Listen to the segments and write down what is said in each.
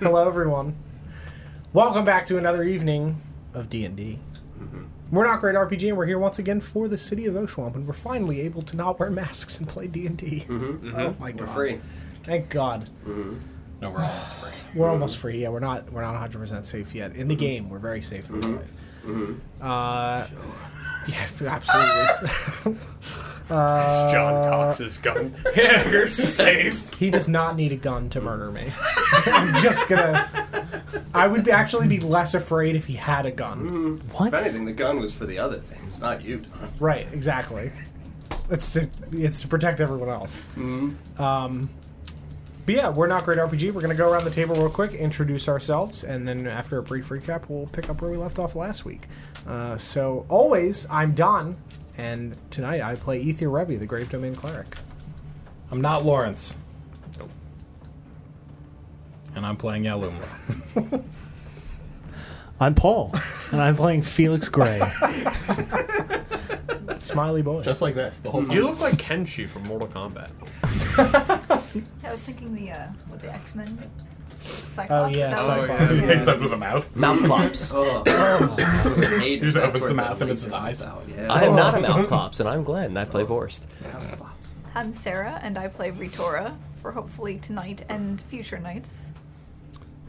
Hello, everyone. Welcome back to another evening of D and D. Mm-hmm. We're not great RPG, and we're here once again for the city of Oshawamp, and we're finally able to not wear masks and play D and D. Oh my Mm-hmm, We're god! free. Thank God. No, we're almost free. Mm-hmm. We're almost free. Yeah, we're not. We're not 100 percent safe yet. In the game, we're very safe in Mm-hmm. real life. Uh, Yeah, absolutely. It's John Cox's gun. Yeah, you're safe. he does not need a gun to murder me. I'm just gonna. I would be- actually be less afraid if he had a Mm-hmm. gun. If anything, the gun was for the other things, not you, Don. Right. Exactly. It's to it's to protect everyone else. Um. But yeah, we're not great RPG. We're gonna go around the table real quick, introduce ourselves, and then after a brief recap, we'll pick up where we left off last week. Uh, so always, I'm Don, and tonight I play Ether Rebbe, the Grave Domain cleric. I'm not Lawrence. And I'm playing Elum. I'm Paul, and I'm playing Felix Gray. Smiley boy. Just like this, the whole time. You look like Kenshi from Mortal Kombat. I was thinking the uh, what the X Men. Oh, Cyclops. yeah, Is that what Cyclops. it is? Yeah. Except with a mouth. Mouth pops. Oh, he just opens the mouth and it's his eyes. Yeah. I am not a mouth pops, and I'm Glenn, and I play Vorst. I'm Sarah, and I play Retora for hopefully tonight and future nights.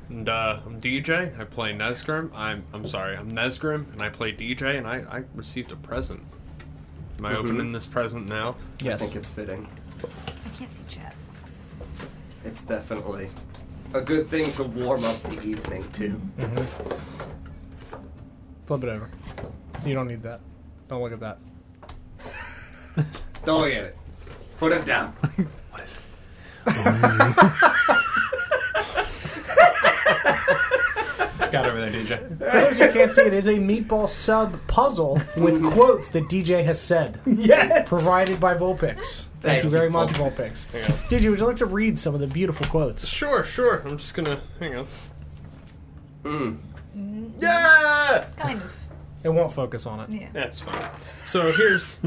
And uh, I'm DJ. I play Nesgrim. I'm I'm sorry. I'm Nesgrim, and I play DJ. And I, I received a present. Am I opening this present now? I Yes. think it's fitting. I can't see chat. It's definitely a good thing to warm up the evening too. Flip it over. You don't need that. Don't look at that. Don't look at it. Put it down. Got over there, DJ. For those who can't see, it is a meatball sub puzzle with quotes that DJ has said. Yes! Provided by Vulpix. Thank, you very much, Vulpix. DJ, would you like to read some of the beautiful quotes? Sure, sure. I'm just gonna hang on. Kind of. It won't focus on it. Yeah. That's fine. So here's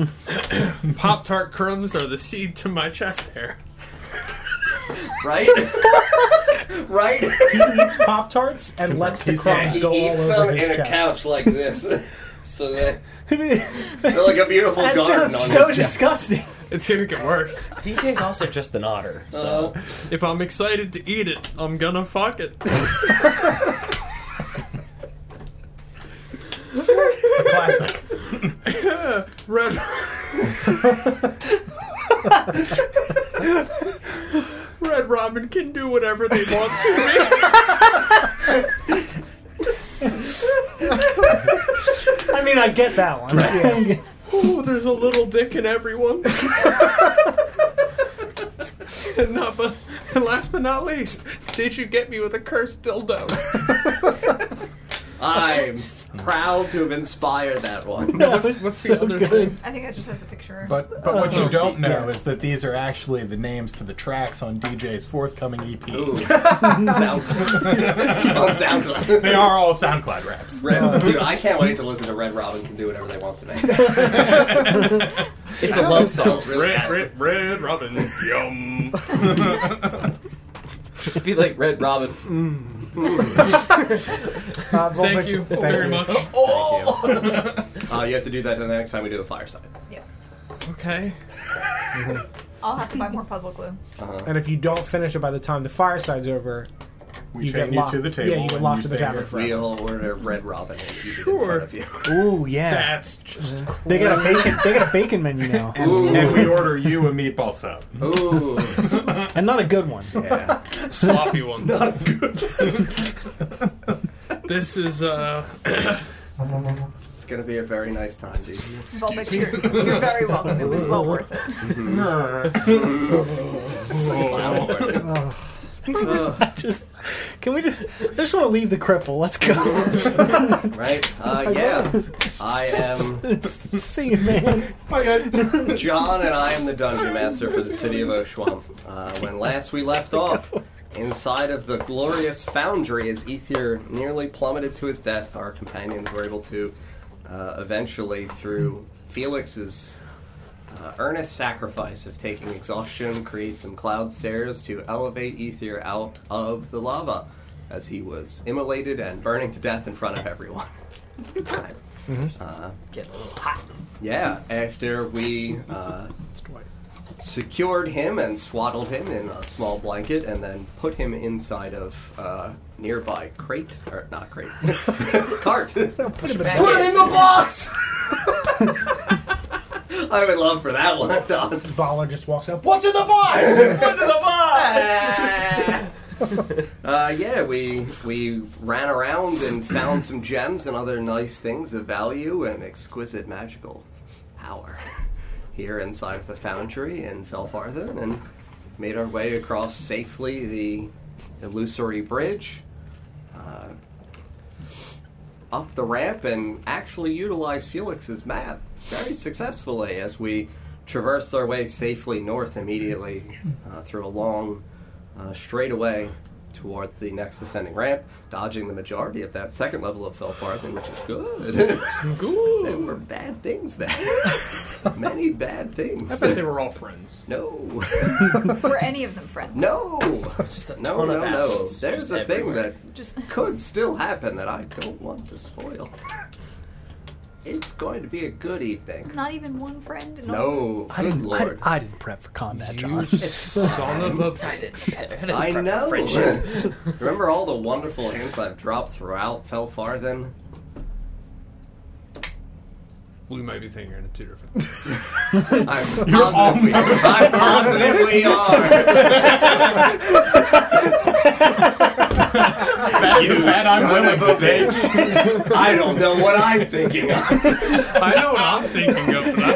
Pop Tart crumbs are the seed to my chest hair. Right? right? He eats Pop Tarts and lets the He's- crumbs he go all eats them over in his a chest. couch like this. so that they're like a beautiful That garden on sounds so his chest. disgusting. It's gonna get worse. DJ's also just an otter, so. Oh, If I'm excited to eat it, I'm gonna fuck it. Classic. Red. Red Robin can do whatever they want to me. I mean, I get that one. Yeah. Ooh, there's a little dick in everyone. and, not but, and last but not least, did you get me with a cursed dildo? I'm proud to have inspired that one. what's what's the other thing? I think that just has the picture. But but what you don't yeah. know is that these are actually the names to the tracks on DJ's forthcoming E EP. Ooh. Sound. on SoundCloud. They are all SoundCloud raps. Red, dude, I can't wait to listen to Red Robin can do whatever they want tonight. It's a love song. really bad. Red, Red Robin. Yum. It'd be like Red Robin. Uh, Vulpix, Thank you very you. much. Uh, you have to do that the next time we do a fireside. yeah. Okay. I'll have to buy more puzzle glue. And if you don't finish it by the time the fireside's over, We you chain get you locked to the table. Yeah, you get and locked you to the stay tavern here. forever. We'll order Red Robin and eat Sure. it in front of you. Ooh, yeah. That's just They got a bacon. They got a bacon menu now, and, And we order you a meatball sub. Ooh. and not a good one. Yeah. sloppy one. Not good. this is uh It's going to be a very nice time, dude. Volbeck, you're, you're very welcome. It was well worth it. Wow. Uh, Just can we? Just, I just want to leave the cripple. Let's go. right? Uh, yeah. I am See you, man. Hi guys. John and I am the Dungeon Master for the city of Oshwamp. Uh, when last we left off, inside of the glorious foundry, as Ether nearly plummeted to his death, our companions were able to uh, eventually, through Felix's Uh, earnest sacrifice of taking exhaustion creates some cloud stairs to elevate Ether out of the lava, as he was immolated and burning to death in front of everyone. it's a good time. Uh, Get a little hot. yeah, after we uh, It's twice. secured him and swaddled him in a small blanket and then put him inside of uh, nearby crate or not crate cart put him Push it back in the box I would love for that one Don. Baller just walks up. what's in the box what's in the box uh, yeah we we ran around and found some gems and other nice things of value and exquisite magical power here inside of the foundry in Felfarthen and made our way across safely the illusory bridge, uh, up the ramp, and actually utilized Felix's map very successfully as we traversed our way safely north immediately uh, through a long uh, straightaway toward the next ascending ramp, dodging the majority of that second level of Felfarthen, which is good. There were bad things there. Many bad things. I bet they were all friends. No. Were any of them friends? No. It's just a No, ton no, of no. apples. There's just a thing everywhere. that Just could still happen that I don't want to spoil. it's going to be a good evening. not even one friend. and all- No. I good didn't, I, lord. didn't- I didn't prep for combat, John. son of a I didn't. I didn't know. Friendship. Remember all the wonderful hints I've dropped throughout Felfarthen? We might be thinking of two different. things. I'm positive we are. I'm positive we are. You bet I'm willing to take. I don't know what I'm thinking of. I know what I'm thinking of, but I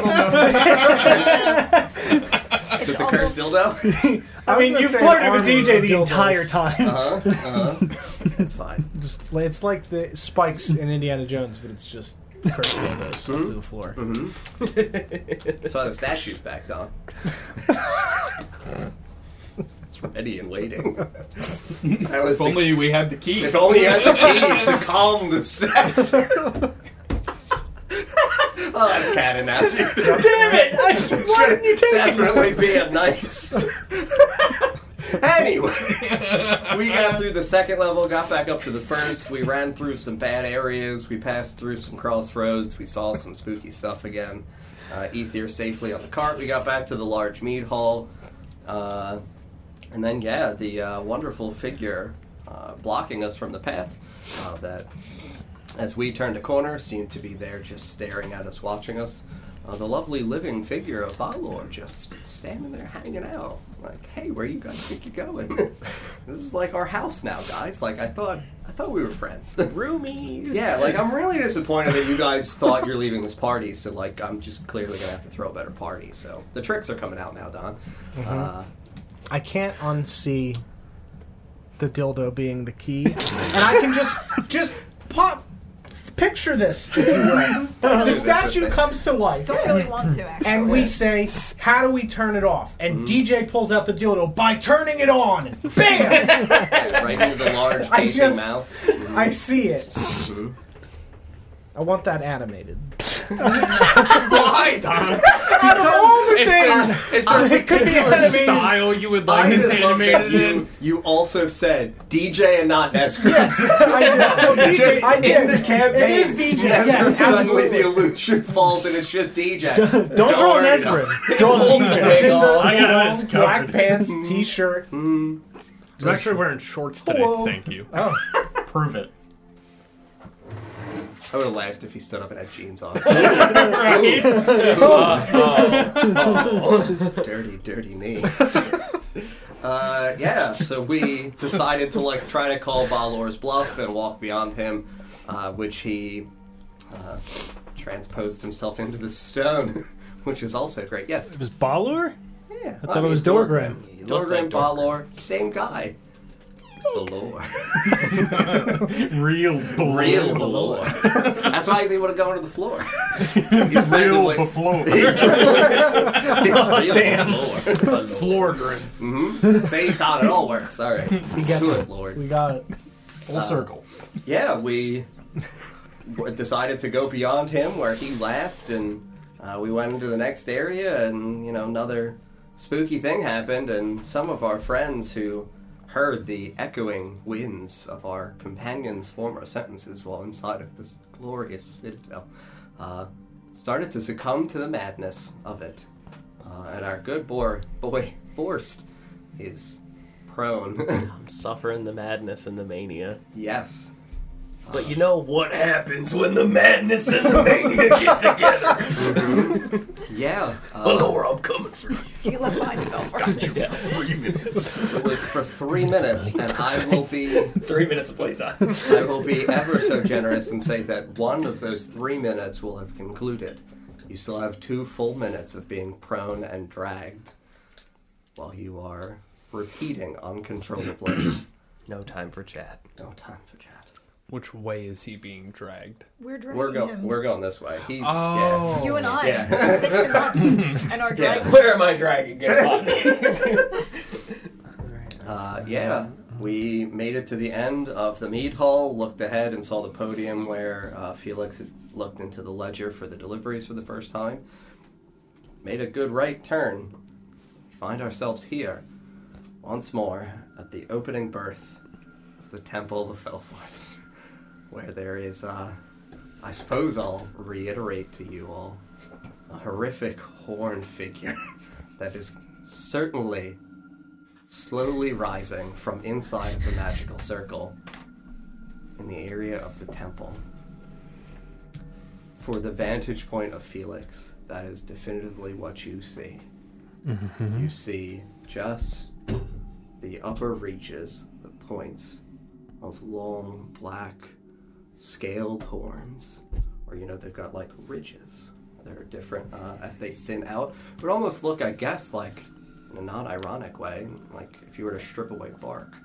don't know. Is it the cursed dildo? I mean, was you gonna say flirted with army DJ of the dildos. entire time. Uh huh. Uh huh. That's fine. Just it's like the spikes in Indiana Jones, but it's just Mm-hmm. cursed windows up to the floor. That's why the statue's back, Don. it's ready and waiting. That was If only we had the key. the, if only you had the keys to calm the statue. oh, that's canon now, dude. Damn it! why didn't you take Definitely being nice. Anyway, we got through the second level, got back up to the first. We ran through some bad areas. We passed through some crossroads. We saw some spooky stuff again. Uh, Ether safely on the cart. We got back to the large mead hall. Uh, and then, yeah, the uh, wonderful figure uh, blocking us from the path uh, that, as we turned a corner, seemed to be there just staring at us, watching us. Uh, the lovely living figure of Balor just standing there hanging out. Like, hey, where you guys think you're going? this is like our house now, guys. Like, I thought, I thought we were friends. Roomies. yeah, like I'm really disappointed that you guys thought you're leaving this party. So, like, I'm just clearly gonna have to throw a better party. So, the tricks are coming out now, Don. Uh, I can't unsee the dildo being the key, and I can just just pop picture this. If you will. the statue comes to life, Don't really want to actually. and we say, "How do we turn it off?" And DJ pulls out the dildo by turning it on, and bam! right into the large I gaping just- mouth. I see it. I want that animated. Why, Don? Out of all the Is there, is there a it could be particular animated. style you would like this animated in? you, you also said DJ and not Nesca. Yes, I did. No, DJ, I did. in the campaign, It is DJ. Nesgrim Yes, suddenly absolutely. the illusion falls and it's just DJ. Don't, Don't draw an worry, Ezra. Draw It an pulls the Ezra. big It's in ol' the I got this long covered. black pants, t-shirt. I'm actually wearing shorts today. Hello. Thank you. Prove it. I would have laughed if he stood up and had jeans on. dirty, dirty me. uh, yeah, so we decided to like try to call Balor's bluff and walk beyond him, uh, which he uh, transposed himself into the stone, which is also great. Yes. It was Balor? Yeah. I thought it was Dorgrim. looks Dorgrim, like Balor, same guy. Balor. Real blue. Real Balor. That's why he would have gone to the floor. He's Real like, before. It's Damn. real Lord. Flordrin. Say thought it all works. All right. Good Lord. We got it. Full circle. Yeah, we w- decided to go beyond him where he laughed and Uh, we went into the next area, and you know another spooky thing happened, and some of our friends who heard the echoing winds of our companions' former sentences while inside of this glorious citadel uh, started to succumb to the madness of it, uh, and our good boy, boy forced is prone. I'm suffering the madness and the mania. yes. But you know what happens when the madness and the mania get together? Yeah. uh, Allure, I'm coming for you. She left behind a bell for Three minutes. It was for three minutes, and I will be Three minutes of playtime. I will be ever so generous and say that one of those three minutes will have concluded. You still have two full minutes of being prone and dragged while you are repeating uncontrollably. No time for chat. no time for chat. Which way is he being dragged? We're dragging We're going. him. We're going this way. He's Oh. you and I. Yeah. That you're not. and our Yeah. dragon. Where am I dragging? Get on. yeah. Uh, yeah. We made it to the end of the mead hall. Looked ahead and saw the podium where uh, Felix had looked into the ledger for the deliveries for the first time. Made a good right turn. Find ourselves here. once more at the opening birth of the Temple of Felforth, where there is, uh, I suppose I'll reiterate to you all, a horrific horned figure that is certainly slowly rising from inside the magical circle in the area of the temple. For the vantage point of Felix, that is definitively what you see. You see just the upper reaches, the points of long black scaled horns, or you know, they've got like ridges. They're different uh, as they thin out. It would almost look, I guess, like in a non ironic way, like if you were to strip away bark,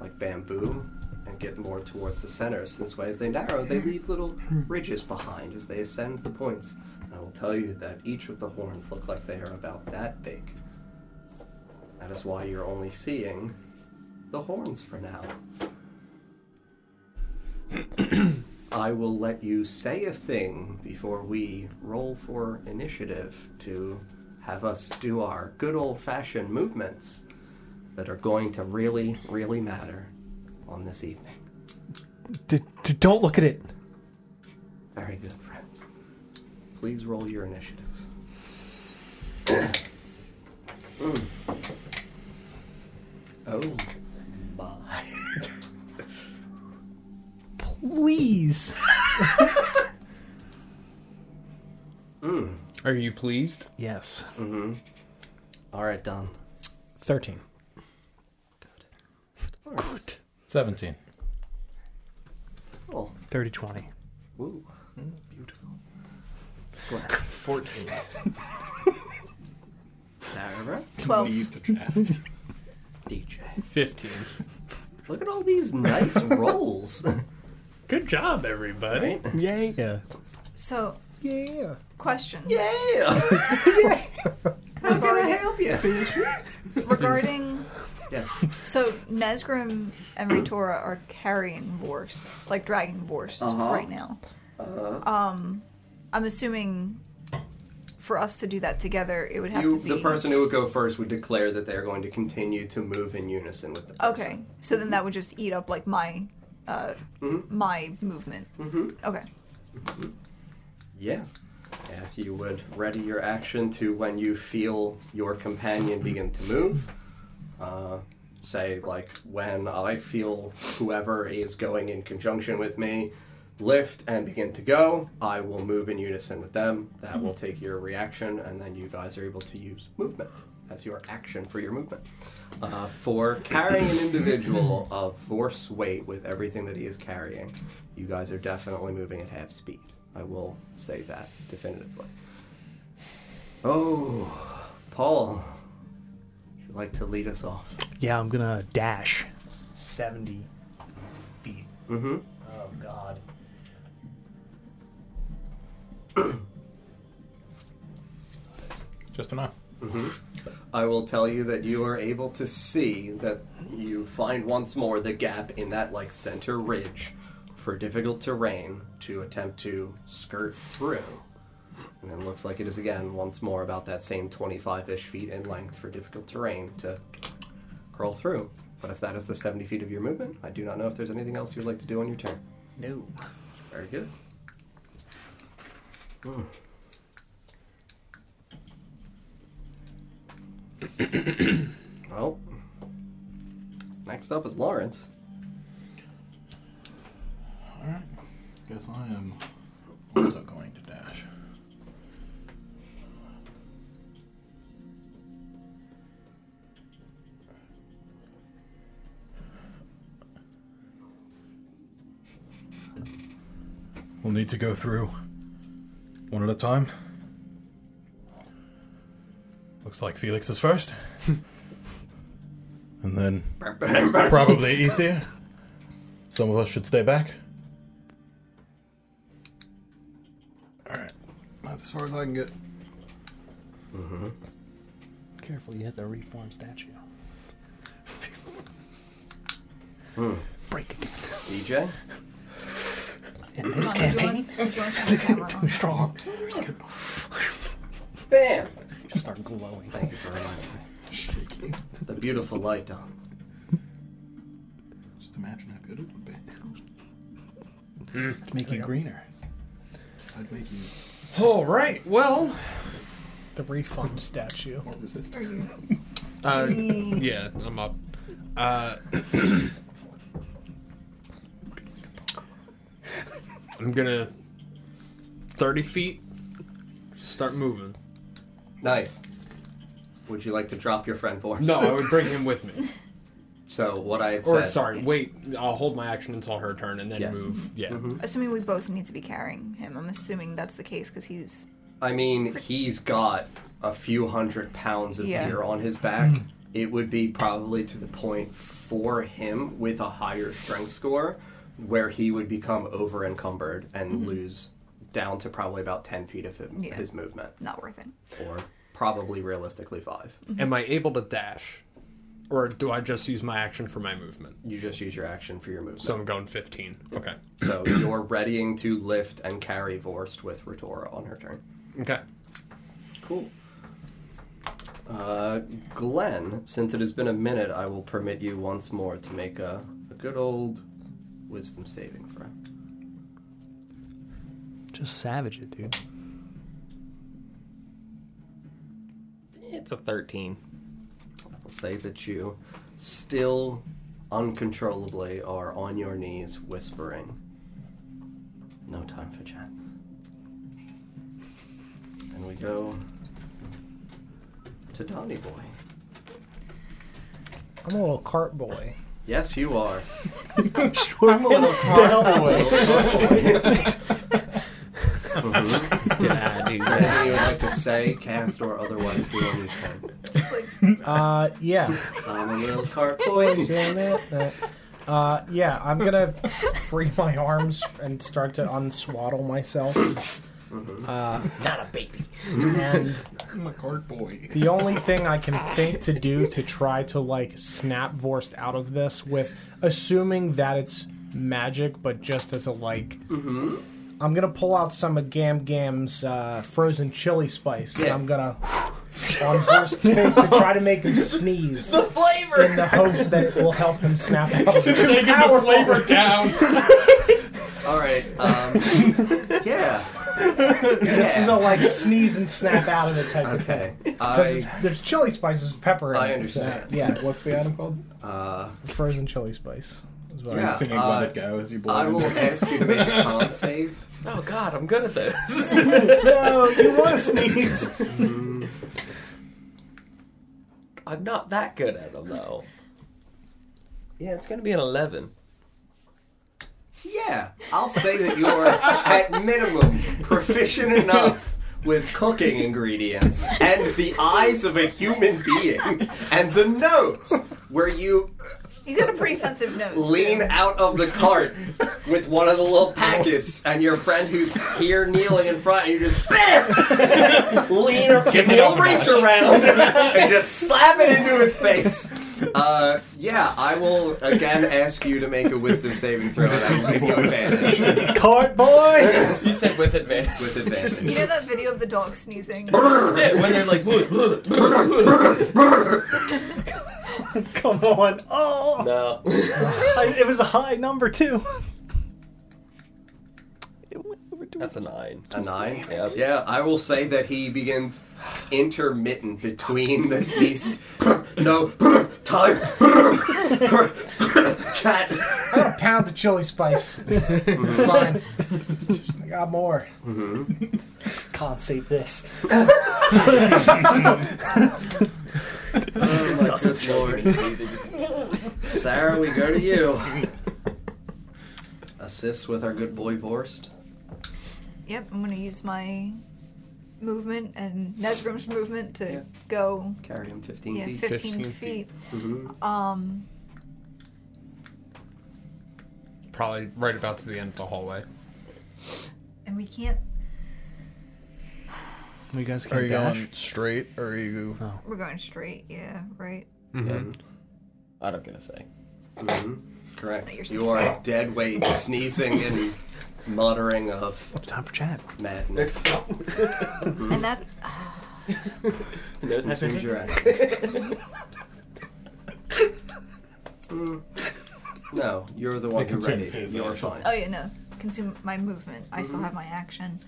like bamboo, and get more towards the center. Since way as they narrow, they leave little ridges behind as they ascend the points. And I will tell you that each of the horns look like they are about that big. That is why you're only seeing the horns for now. I will let you say a thing before we roll for initiative to have us do our good old fashioned movements that are going to really, really matter on this evening. D- d- don't look at it. Very good, friends. Please roll your initiatives. Mm. Oh my. Please. Are you pleased? Yes. All right, Don. 13. Good. 17. Cool. 30 20. Ooh, beautiful. What? 14. Sarah, Twelve. to chest. DJ. 15. Look at all these nice rolls. Good job, everybody. Right? Yay. Yeah. So, Yeah. question Yeah. How can I regarding, help you? regarding Yes. so Nesgrim and Retora are carrying Vorse, like dragging Vorse Uh-huh. right now. Um, I'm assuming for us to do that together, it would have You, to be the person who would go first would declare that they are going to continue to move in unison with the person. Okay, so then that would just eat up like my, uh, Mm-hmm. my movement. Okay. Yeah. Yeah, you would ready your action to when you feel your companion begin to move. Uh, say, like, when I feel whoever is going in conjunction with me lift and begin to go, I will move in unison with them. That will take your reaction, and then you guys are able to use movement as your action for your movement. Uh, for carrying an individual of force weight with everything that he is carrying, you guys are definitely moving at half speed. I will say that definitively. Oh, Paul, would you like to lead us off? Yeah, I'm gonna dash 70 feet. Mm-hmm. Oh, God. Just enough. I will tell you that you are able to see that you find once more the gap in that like center ridge for difficult terrain to attempt to skirt through. And then looks like it is again once more about that same 25-ish feet in length for difficult terrain to crawl through. But if that is the 70 feet of your movement, I do not know if there's anything else you'd like to do on your turn. No. Very good. well, next up is Lawrence. Alright. Guess I am also going to dash. We'll need to go through one at a time. Looks like Felix is first. and then probably Ethier. Some of us should stay back. Alright. That's as far as I can get. Careful, you hit the reform statue. Break again. DJ? In this Do you campaign, want- do you want to turn the camera too on? strong. Bam! Just start glowing. Thank you for reminding me. The beautiful light, Don. Just imagine how good it would be. Hmm. Make you greener. I'd make you All right. Well. The reform statue. more Are resistant. you Uh, yeah, I'm up. Uh, I'm gonna thirty feet. Start moving. Nice. Would you like to drop your friend for us? No, I would bring him with me. So what I had Or said. sorry, wait. I'll hold my action until her turn and then Yes. move. Yeah. Assuming we both need to be carrying him, I'm assuming that's the case because he's I mean, he's got a few hundred pounds of Yeah. gear on his back. Mm. It would be probably to the point for him with a higher strength score where he would become over encumbered and lose down to probably about 10 feet of him, Mm-hmm. Yeah. his movement, not worth it. or probably realistically five. Mm. Am I able to dash, or do I just use my action for my movement? You just use your action for your movement. So I'm going fifteen. Okay. So you're readying to lift and carry Vorst with Retora on her turn. Okay. Cool. Uh, Glenn, since it has been a minute, I will permit you once more to make a, a good old wisdom saving throw. Just savage it, dude. It's a 13. I'll say that you still uncontrollably are on your knees whispering, No time for chat. And we go to Donny Boy. I'm a little cart boy. Yes, you are. I'm a little cart boy. Mm-hmm. Yeah, dude. Anything you would like to say, cast, or otherwise do on your turn. Just like Uh, yeah. I'm a little cart boy. Doing it, uh, Uh, yeah, I'm gonna free my arms and start to unswaddle myself. Not a baby. And I'm a card boy. the only thing I can think to do to try to like snap Vorst out of this with assuming that it's magic, but just as a like. Mm-hmm. I'm gonna pull out some of Gam Gam's uh, frozen chili spice, and Yeah. I'm gonna on Vorst's face to try to make him sneeze Flavor! in the hopes that it will help him snap out. of it. Taking the flavor down. All right. Um, yeah. This is a like sneeze and snap out of it type of thing. Okay. Because I, there's chili spices, pepper. In I it, understand. So, yeah, What's the item called? uh, frozen chili spice. Is what I- Yeah, Singing uh, Let It Go as you blow I it will into- ask you to make a con save. Oh god, I'm good at this. No, you want to sneeze. I'm not that good at them though. Yeah, it's gonna be an 11. Yeah, I'll say that you are at minimum proficient enough with cooking ingredients and the eyes of a human being and the nose where you he's got a pretty sensitive nose. too. lean out of the cart with one of the little packets, and your friend who's here kneeling in front, and you just bam, lean, give me will all the reach around and just slap it into his face. Uh, yeah, I will again ask you to make a wisdom saving throw, and I will give you advantage. Cart boy! You said with advantage. With You advantage. know that video of the dog sneezing? yeah, when they're like, Come on. Oh! no. I- it was a high number, too. That's a nine. A nine? Yeah. Yeah, I will say that he begins intermittent between the sneezes. no, time, chat. a pound of chili spice. Fine. Just, I got more. Can't save this. Oh my good lord. Sarah, we go to you. Assist with our good boy Vorst. Yep, I'm gonna use my movement and Nesgrim's movement to Yeah. go Carry him 15 yeah, 15, feet. feet. 15 feet. Mm-hmm. Um, Probably right about to the end of the hallway. and we can't. We guys can Are you dash. going straight or are you We're going straight. Yeah, right. I don't gonna say. No, Mm-hmm. Correct. you're You are dead weight, sneezing and muttering of Time for chat. madness. And that No, that's Who's your ass? Mm. No, you're the one who read consumes it. his You're action. fine. Oh yeah, no. Consume my movement. I still have my action.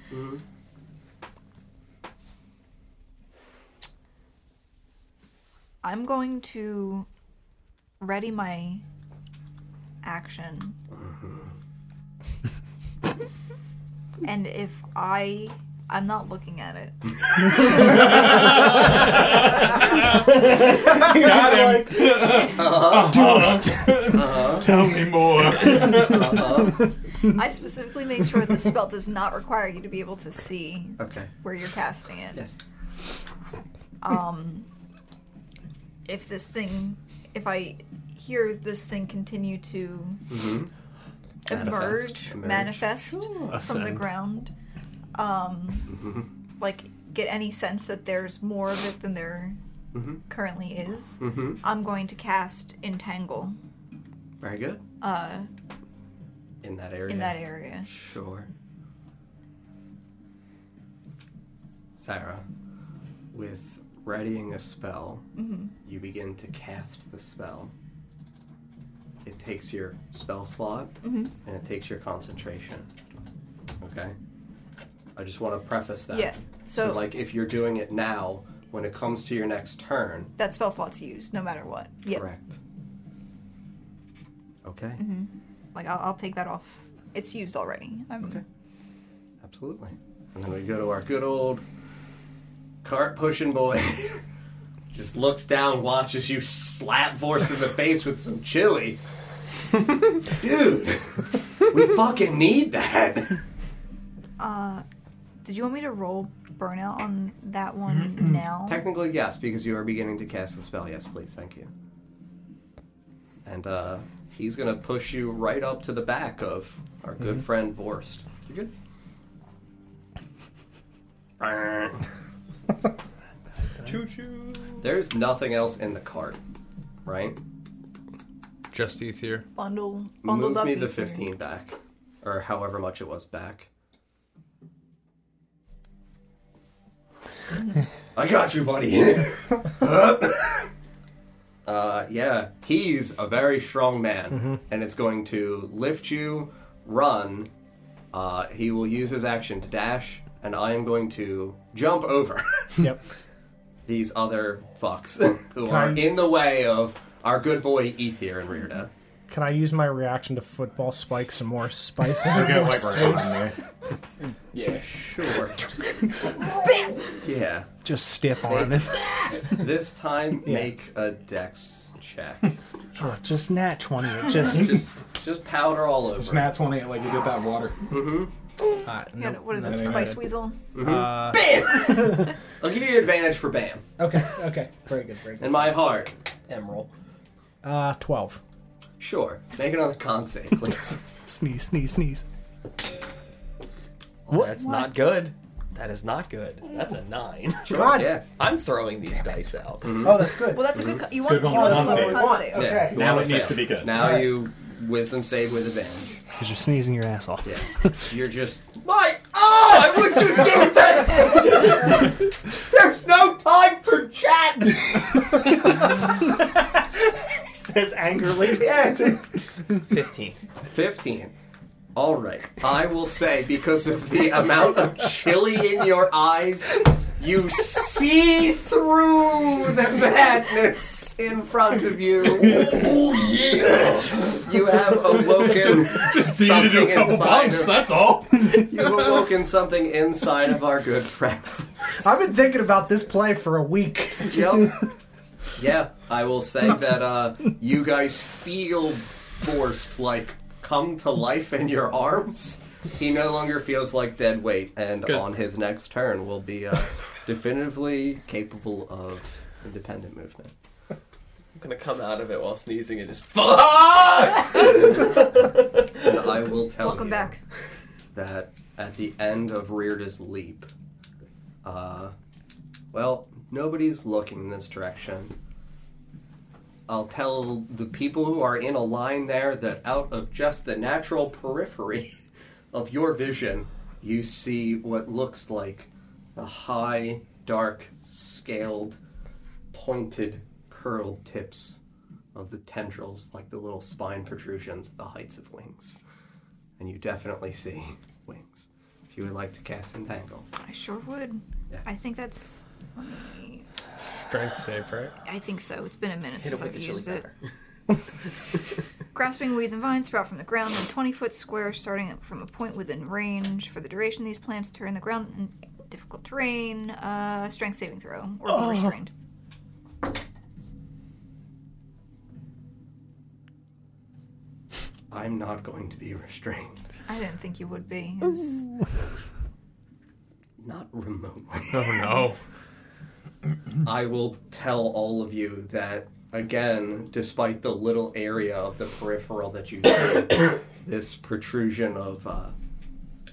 I'm going to ready my action. and if I I'm not looking at it. Got him. Do it. Tell me more. I specifically make sure the spell does not require you to be able to see Okay. where you're casting it. Yes. um, if this thing, if I hear this thing continue to Manifest. Mm-hmm. Emerge. emerge, manifest from the Ascend. ground, um, Mm-hmm. like get any sense that there's more of it than there currently is, Mm-hmm. I'm going to cast entangle Very good. uh, In that area. in that area. Sure. Sarah, with readying a spell, Mm-hmm. you begin to cast the spell. It takes your spell slot Mm-hmm. and it takes your concentration. Okay? I just want to preface that. Yeah. So, like, if you're doing it now, when it comes to your next turn, that spell slot's used no matter what. Yeah. Mm-hmm. correct. Okay. Like I'll, I'll take that off. It's used already. I'm, Okay. Absolutely. And then we go to our good old cart pushing boy. Just looks down, watches you slap Vorst in the face with some chili. Dude, we fucking need that. Uh, did you want me to roll burnout on that one now? Technically, yes, because you are beginning to cast the spell. Yes, please, thank you. And uh, he's gonna push you right up to the back of our good friend Vorst. You good? Choo choo. There's nothing else in the cart, right? Just Ethier. Bundle, bundled Move up. me the ether. 15 back, or however much it was back. I got you, buddy. uh, yeah, he's a very strong man, and it's going to lift you, run. Uh, he will use his action to dash, and I am going to jump over Yep. these other fucks who Can are I- in the way of our good boy Ethier and Rearda. Can I use my reaction to football spike some more spice? in Got it? white brown in there. Yeah. Sure. yeah. Just stiff arm him. This time, make a dex check. Oh, just nat 20. it Just. just, just powder all over. it. Snap 20 like you did that water. Uh, Yeah, no. what is it? no, no, Spice no. weasel. I'll give you advantage for Bam. Okay. Okay. Very good. Very good. In my heart. Emerald. Uh, twelve. Sure. Make another con save, please. Sneeze, sneeze, sneeze. That's not good. That is not good. That's a nine. God. Yeah. I'm throwing these dice out. Oh, that's good. Well, that's a good. co- You want, good you want con a save. con Con save. save. Okay. Okay. Now Now it it needs failed. to be good. Now you wisdom save with advantage. Because you're sneezing your ass off. Yeah. You're just my oh, I would you do this? There's no time for chat. Says angrily. Fifteen. Fifteen. All right. I will say because of the amount of chili in your eyes, you see through the madness in front of you. Oh yeah! You have awoken Just need to do something a couple inside bumps, of- that's all. You've awoken something inside of our good friend. I've been thinking about this play for a week. Yep. Yeah, I will say that uh, you guys feel forced, like, come to life in your arms. He no longer feels like dead weight, and Good. on his next turn will be uh, definitively capable of independent movement. I'm gonna come out of it while sneezing and just fuck. And I will tell Welcome you back. that at the end of Rearda's leap, uh, well, nobody's looking in this direction. I'll tell the people who are in a line there that out of just the natural periphery of your vision, you see what looks like a high, dark, scaled, pointed, curled tips of the tendrils, like the little spine protrusions at the heights of wings. And you definitely see wings. If you would like to cast Entangle. I sure would. Yeah. I think that's. let me- Strength save, right? I think so. It's been a minute Hit since him I've with the chili used it. powder. Grasping weeds and vines sprout from the ground in 20 foot squares, starting from a point within range. For the duration, these plants turn the ground in difficult terrain. Uh, strength saving throw or be restrained. I'm not going to be restrained. I didn't think you would be. It's- Not remotely. Oh no. I will tell all of you that, again, despite the little area of the peripheral that you see, this protrusion of uh,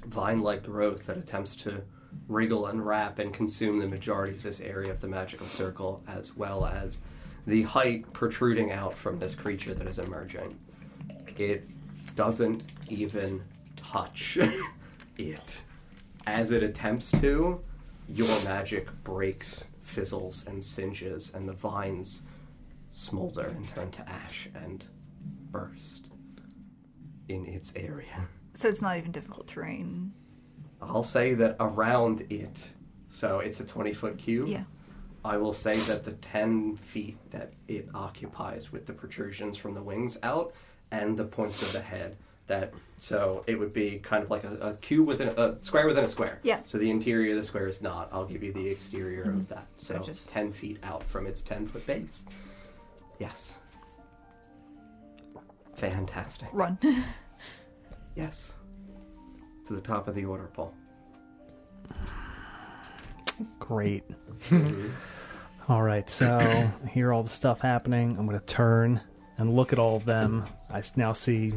vine like growth that attempts to wriggle and wrap and consume the majority of this area of the magical circle, as well as the height protruding out from this creature that is emerging. It doesn't even touch it. As it attempts to, your magic breaks, fizzles, and singes, and the vines smolder and turn to ash and burst in its area. so it's not even difficult terrain. I'll say that around it, so it's a 20 foot cube. Yeah. I will say that the 10 feet that it occupies with the protrusions from the wings out and the points of the head. That so it would be kind of like a, a cube within a square within a square. Yeah. So the interior of the square is not. I'll give you the exterior of that. So, just- 10 feet out from its 10 foot base. Yes. Fantastic. Run. Yes. To the top of the order pole. Great. all right, so I hear all the stuff happening. I'm going to turn and look at all of them. Mm-hmm. I s- now see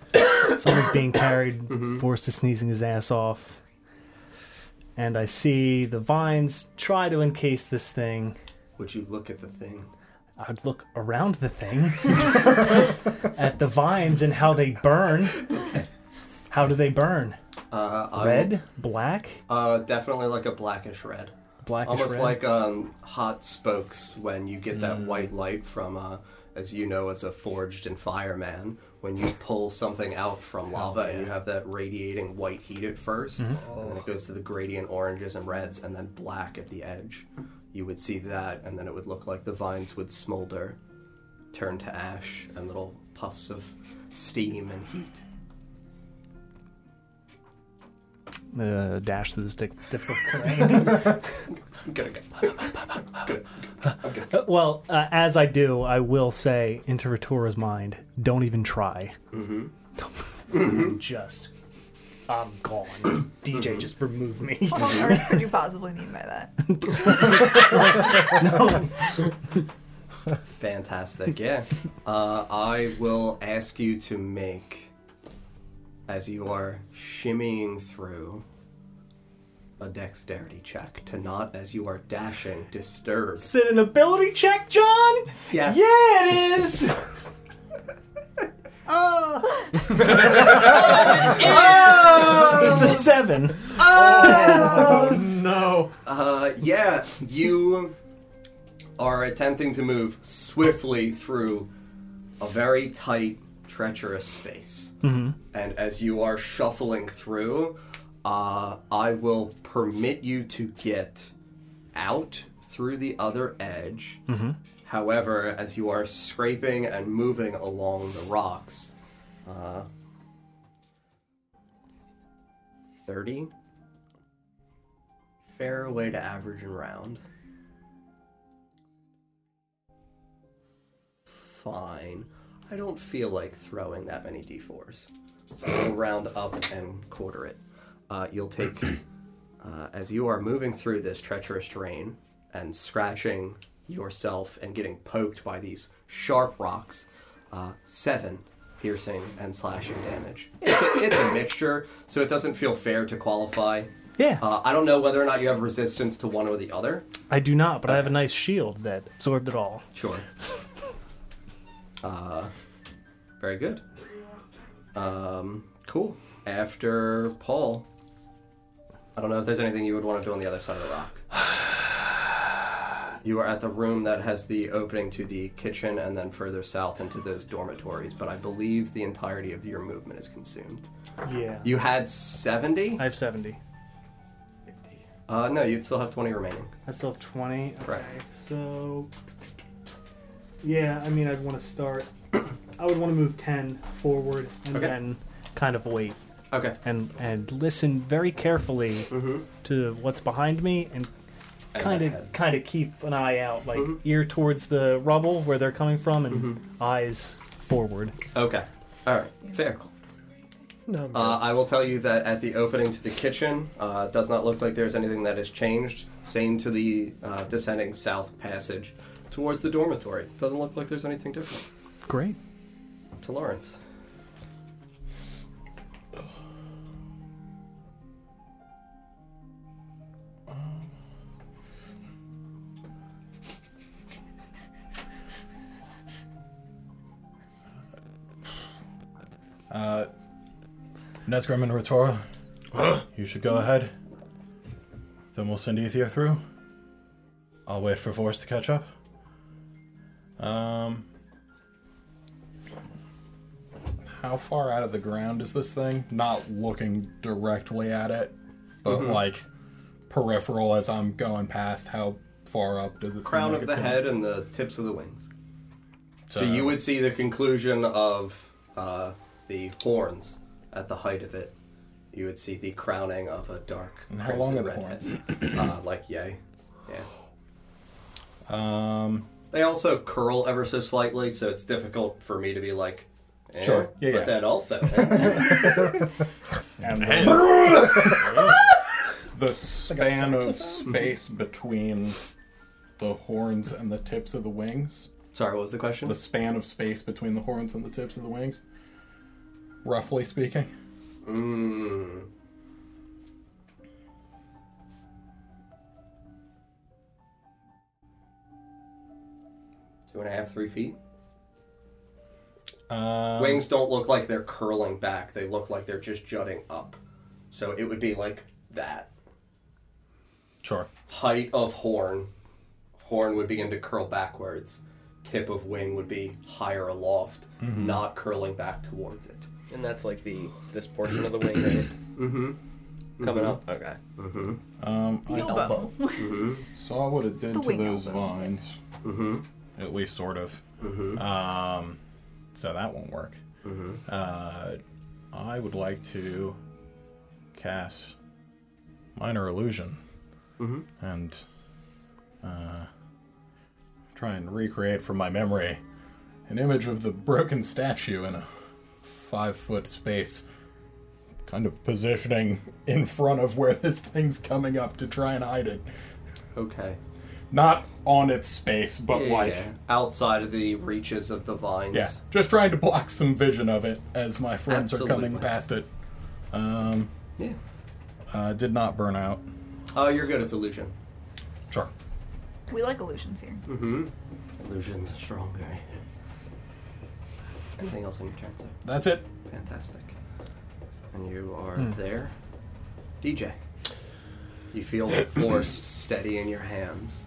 someone's being carried, Mm-hmm. forced to sneezing his ass off. And I see the vines try to encase this thing. Would you look at the thing? I'd look around the thing at the vines and how they burn. How do they burn? Uh, I Red, black, will- uh, definitely like a blackish red. blackish Almost red. Hmm. like um, hot spokes when you get that white light from, uh, as you know, as a forged and fireman, when you pull something out from Oh, lava and you have that radiating white heat at 1st Mm-hmm. and then it goes to the gradient oranges and reds, and then black at the edge. You would see that, and then it would look like the vines would smolder, turn to ash, and little puffs of steam and heat. uh, dash through this diff- difficult terrain. I'm gonna go. Uh, well, uh, as I do, I will say into Ratura's mind, don't even try. Mm-hmm. just, I'm gone. DJ, just remove me. What on earth could you possibly mean by that? Fantastic, yeah. Uh, I will ask you to make, as you are shimmying through, a dexterity check to not, as you are dashing, disturb. Is it an ability check, John? Yes. Yeah, it is. oh. It's a seven. No. Uh, yeah, you are attempting to move swiftly through a very tight, treacherous space. And as you are shuffling through, uh, I will permit you to get out through the other edge. However, as you are scraping and moving along the rocks, uh, 30 fair away to average and round. Fine. I don't feel like throwing that many d4s. So I'll round up and quarter it. Uh, you'll take, uh, as you are moving through this treacherous terrain and scratching yourself and getting poked by these sharp rocks, uh, seven piercing and slashing damage. It's a, it's a mixture, so it doesn't feel fair to qualify. Yeah. Uh, I don't know whether or not you have resistance to one or the other. I do not, but I have a nice shield that absorbed it all. Sure. Uh, very good. Um, cool. After Paul, I don't know if there's anything you would want to do on the other side of the rock. You are at the room that has the opening to the kitchen and then further south into those dormitories, but I believe the entirety of your movement is consumed. Yeah. You had 70? I have 70. Uh, no, you'd still have 20 remaining. I still have 20. Okay, Correct. so. Yeah, I mean, I'd want to start. I would want to move 10 forward and Okay. then kind of wait Okay. and, and listen very carefully to what's behind me and And kind of ahead. kind of keep an eye out, like ear towards the rubble where they're coming from and eyes forward. Okay. All right. Fair. No. Uh, I will tell you that at the opening to the kitchen, uh, it does not look like there's anything that has changed. Same to the uh, descending south passage towards the dormitory. Doesn't look like there's anything different. Great. To Lawrence. Uh, Nesgrim and Rotora, you should go ahead. Then we'll send Ethier through. I'll wait for Force to catch up. Um, how far out of the ground is this thing? Not looking directly at it, but like peripheral as I'm going past. How far up does it? seem Crown like of the it's gonna- head and the tips of the wings. So, So- you would see the conclusion of uh, the horns at the height of it. You would see the crowning of a dark And how long crimson are the redhead. uh, like yay. Yeah. Um, They also curl ever so slightly, so it's difficult for me to be like, eh, Sure. Yeah, but yeah. then also, eh. and Hey. the span of space between the horns and the tips of the wings. sorry, what was the question? The span of space between the horns and the tips of the wings. Roughly speaking. Mm. Two and a half, three feet. Um, Wings don't look like they're curling back; they look like they're just jutting up. So it would be like that Sure. height of horn. Horn would begin to curl backwards. Tip of wing would be higher aloft, Mm-hmm. not curling back towards it. And that's like the this portion of the wing right? Mm-hmm. coming up. Okay. Mm-hmm. Um, I Elbow. Mm-hmm. saw what it did The to wing those elbow. vines. Mm-hmm. At least, sort of. Mm-hmm. Um, so that won't work. Mm-hmm. Uh, I would like to cast Minor Illusion Mhm. and uh, try and recreate from my memory an image of the broken statue in a five foot space, kind of positioning in front of where this thing's coming up to try and hide it. Okay. Not on its space, but like. Yeah. outside of the reaches of the vines. Yeah, just trying to block some vision of it as my friends are coming Absolutely. past it. Um, Yeah. uh, did not burn out. Oh, you're good. It's illusion. Sure. We like illusions here. Hmm. Illusion, strong guy. Anything else on your turn, sir? That's it. Fantastic. And you are there. DJ. You feel the force steady in your hands.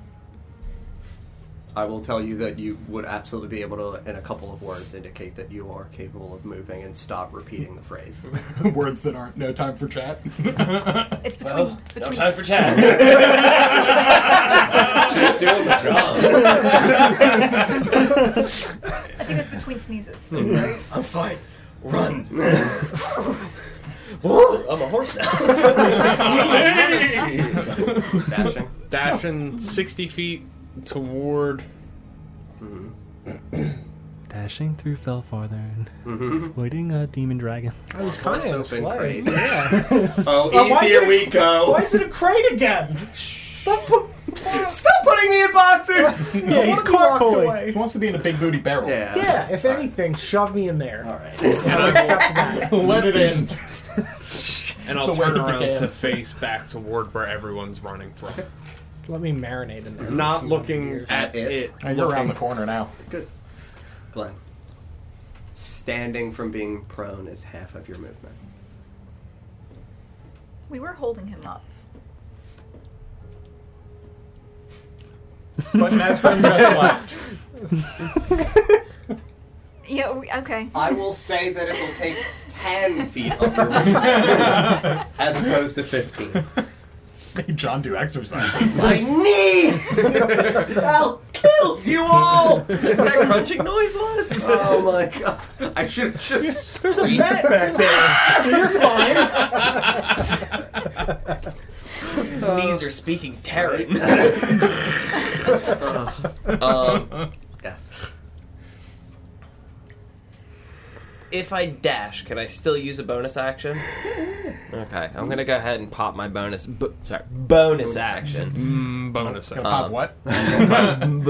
I will tell you that you would absolutely be able to, in a couple of words, indicate that you are capable of moving and stop repeating the phrase. Words that aren't no time for chat. It's between. Well, no between time for chat. Just doing my job. I think it's between sneezes, Hmm. right? I'm fine. Run. I'm a horse now. Dashing. Dashing 60 feet toward. Dashing through Felfarthern, avoiding a demon dragon. I was kind of Horse open slay. crate. Yeah. Oh, Oh, why Eve, here did- we go. Why is it a crate again? Stop. Put- Stop putting me in boxes! yeah, he's He walked carpooling. away. He wants to be in a big booty barrel. Yeah. Yeah, if anything, shove me in there. All right. Except that. Let it in. And I'll The way turn it around began. to face back toward where everyone's running from. Let me marinate in there. Not looking at it. it. Hey, you're around the looking- corner now. Good. Glenn. Standing from being prone is half of your movement. We were holding him up. But Nazgrim just left. Yeah, we, okay. I will say that it will take 10 feet of your movement as opposed to 15. Made John do exercises. My knees! I'll kill you all! that crunching noise was? Oh my god. I should have just. There's a bat back there. You're fine. His knees are speaking Terran. Um, Yes. if I dash, can I still use a bonus action? Okay, I'm gonna go ahead and pop my bonus. B- sorry, bonus action. Mm, bonus action. Pop what? B-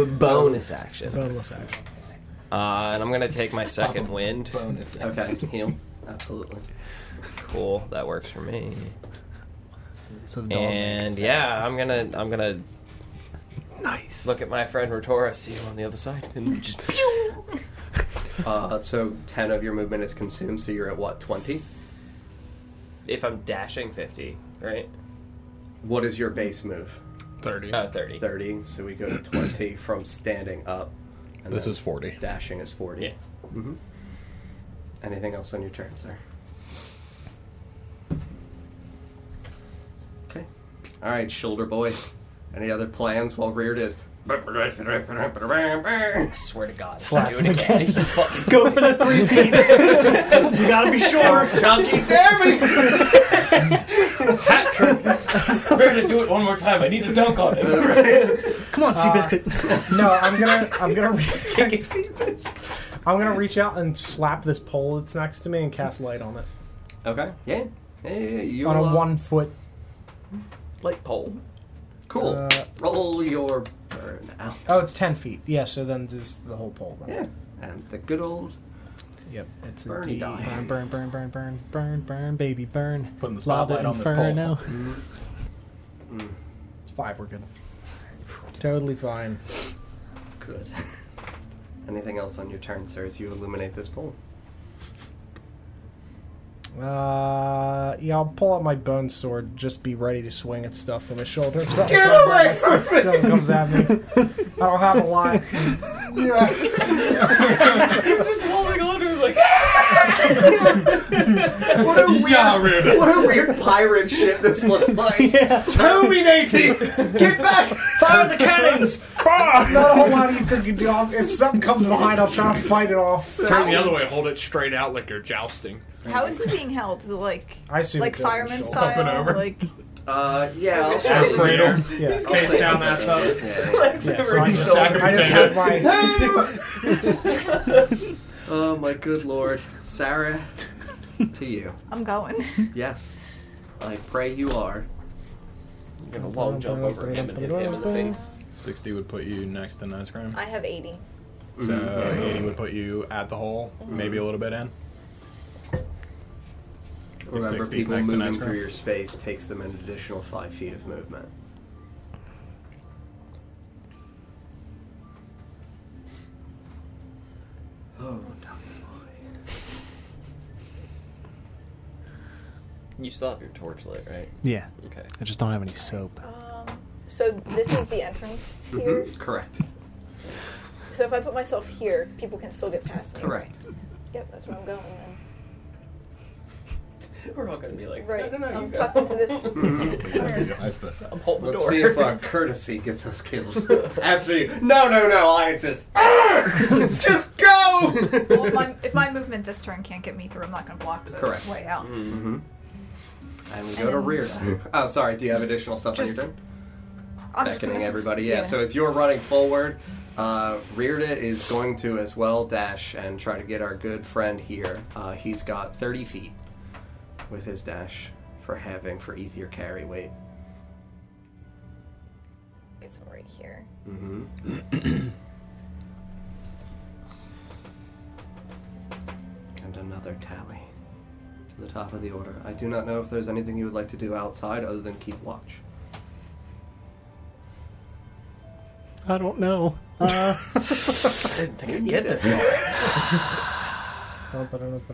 bonus action. Boneless action. Uh, and I'm gonna take my second wind. Bonus. Okay, heal. Absolutely. Cool, that works for me. So the dog And yeah, I'm gonna I'm gonna nice. look at my friend Rotora, see him on the other side, and just Uh, so 10 of your movement is consumed, so you're at what, 20? if I'm dashing 50, right? What is your base move? 30. Oh, 30. 30, so we go to 20 from standing up. And This then is 40. Dashing is 40. Yeah. hmm Anything else on your turn, sir? Okay. All right, shoulder boy. Any other plans while Reared is? I swear to God, if I do it again. If you fucking Go for the three feet. you gotta be sure. Chunky Derby! Hat trick! Prepare to do it one more time. I need to dunk on him. Come on, Uh, Seabiscuit. No, I'm gonna, I'm gonna, re- I'm gonna reach out and slap this pole that's next to me and cast light on it Okay. Yeah. Yeah, yeah, yeah. You on will, a uh, one foot. Light pole. Cool. uh, Roll your burn out. Oh, it's ten feet. Yeah, so then just the whole pole. Yeah. And the good old. Yep. It's a Bernie D. die. Burn, burn, burn, burn, burn, burn, burn, baby, burn. Putting the Lava spotlight on this Inferno. pole. It's five. We're good. Totally fine. Good. Anything else on your turn, sir, as you illuminate this pole? Uh, yeah, I'll pull out my bone sword. Just be ready to swing at stuff from his shoulder. Get away from me! Something comes at me. I don't have a lot. Just holding on to him like, What a weird, what a weird pirate ship this looks like. Terminating! Get back! Fire the cannons! Not a whole lot you think you do. I'll- If something comes behind, I'll try to fight it off. Turn the other way, hold it straight out like you're jousting. How is he being held? Is it like I assume like it's over fireman his shoulder. style? Up and over. Like Uh, yeah, I'll show Ass you. cradle. Yeah. I'll Face show down, you. ass up. Yeah. Yeah, so I just, Sack of I just have potatoes. my. Oh my good lord. Sarah, to you. I'm going. Yes. I pray you are. I'm gonna long jump over him and hit him in the face. 60 would put you next to Nazgrim. I have 80. So 80 would put you at the hole, maybe a little bit in. Remember, 60's people next to moving Nesgrim. through your space takes them an additional five feet of movement. Oh, You still have your torch lit, right? Yeah. Okay. I just don't have any soap. So this is the entrance Mm-hmm. here. Mhm, Correct. So if I put myself here, people can still get past me. Correct. Right? Yep, that's where I'm going then. We're all gonna be like, Right. No, no, no, you I'm go. tucked into this. That'd be nice to- I'm holding Let's the door. see if our courtesy gets us killed. After you. No, no, no, I insist. Just go! Well, if, my, if my movement this turn can't get me through, I'm not going to block the Correct. way out. Mm-hmm. And we And go to then- rear. Oh, sorry, do you have additional stuff just- on your turn? I'm just Beckoning gonna- everybody, yeah. So as you're running forward, uh, Rearda is going to as well dash and try to get our good friend here. Uh, he's got 30 feet with his dash for having for ether carry weight. Get some right here. Mm-hmm. and another tally to the top of the order. I do not know if there's anything you would like to do outside other than keep watch. I don't know. Uh, I can get this one.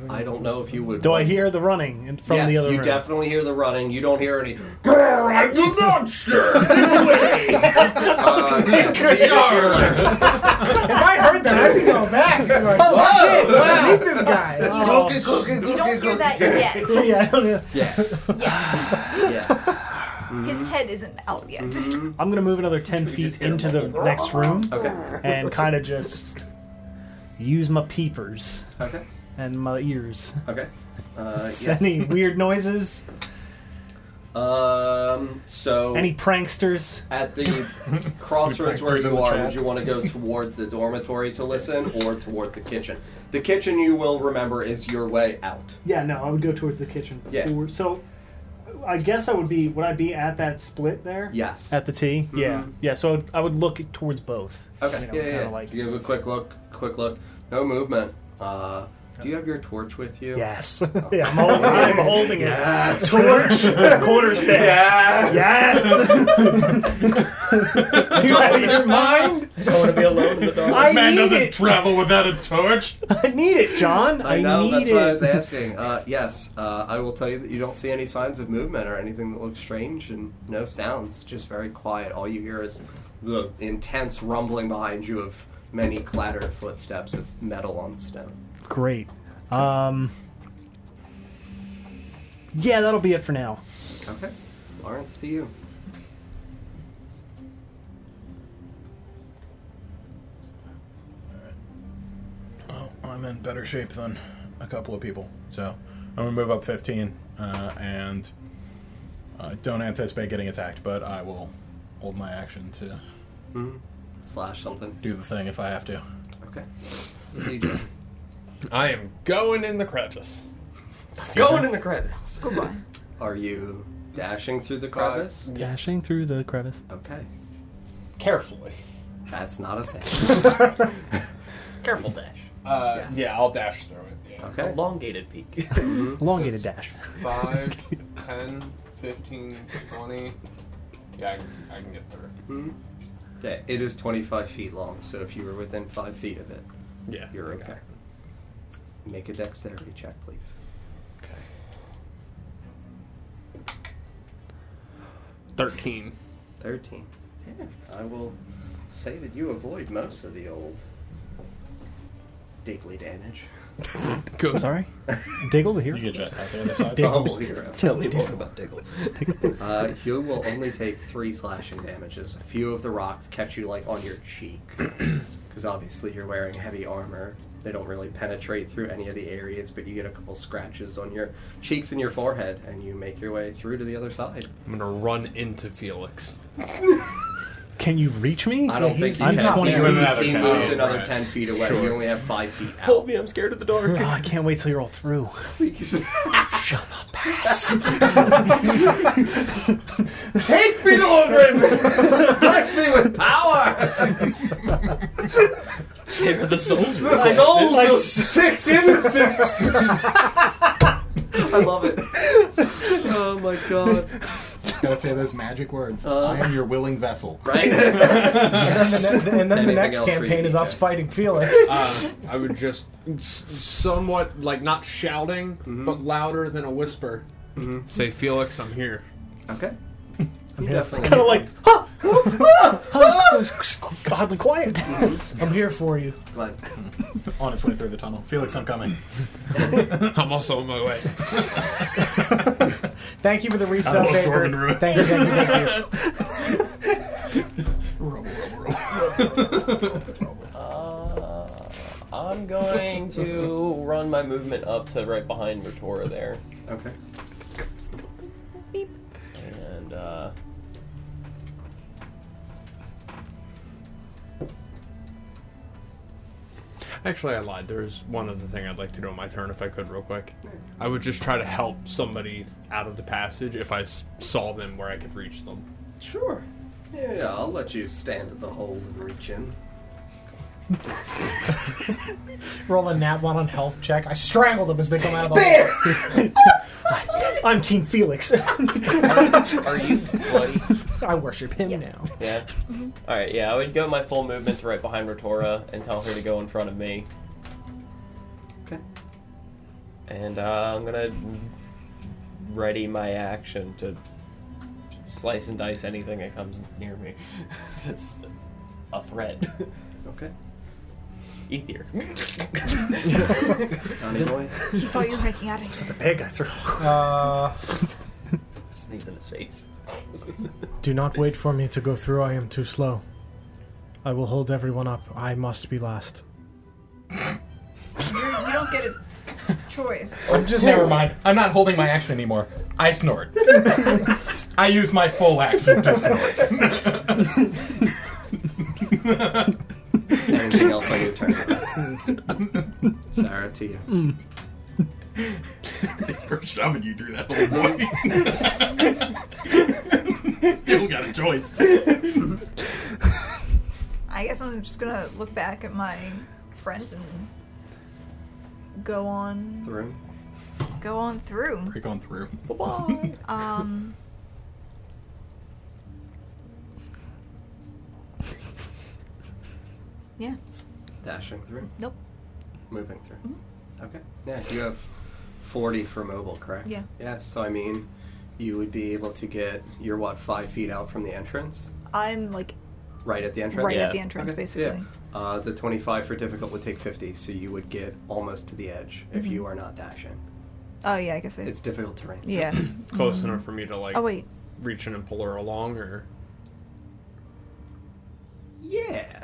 I don't know if you would. do I want- hear the running in- from yes, the other you room? definitely hear the running. You don't hear any. "Grrr, I'm the monster. uh, yeah, so you just hear like, If I heard that, I'd go back. and be Like, oh, shit, I need this guy. Cookie, cookie, You don't hear that Yet. yeah, I don't know. yeah, Yet. yeah. His head isn't out yet. I'm gonna move another ten feet into the next room Okay, and kind of just use my peepers okay, and my ears. okay. Uh, yes. Any weird noises? Um. So Any pranksters? at the crossroads where Pranksters in you the are, chat. would you want to go towards the dormitory to listen or towards the kitchen? The kitchen, you will remember, is your way out. Yeah, no, I would go towards the kitchen. Yeah. before- So, I guess I would be. Would I be at that split there? Yes. At the T. Yeah. Mm-hmm. Yeah. So I would, I would look towards both. okay. You know, yeah, yeah, kinda yeah. like- you have a quick look. Quick look. No movement. Uh, do you have your torch with you? Yes. yeah. I'm, hol- I'm holding Yes. it. Torch. Quarter staff. Yeah. Yes. you out of your mind? I don't want to be alone in the dark. I This man need doesn't it. travel without a torch. I need it, John. I, I know. Need That's it. why I was asking. Uh, yes. Uh, I will tell you that you don't see any signs of movement or anything that looks strange, and no sounds. Just very quiet. All you hear is the intense rumbling behind you of many clattered footsteps of metal on stone. Great. Um. Yeah, that'll be it for now. Okay. Lawrence, to you. Oh, I'm in better shape than a couple of people. So I'm gonna move up 15, uh, and I don't anticipate getting attacked, but I will hold my action to Slash something. do the thing if I have to. Okay. DJ. I am going in the crevice. Going in the credits. Goodbye. Are you dashing through the crevice? Crevice. Dashing through the crevice. Okay. Carefully. That's not a thing. Careful dash. Uh, Yes. Yeah, I'll dash through it. Yeah. Okay. Elongated peak. Elongated dash. 5, 10, 15, 20. Yeah, I can, I can get through. Yeah, it is 25 feet long, so if you were within 5 feet of it, Yeah. you're okay. Make a dexterity check, please. Okay. 13. 13. Yeah, I will say that you avoid most of the old diggly damage. Go. Sorry. Diggle the You hero. get just out the other side. Dig- Diggle. Double hero. Tell me more about Diggle. Oh, Uh, you will only take three slashing damages. A few of the rocks catch you like on your cheek, because obviously you're wearing heavy armor. They don't really penetrate through any of the areas, but you get a couple scratches on your cheeks and your forehead, and you make your way through to the other side. I'm gonna run into Felix. Can you reach me? I don't Yeah, think he's- you I'm can. 20 He- feet. feet. Another He 10 moved feet, another right. ten feet away. You only have five feet out. Help me, I'm scared of the dark. Oh, I can't wait till you're all through. Take me, Lordrim! Bless me with power! Here are the souls. The souls of six innocents! I love it. Oh my god. Gotta say those magic words. Uh. I am your willing vessel. Right? And then, the- and then the Anything next else for you, E campaign is DJ? us fighting Felix. Uh, I would just s- somewhat, like not shouting, but louder than a whisper, say, Felix, I'm here. Okay. You Kind definitely. of like, ha! I was oddly quiet. I'm here for you. Glenn. On its way through the tunnel. Felix, I'm coming. I'm also on my way. Thank you for the I resub, love Baker. Dwarven Ruins. Thank you, thank you, thank you. Rubble, rubble, rubble. Uh, I'm going to run my movement up to right behind Matora there. Okay. And, uh. Actually, I lied. There's one other thing I'd like to do on my turn, if I could, real quick. I would just try to help somebody out of the passage if I s- saw them where I could reach them. Sure. Yeah, yeah, I'll let you stand at the hole and reach in. Roll a nat one on health check. I strangled them as they come out of the hole. I'm Team Felix. Are you bloody? I worship him now. Yeah. Alright, yeah, I would go my full movement to right behind Rotora and tell her to go in front of me. Okay. And uh, I'm gonna ready my action to slice and dice anything that comes near me. That's a threat. Okay. Ethier. Johnny boy. You thought you were making out of it. Pig, I threw. Uh, Sneeze in his face. do not wait for me to go through. I am too slow. I will hold everyone up. I must be last. You're- You don't get a choice. I'm just never mind. I'm not holding my action anymore. I snort. I use my full action to snort. Anything else on your turn? Sarah, to you. We're shoving you through that whole boy. you don't got a choice. I guess I'm just gonna look back at my friends and go on, The room. go on through. Break on through. Bye. Um. Yeah. Dashing through. Nope. Moving through. Mm-hmm. Okay. Yeah, you have 40 for mobile, correct? Yeah. Yeah, so I mean, you would be able to get, you're what, five feet out from the entrance? I'm like Right at the entrance? right Yeah. at the entrance, Okay, basically. Yeah. Uh, the 25 for difficult would take 50, so you would get almost to the edge if you are not dashing. Oh yeah, I guess I. It's difficult terrain. Mm-hmm. yeah. Close enough for me to, like, Oh wait. reach in and pull her along, or Yeah. Oh.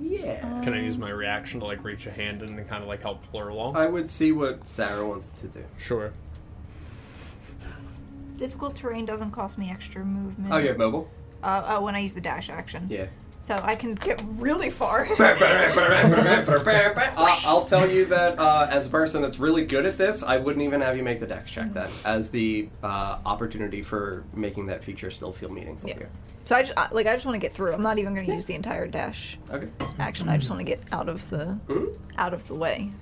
Yeah. can I use my reaction to, like, reach a hand in and kind of, like, help pull her along? I would see what Sarah wants to do. sure. Difficult terrain doesn't cost me extra movement. Oh, you have mobile? Uh, oh, when I use the dash action. Yeah. So I can get really far. Uh, I'll tell you that uh, as a person that's really good at this, I wouldn't even have you make the dex check then, as the uh, opportunity for making that feature still feel meaningful Yeah. here. so I just I, like I just want to get through. I'm not even going to use the entire dash Okay. Hmm? action. I just want to get out of the out of the way.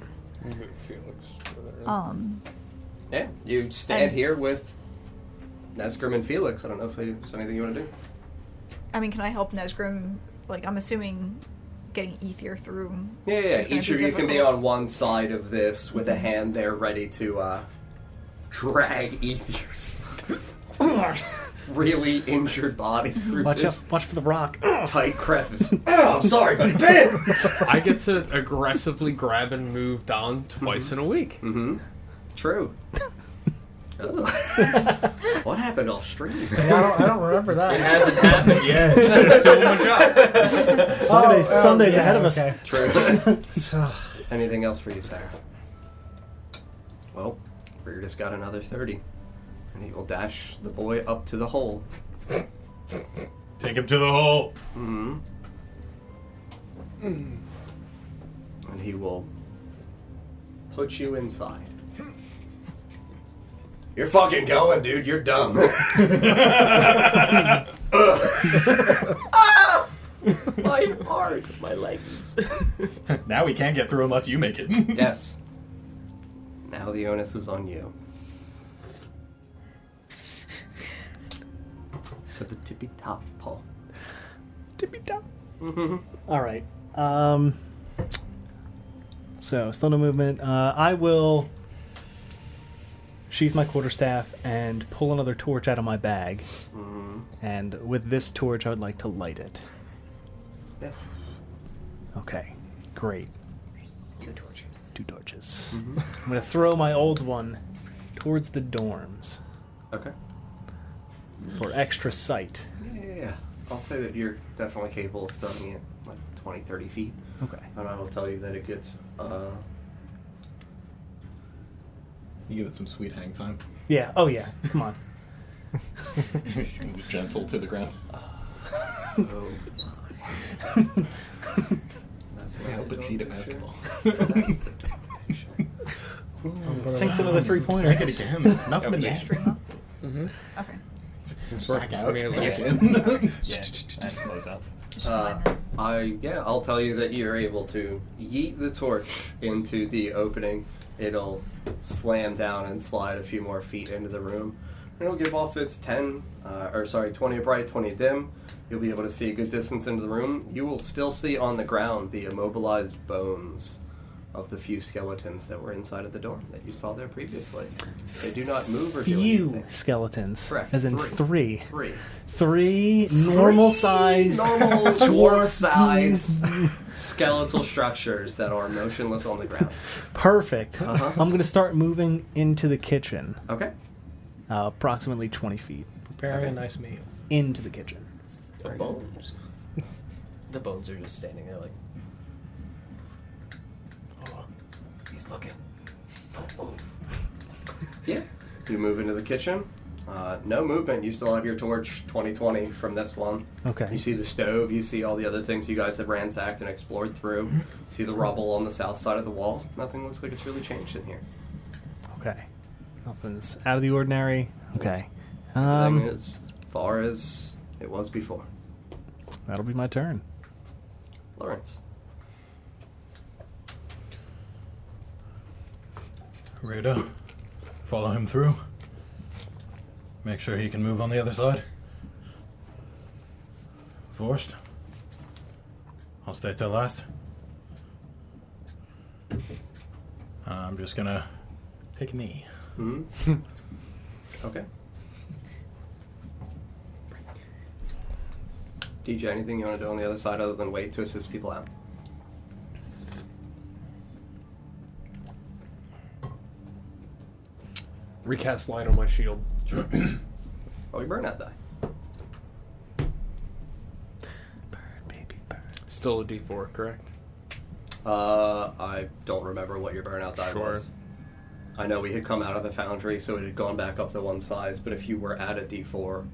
Move Felix. Um. Yeah, you stand And- here with Nesgrim and Felix. I don't know if there's anything you want to do. I mean, can I help Nesgrim? Like I'm assuming getting Ether through. Yeah, yeah. It's yeah. gonna Each be of you can be difficult. on one side of this with a hand there ready to uh, drag Ether's really injured body through Watch this out! Watch for the rock. tight crevice. Oh, I'm sorry, buddy. Damn. I get to aggressively grab and move down twice in a week. Mm-hmm. Mm-hmm. True. Oh. what happened off stream? I don't, I don't remember It that. hasn't happened yet. Sundays, Oh, oh, Sundays yeah, ahead of us. okay. True. So, Anything else for you, Sarah? Well, Reardus got another 30. And he will dash the boy up to the hole. Take him to the hole. And he will put you inside. You're fucking going, dude. You're dumb. my heart, my leggings. Now we can't get through unless you make it. yes. Now the onus is on you. At the tippy top, Paul. Tippy top. All right. Um, so still no movement. Uh, I will sheath my quarterstaff and pull another torch out of my bag. And with this torch, I'd like to light it. Yes. Okay. Great. Two torches. Two torches. I'm gonna throw my old one towards the dorms Okay. for extra sight. Yeah, yeah, yeah. I'll say that you're definitely capable of throwing it like 20, 30 feet. Okay. And I will tell you that it gets, uh, You give it some sweet hang time. Yeah. Oh yeah. Come on. It was gentle to the ground. oh. That's I hope it cheated basketball. Sinks another three pointer. Strike it again. Nothing in there. String up. Okay. Strike out. me, Back yeah. in. Yeah, that blows up. Uh, I yeah, I'll tell you that you're able to yeet the torch into the opening. It'll slam down and slide a few more feet into the room. And it'll give off its ten, uh, or sorry, twenty bright, twenty dim. You'll be able to see a good distance into the room. You will still see on the ground the immobilized bones of the few skeletons that were inside of the door that you saw there previously. They do not move or do Few anything. skeletons. Correct, As in three. three. Three. Three normal sized normal dwarf size skeletal structures that are motionless on the ground. Perfect. Uh-huh. I'm gonna start moving into the kitchen, Okay. uh, approximately 20 feet Preparing a nice meal. into the kitchen. The bones. the bones are just standing there like. "Oh, he's looking. Don't move." Yeah. You move into the kitchen. Uh, no movement. You still have your torch 2020 from this one. You Okay. see the stove. You see all the other things you guys have ransacked and explored through. You see the rubble on the south side of the wall. Nothing looks like it's really changed in here. Okay. Nothing's out of the ordinary. Okay. Nothing Um, as far as it was before. that'll be my turn. Lawrence. Rita, follow him through. Make sure he can move on the other side. Forced. I'll stay till last. I'm just gonna take a knee. hmm okay. DJ, anything you want to do on the other side other than wait to assist people out? Recast light on my shield. Oh, you burn that die. Bird, baby bird. Still a D4, correct? Uh, I don't remember what your burnout die Sure. was. I know we had come out of the foundry, so it had gone back up to one size, but if you were at a d4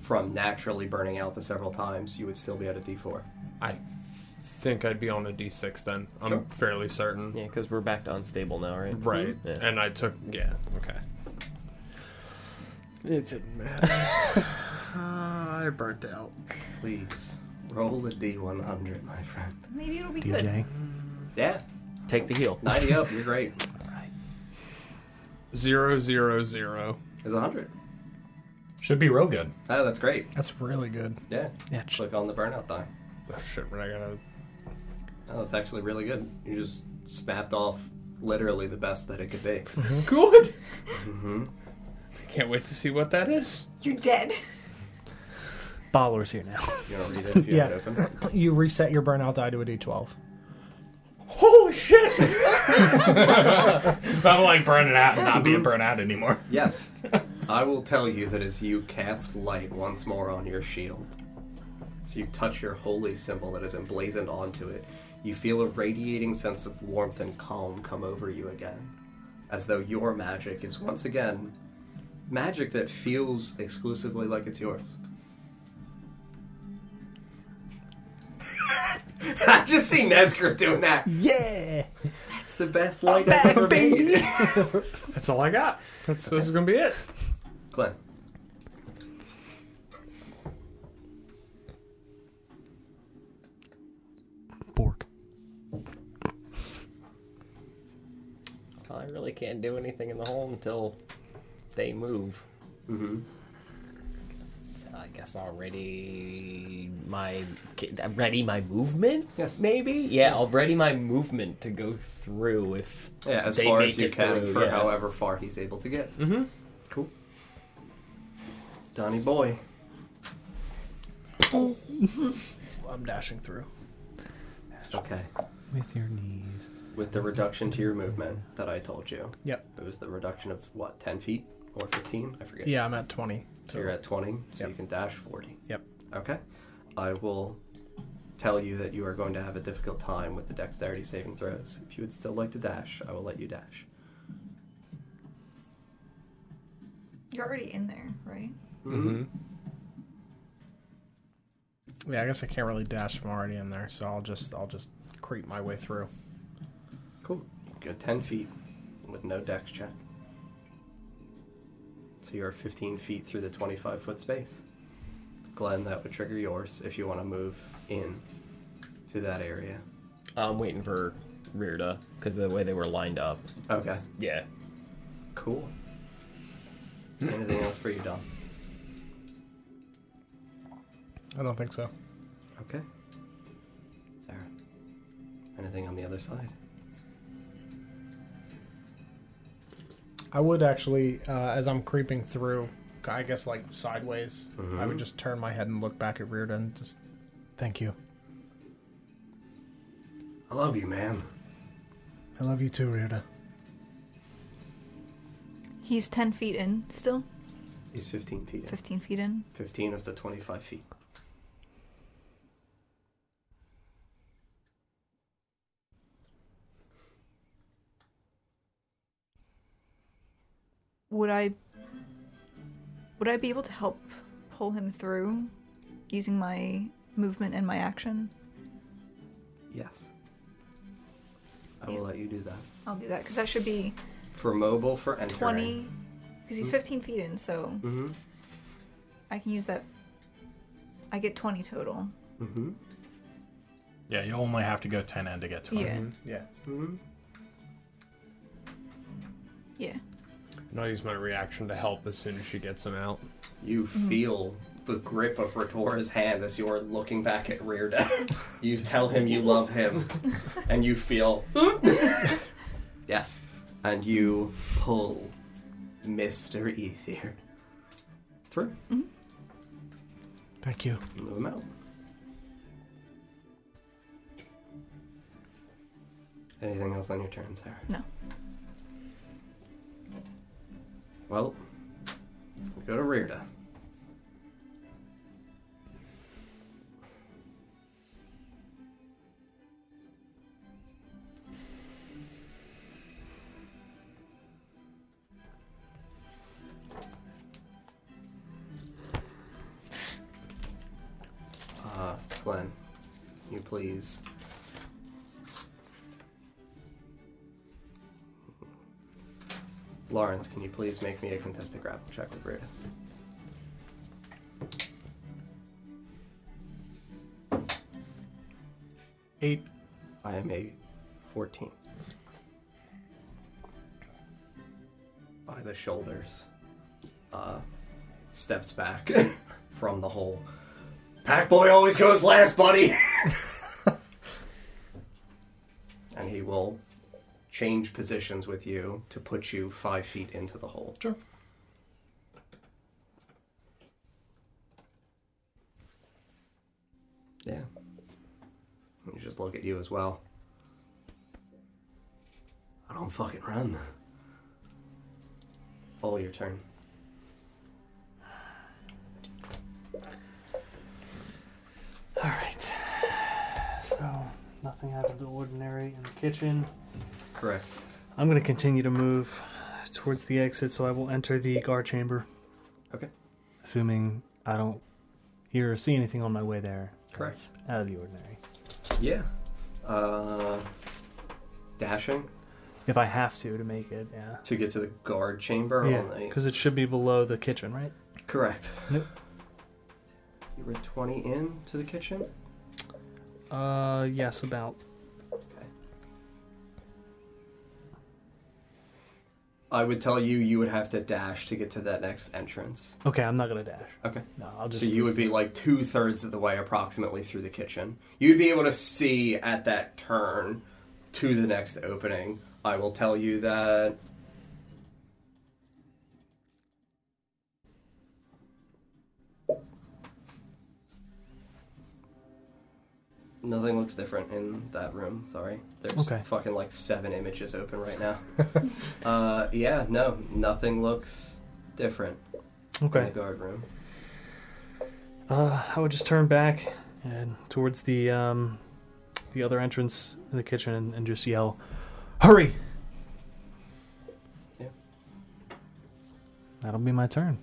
from naturally burning out the several times, you would still be at a d4. I think I'd be on a D6 then. I'm Sure. fairly certain. Yeah, because we're back to unstable now, right? Right. Yeah. And I took. Yeah, okay. It didn't matter. I burnt out. Please, roll a d100, my friend. Maybe it'll be good. DJ. Yeah, Take the heel. 90 up, you're great. Zero, zero, zero. There's 100. Should be real good. Oh, that's great. That's really good. Yeah. Yeah, ch- Click on the burnout die. Oh, shit, when I gotta. Oh, that's actually really good. You just snapped off literally the best that it could be. Good! I can't wait to see what that is. You're dead. Balor's here now. You want to read it if you have it open? You reset your burnout die to a d12. Holy shit! Not like burning out and not being burnt out anymore. Yes. I will tell you that as you cast light once more on your shield, so you touch your holy symbol that is emblazoned onto it, you feel a radiating sense of warmth and calm come over you again, as though your magic is once again magic that feels exclusively like it's yours. I just see Nesgrim doing that. yeah. It's the best light I've ever made. That's all I got. That's, This is gonna be it. Glenn. Bork. I really can't do anything in the hole until they move. Mm-hmm. I guess I'll ready my ready my movement. Yes. maybe. Yeah, I'll ready my movement to go through if Yeah, as they far make as you it can through, for yeah. however far he's able to get. Mm-hmm. Cool. Donny boy. I'm dashing through. Okay. With your knees. With the reduction to your movement that I told you. Yep. It was the reduction of what, ten feet or fifteen? I forget. Yeah, I'm at 20. So you're at twenty, so you can dash forty. Yep. Okay. I will tell you that you are going to have a difficult time with the dexterity saving throws. If you would still like to dash, I will let you dash. You're already in there, right? Yeah, I guess I can't really dash if I'm already in there, so I'll just I'll just creep my way through. Cool. Go 10 feet with no dex check. So you're 15 feet through the 25 foot space. Glenn, that would trigger yours if you want to move in to that area. I'm waiting for Rirda because the way they were lined up. Okay. Yeah, Cool. Anything else for you, Don? I don't think so. Okay. Sarah. Anything on the other side? I would actually, uh, as I'm creeping through, I guess like sideways, I would just turn my head and look back at Reardon. and just thank you. I love you, man. I love you too, Reardon. He's 10 feet in still, He's 15 feet in. 15 feet in. 15 of the 25 feet. Would I would I be able to help pull him through using my movement and my action? Yes. I will let you do that. I'll do that because that should be For mobile, for entering. 20 because he's 15 feet in, so Mhm. I can use that. I get 20 total. Mm-hmm. Yeah, you only have to go 10 in to get to it. Yeah, Yeah. Mm-hmm. yeah. And I'll use my reaction to help as soon as she gets him out. You feel the grip of Ratora's hand as you're looking back at Rearda. you tell him you love him, and you feel. yes. And you pull Mr. Ether through. Thank you. You move him out. Anything else on your turn, Sarah? No. Well, we go to Rearda. Uh, Glenn, can you please. Lawrence, can you please make me a contested grapple check with Rita? Eight. I am a 14. By the shoulders, uh, steps back from the hole. Pack boy always goes last, buddy! and he will change positions with you to put you five feet into the hole. Sure. Yeah. Let me just look at you as well. I don't fucking run. Oh, your turn. All right. So nothing out of the ordinary in the kitchen. Correct. I'm going to continue to move towards the exit, so I will enter the guard chamber, Okay. assuming I don't hear or see anything on my way there. Correct. That's Out of the ordinary. Yeah. Uh, dashing If I have to to make it, yeah. to get to the guard chamber. Yeah, on the- because it should be below the kitchen, right? Correct. Nope. You were 20 in to the kitchen? Uh, yes, about. I would tell you you would have to dash to get to that next entrance. Okay, I'm not gonna dash. Okay. No, I'll just. So you would be like two thirds of the way approximately through the kitchen. You'd be able to see at that turn to the next opening. I will tell you that. Nothing looks different in that room. Sorry, there's Okay. fucking like seven images open right now. uh, yeah, no, nothing looks different in Okay. the guard room. Uh, I would just turn back and towards the um, the other entrance in the kitchen and, and just yell, "Hurry!" Yeah. That'll be my turn.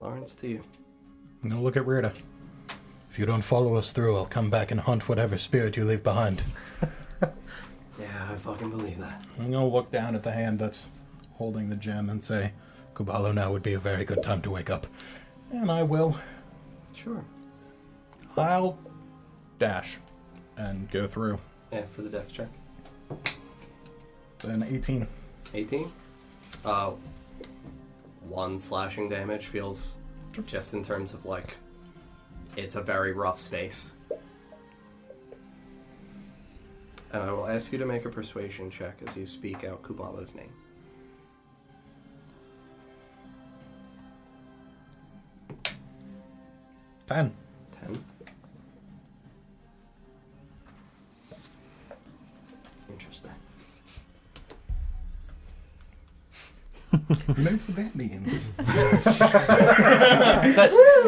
Lawrence, to you. Now look at Rita. If you don't follow us through, I'll come back and hunt whatever spirit you leave behind. Yeah, I fucking believe that. I'm gonna look down at the hand that's holding the gem and say, Kubalo, now would be a very good time to wake up. And I will. Sure. I'll dash and go through. Yeah, for the dex check. It's an 18. 18. Uh, one slashing damage feels just in terms of like, it's a very rough space. And I will ask you to make a persuasion check as you speak out Kubalo's name. Ten. 10. Interesting. Who knows what that means?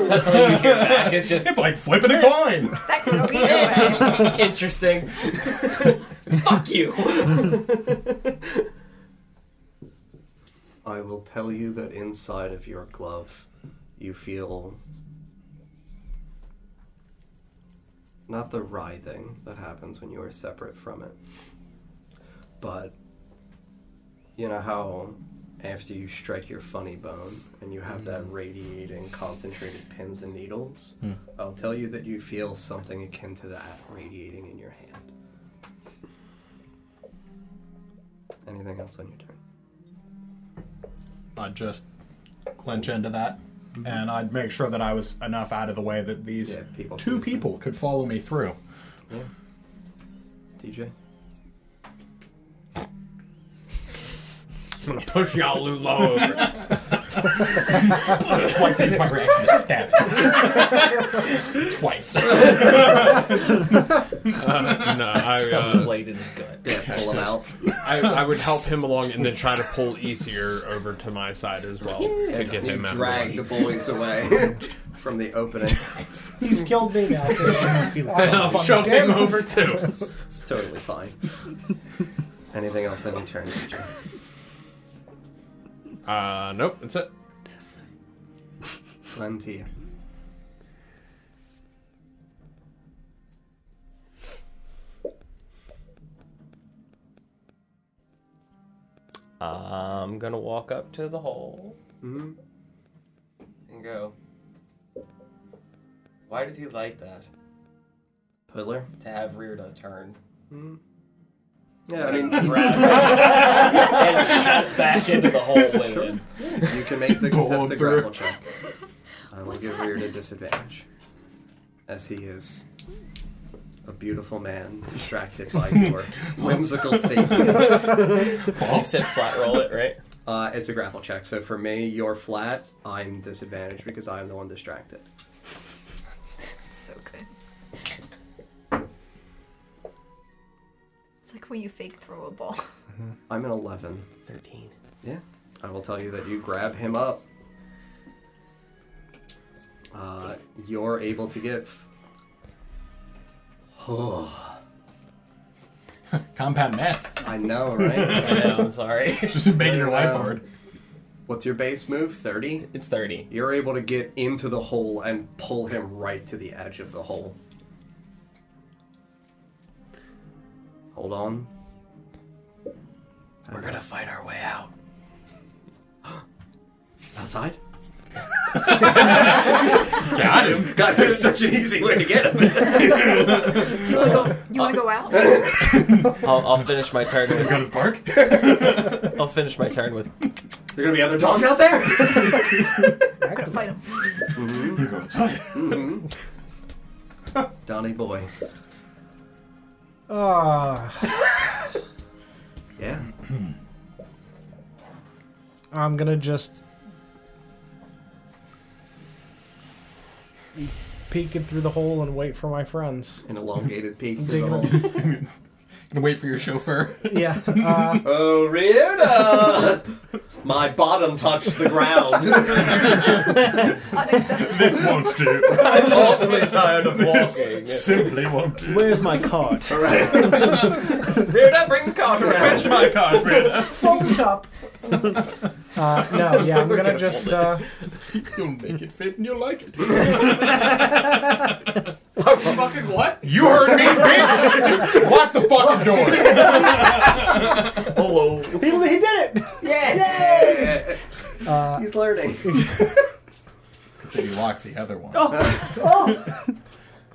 That's all you hear back. It's just it's like flipping a coin! That could go either way. interesting. Fuck you. I will tell you that inside of your glove, you feel not the writhing that happens when you are separate from it, but you know how after you strike your funny bone and you have that radiating concentrated pins and needles, Hmm. I'll tell you that you feel something akin to that radiating in your hand. Anything else on your turn? I'd just clench into that. And I'd make sure that I was enough out of the way that these Yeah, people two could- people could follow me through. DJ? I'm gonna push y'all Lulu over. I'd like to use my reaction to stab it. Twice. no, I, uh, Some blade in his gut. Yeah, pull him out. I, I would help him along and then try to pull Ethier over to my side as well to get You him out. of the way. drag the boys away from the opening. He's killed me now. And I'll shove him over too. It's totally fine. Anything else on your turn, DJ? Uh, nope, that's it. Glenn to you. I'm gonna walk up to the hole Mm-hmm. and go. Why did he like that? Puddler? To have Reardon turn Yeah, I mean, Brad, and shut back into the hole with him. you can make the contested through. grapple check. I will give Reard a disadvantage. As he is a beautiful man distracted by your whimsical statement. You said flat roll it, right? Uh, it's a grapple check, so for me, you're flat, I'm disadvantaged because I'm the one distracted. It's so good. It's like when you fake throw a ball. I'm an 11. Thirteen. Yeah. I will tell you that you grab him up. Uh, you're able to give. Oh, Compound math. I know, right? I know, I'm sorry. Just making your life hard. What's your base move? 30? It's thirty. You're able to get into the hole and pull him right to the edge of the hole. Hold on. We're gonna fight our way out. Outside? Got him. Guys, there's such an easy way to get him. Do you want to go? You want to go out? I'll, I'll finish my turn. Go to With, the park. I'll finish my turn with. there gonna be other dogs out there? Gotta fight him. You go outside. Donny boy. Uh, Yeah. I'm gonna just peek it through the hole and wait for my friends. An elongated peak. through the Digging hole. it. Gonna wait for your chauffeur. Yeah. Uh, Oh, Rita! My bottom touched the ground. Unacceptable. This won't do. I'm awfully tired of walking. Simply won't do. Where's my cart? Rearda, bring the cart around. Fetch my card, Rita. fold it up. Uh, no, yeah, I'm gonna just. Uh, You'll make it fit and you'll like it. Fucking what? You heard me, bitch! Lock the fucking door! Hello. he, he did it! Yeah. Uh, He's learning. Did you lock the other one? Oh!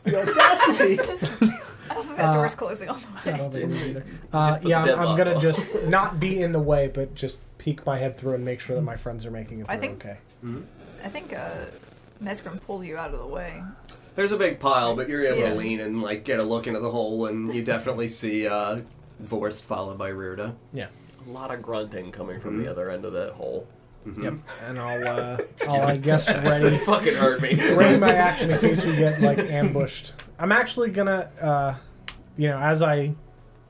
The audacity! I don't Uh, think that door's closing on the way. I don't think it either. Uh, yeah, the I'm, deadlock I'm gonna on. just not be in the way, but just peek my head through and make sure that my friends are making it I through think- okay. I think uh, Mesgrim pulled you out of the way. There's a big pile, but you're able Yeah. to lean and like get a look into the hole, and you definitely see uh, Vorst followed by Rirda. Yeah. A lot of grunting coming from the other end of that hole. Yep. And I'll, uh, I'll I guess, ready, Fucking hurt me. ready my action in case we get, like, ambushed. I'm actually gonna, uh, you know, as I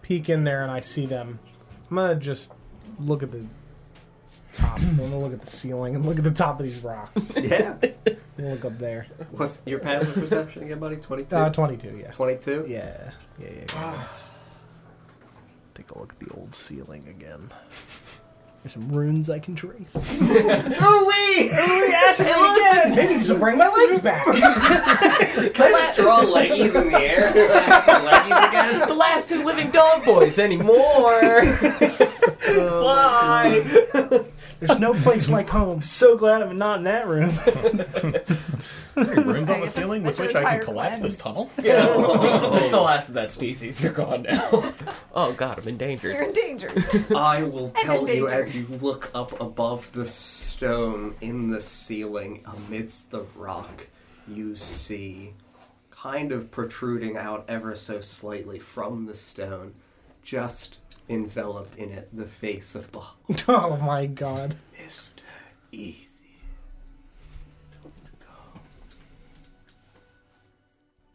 peek in there and I see them, I'm gonna just look at the top. I'm gonna look at the ceiling and look at the top of these rocks. Yeah. I'm gonna look up there. What's your passive perception again, buddy? 22? Uh, 22, yeah. 22? Yeah. Yeah, yeah, yeah. Take a look at the old ceiling again. There's some runes I can trace. Ooh wee! Maybe this will bring my legs back. Can I just draw leggies in the air? leggies again? the last two living dog boys anymore. Why? There's no place like home. So glad I'm not in that room. Rooms on the ceiling with which I can collapse this tunnel? It's the last of that species. They're gone now. oh god, I'm You're endangered. in danger. I will tell you endangered. as you look up above the stone in the ceiling amidst the rock, you see, kind of protruding out ever so slightly from the stone, just enveloped in it, the face of Baal. Oh my god. Mr. Easy.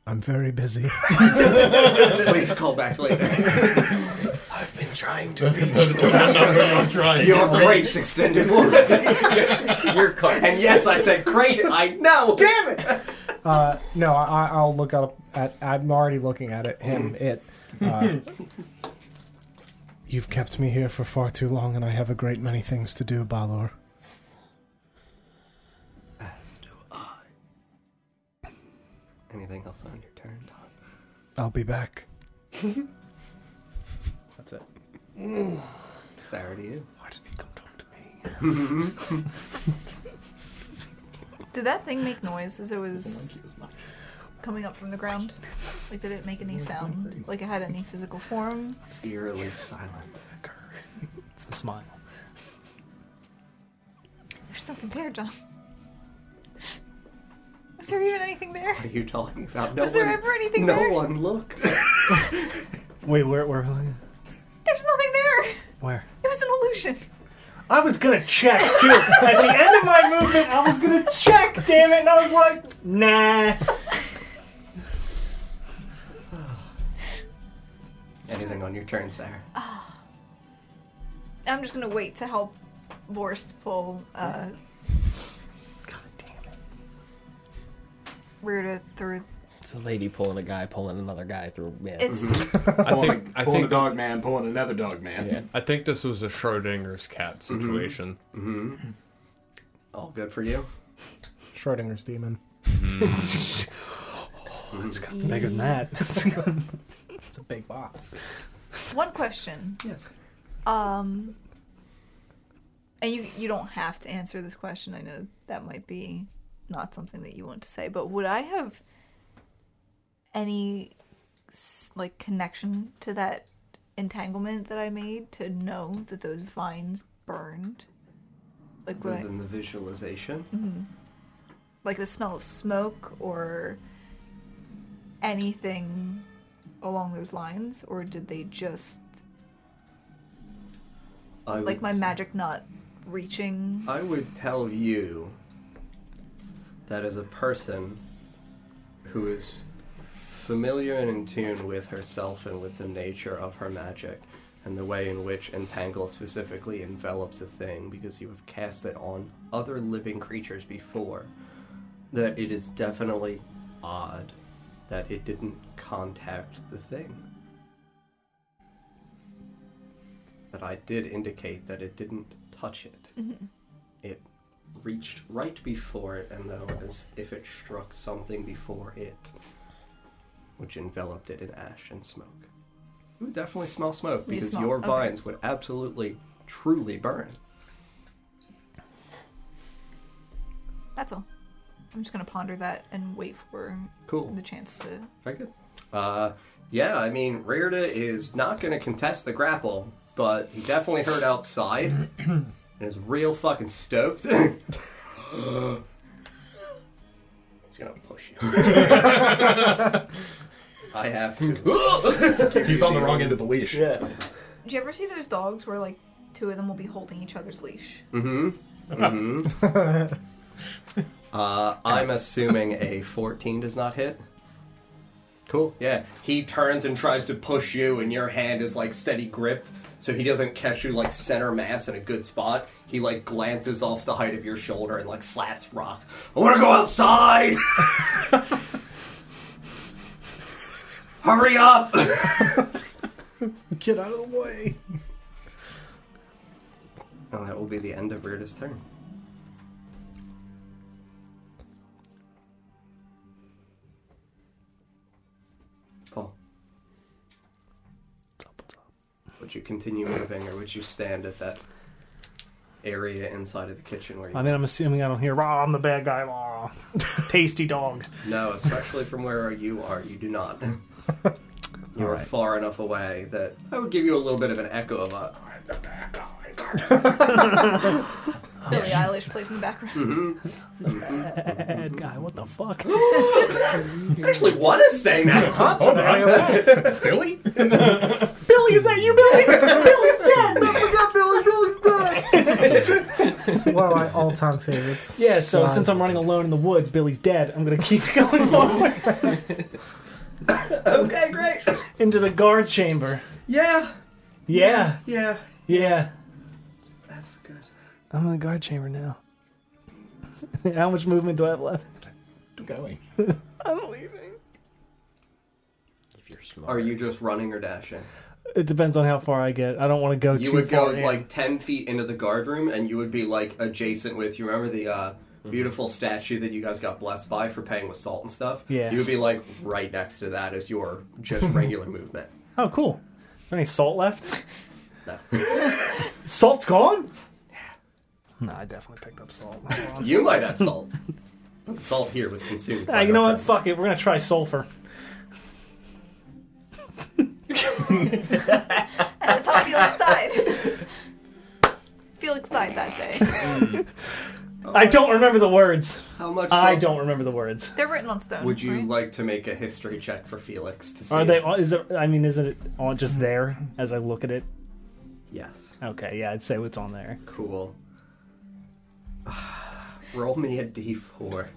I'm very busy. Please call back later. I've been trying to. Your grace, extended warranty. Your cart. And yes, I said great, I know! Damn it! Uh, no, I, I'll look up at. I'm already looking at it. Him, it. Uh, You've kept me here for far too long, and I have a great many things to do, Balor. Anything else on your turn, Don? I'll be back. That's it. Sour to you. Why did he come talk to me? Did that thing make noise as it was coming up from the ground? Like, did it make any sound? Like, it had any physical form? It's eerily silent. It's the smile. There's nothing there, John. Was there even anything there? What are you talking about? No Was there one, ever anything No there? one looked. Wait, where? Where? There's nothing there. Where? It was an illusion. I was gonna check too. At the end of my movement, I was gonna check. Damn it! And I was like, nah. Anything on your turn, Sarah? Uh. I'm just gonna wait to help Vorst pull uh, God damn it! Ruta through. It's a lady pulling a guy pulling another guy through. Yeah. It's I think I Pulling a think dog man, pulling another dog man. Yeah. I think this was a Schrodinger's cat Mm-hmm. situation. All good for you. Schrodinger's demon. Bigger E. than that. It's a big box. one question. Yes. Um, and you you don't have to answer this question. I know that might be not something that you want to say, but would I have any s- like connection to that entanglement that I made to know that those vines burned? Like would Other I, than the visualization. Mm-hmm. like the smell of smoke or anything along those lines, or did they just I would, like my magic not reaching? I would tell you that as a person who is familiar and in tune with herself and with the nature of her magic and the way in which entangle specifically envelops a thing because you have cast it on other living creatures before that it is definitely odd that it didn't contact the thing that I did indicate that it didn't touch it. Mm-hmm. It reached right before it, and though as if it struck something before it, which enveloped it in ash and smoke. You would definitely smell smoke You because smell- your okay. vines would absolutely, truly burn. That's all. I'm just gonna ponder that and wait for Cool. the chance to. Very good. Uh, yeah, I mean, Rearda is not going to contest the grapple, but he definitely heard outside and is real fucking stoked. He's going to push you. I have to. He's on the wrong end of the leash. Yeah. Do you ever see those dogs where like two of them will be holding each other's leash? Mm hmm. Mm hmm. Uh, I'm assuming a 14 does not hit. Cool. Yeah. He turns and tries to push you, and your hand is like steady gripped, so he doesn't catch you like center mass in a good spot. He like glances off the height of your shoulder and like slaps rocks. I want to go outside! Hurry up! Get out of the way. and that will be the end of Reardon's turn. Paul. Would you continue moving, or would you stand at that area inside of the kitchen where you? I mean, I'm assuming I don't hear, rah, I'm the bad guy, rah. Tasty dog. No, especially from where you are, you do not. You are Alright. far enough away that I would give you a little bit of an echo of a. Oh, Billie Eilish plays in the background. mm-hmm. Bad guy, what the fuck? Actually, what is staying at a concert? Billy? Billy, is that you, Billy? One of my all-time favorites. yeah, so God. since I'm running alone in the woods, Billy's dead. I'm going to keep going forward okay, great. into the guard chamber. Yeah, Yeah, yeah, yeah. that's good. I'm in the guard chamber now. How much movement do I have left? Going. I'm leaving. If you're smart. Are you just running or dashing? It depends on how far I get. I don't want to go You too would go far in. like ten feet into the guard room, and you would be like adjacent with. You remember the uh, Mm-hmm. beautiful statue that you guys got blessed by for paying with salt and stuff? Yeah. You would be like right next to that as your just regular movement. Oh, cool. Any salt left? No. Salt's gone? No, I definitely picked up salt. You might have salt. But the salt here was consumed. Ah, by you know her what? friends. Fuck it. We're gonna try sulfur. And that's how Felix died. Felix died that day. I don't remember the words. How much? Oh. Salt I don't remember the words. They're written on stone. Would you right? like to make a history check for Felix to see? Are they? if- all- Is it? I mean, isn't it all just there as I look at it? Yes. Okay, yeah, I'd say it's on there. Cool. Roll me a d4.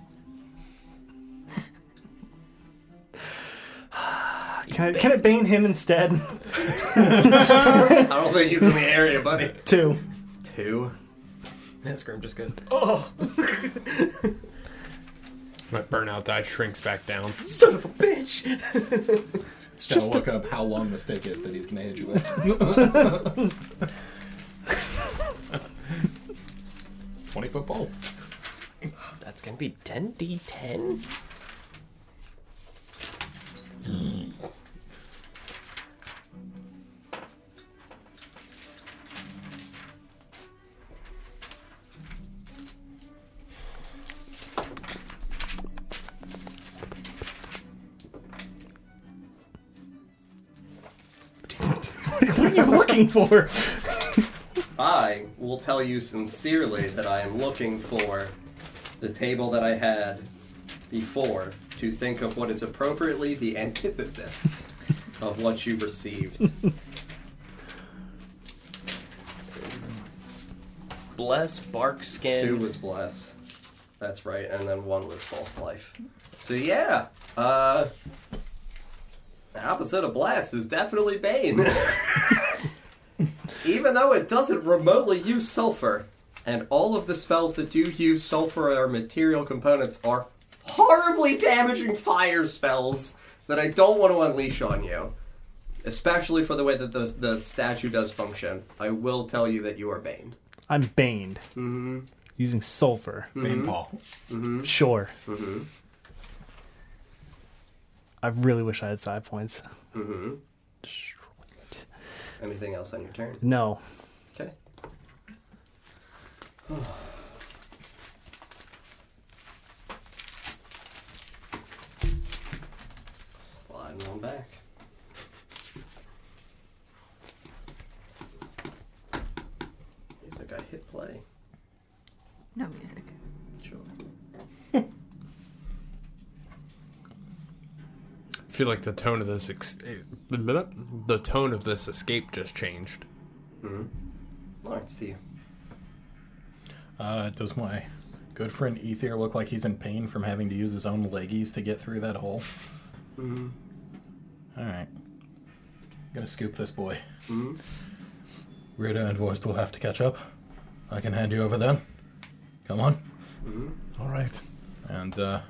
Can I, can it bane him instead? I don't think he's in the area, buddy. Two. Two. Oh. That scrim just goes. My burnout die shrinks back down. Son of a bitch! It's gonna look up how long the stick is that he's gonna hit you with. Twenty foot pole. That's gonna be 10d10. what are you looking for? I will tell you sincerely that I am looking for the table that I had before to think of what is appropriately the antithesis of what you received. Bless bark Two skin. was bless. That's right, and then one was false life. So yeah, uh, the opposite of bless is definitely bane. Even though it doesn't remotely use sulfur, and all of the spells that do use sulfur or material components are horribly damaging fire spells that I don't want to unleash on you. Especially for the way that the, the statue does function, I will tell you that you are baned. I'm baned. Mm-hmm. Using sulfur. Bane Paul. Sure. Mm-hmm. I really wish I had side points. Anything else on your turn? No. Okay. Sliding on back. Music I hit play. No music. Sure. I feel like the tone of this ex- the tone of this escape just changed. Lawrence to you. Uh, does my good friend Ether look like he's in pain from having to use his own leggies to get through that hole? All right. gonna scoop this boy. Rita and Voiced will have to catch up. I can hand you over then. Come on. All right. And, uh,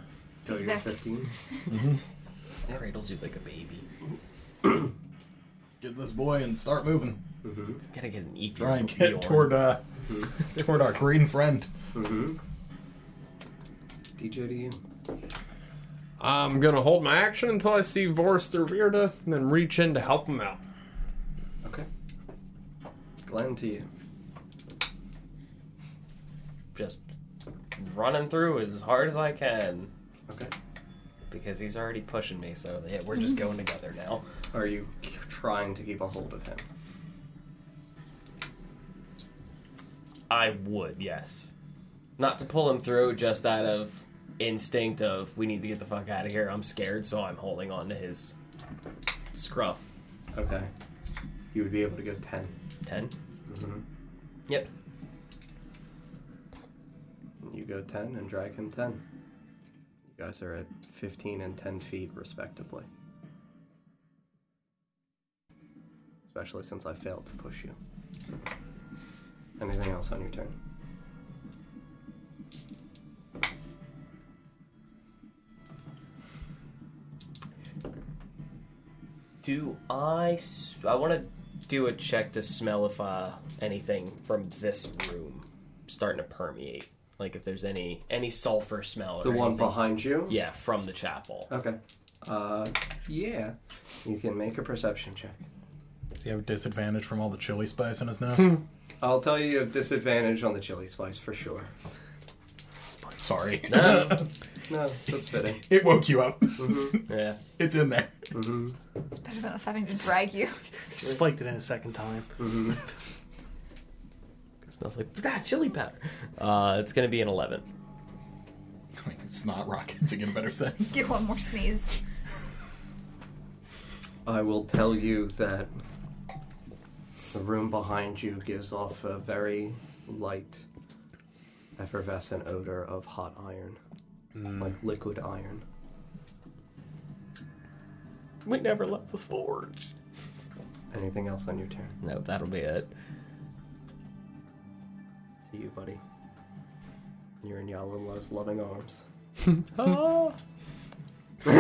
Go you're Back. 15. Cradles you like a baby. get this boy and start moving. Gotta get an ether. Try and of get Bjorn. toward, uh, toward our green friend. DJ to you. I'm gonna hold my action until I see Vorst or Rearda, and then reach in to help him out. Okay. Glenn to you. Just running through as hard as I can Okay. because he's already pushing me. So yeah, we're just going together now. Are you k- trying to keep a hold of him? I would, yes. Not to pull him through, just out of instinct of we need to get the fuck out of here. I'm scared, so I'm holding on to his scruff. Okay. You would be able to go 10. 10 Mm-hmm. Yep. You go 10 and drag him 10. You guys are at 15 and 10 feet, respectively. Especially since I failed to push you. Anything else on your turn? Do I? s- I want to do a check to smell if uh, anything from this room starting to permeate. Like if there's any any sulfur smell. The or one anything. behind you? Yeah, from the chapel. Okay. Uh, yeah. You can make a perception check. Does he have a disadvantage from all the chili spice in his nose? I'll tell you you have disadvantage on the chili spice for sure. Sorry. No. Uh, No, that's fitting. It woke you up. yeah. It's in there. It's better than us having to drag you. He spiked it in a second time. Smells like that chili powder. Uh, it's gonna be an eleven. I mean, it's not rockets to get a better set. Get one more sneeze. I will tell you that the room behind you gives off a very light, effervescent odor of hot iron, like liquid iron. We never left the forge. Anything else on your turn? No, that'll be it. To you, buddy. You're in Yalimlo's loving arms.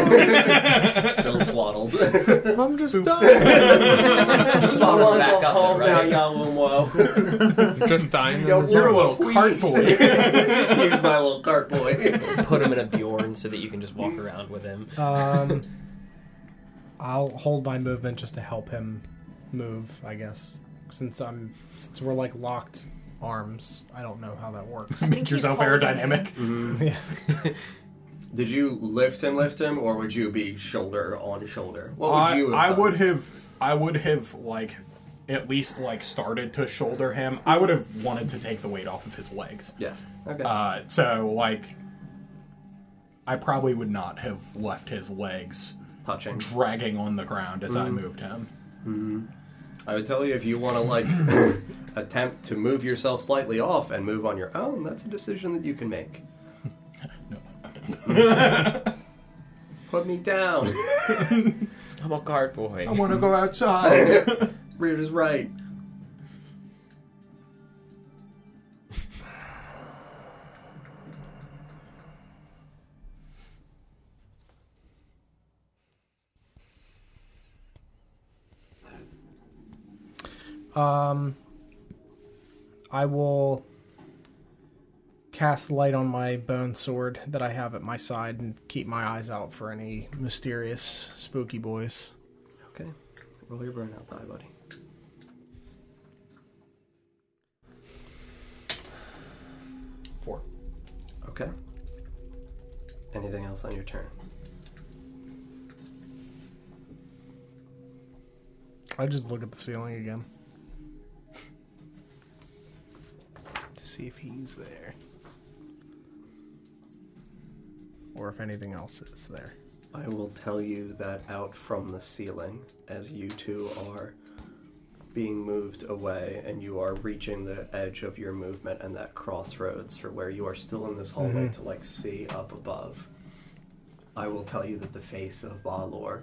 Still swaddled. I'm just dying. Swaddled back up, home now, right? Yalimlo. just dying. in his You're a arms. little cart boy. Here's my little cart boy. Put him in a Bjorn so that you can just walk around with him. Um, I'll hold my movement just to help him move, I guess. Since I'm, since we're like locked arms, I don't know how that works. Make yourself aerodynamic. Did you lift him, lift him, or would you be shoulder on shoulder? What would I, you have I done? would have I would have like at least like started to shoulder him, I would have wanted to take the weight off of his legs. Yes. Okay. Uh, so like, I probably would not have left his legs Touching. dragging on the ground as I moved him. I would tell you if you want to like attempt to move yourself slightly off and move on your own, that's a decision that you can make. No. Put me down. I'm a guard boy. want to go outside. Reed is right. I will cast light on my bone sword that I have at my side and keep my eyes out for any mysterious spooky boys. Okay. Roll your burnout die, buddy. Four. Okay. Anything else on your turn? I just look at the ceiling again to see if he's there or if anything else is there. I will tell you that out from the ceiling, as you two are being moved away and you are reaching the edge of your movement and that crossroads for where you are still in this hallway to like see up above, I will tell you that the face of Balor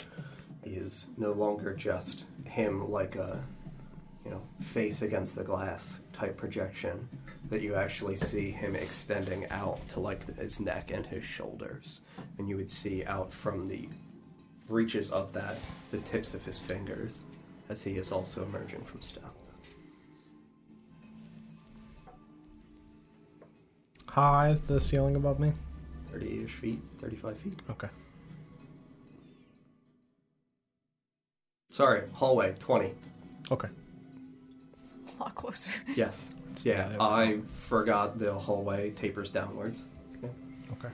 is no longer just him like a you know face against the glass type projection that you actually see him extending out to like his neck and his shoulders and you would see out from the reaches of that the tips of his fingers as he is also emerging from stone How high is the ceiling above me? 30-ish feet 35 feet Okay. sorry hallway 20 Okay. A lot closer. yes yeah that would i forgot the hallway tapers downwards Okay.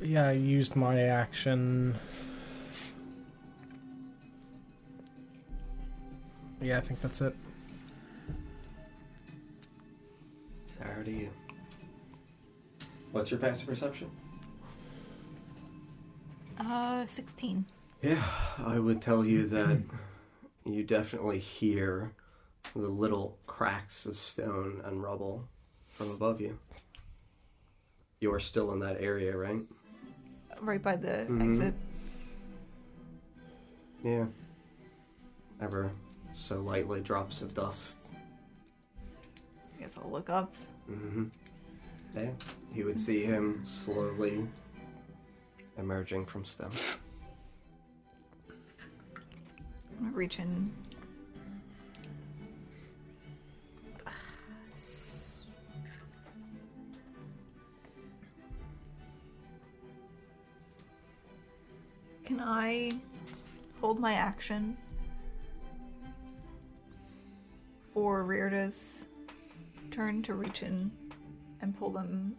Yeah, I used my action. Yeah, I think that's it. Sorry to you what's your passive perception Uh, 16. Yeah, I would tell you that you definitely hear the little cracks of stone and rubble from above you. You are still in that area, right? Right by the Mhm. exit. Yeah. Ever so lightly drops of dust. I guess I'll look up. Mm-hmm. Yeah. You would see him slowly emerging from stone. I'm gonna reach in. S- Can I hold my action for Reardus turn to reach in and pull them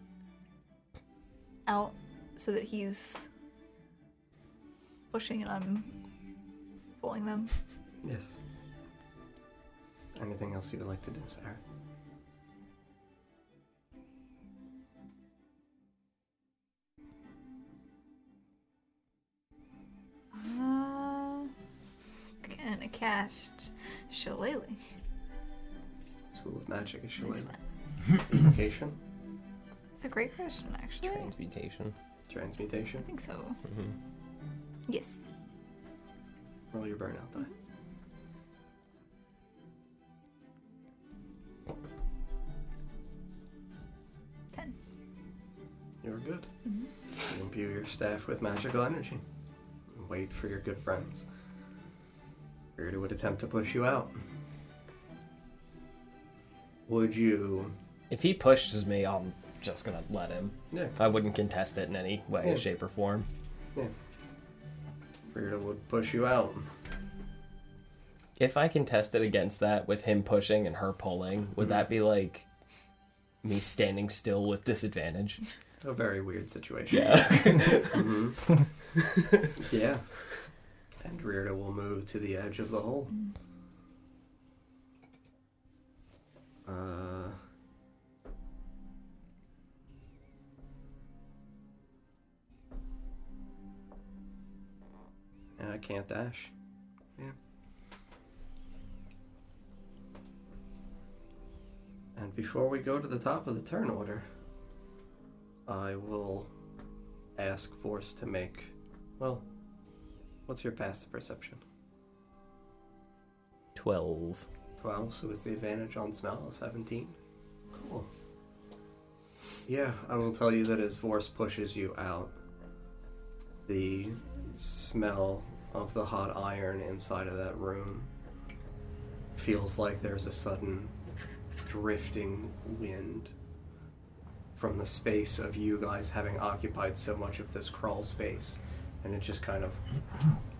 out so that he's pushing and I'm pulling them? Yes. Anything else you would like to do, Sarah? Uh, gonna cast Shillelagh. School of Magic is What is Shalala. that? Location? It's a great question, actually. I Transmutation. Transmutation? think so. Yes. Roll your burnout die. Ten. You're good. You imbue your staff with magical energy. And wait for your good friends. Rudy would attempt to push you out. Would you? If he pushes me, I'm just gonna let him. Yeah. I wouldn't contest it in any way, Yeah. shape, or form. Rudy would push you out. If I contest it against that with him pushing and her pulling, would that be like me standing still with disadvantage? A very weird situation. Yeah. Mhm. Yeah. And Rearda will move to the edge of the hole. Uh, and I can't dash. Yeah. And before we go to the top of the turn order, I will ask Force to make. Well, what's your passive perception? 12. 12, so with the advantage on smell, a 17. Cool. Yeah, I will tell you that as Force pushes you out, the smell of the hot iron inside of that room feels like there's a sudden drifting wind from the space of you guys having occupied so much of this crawl space, and it just kind of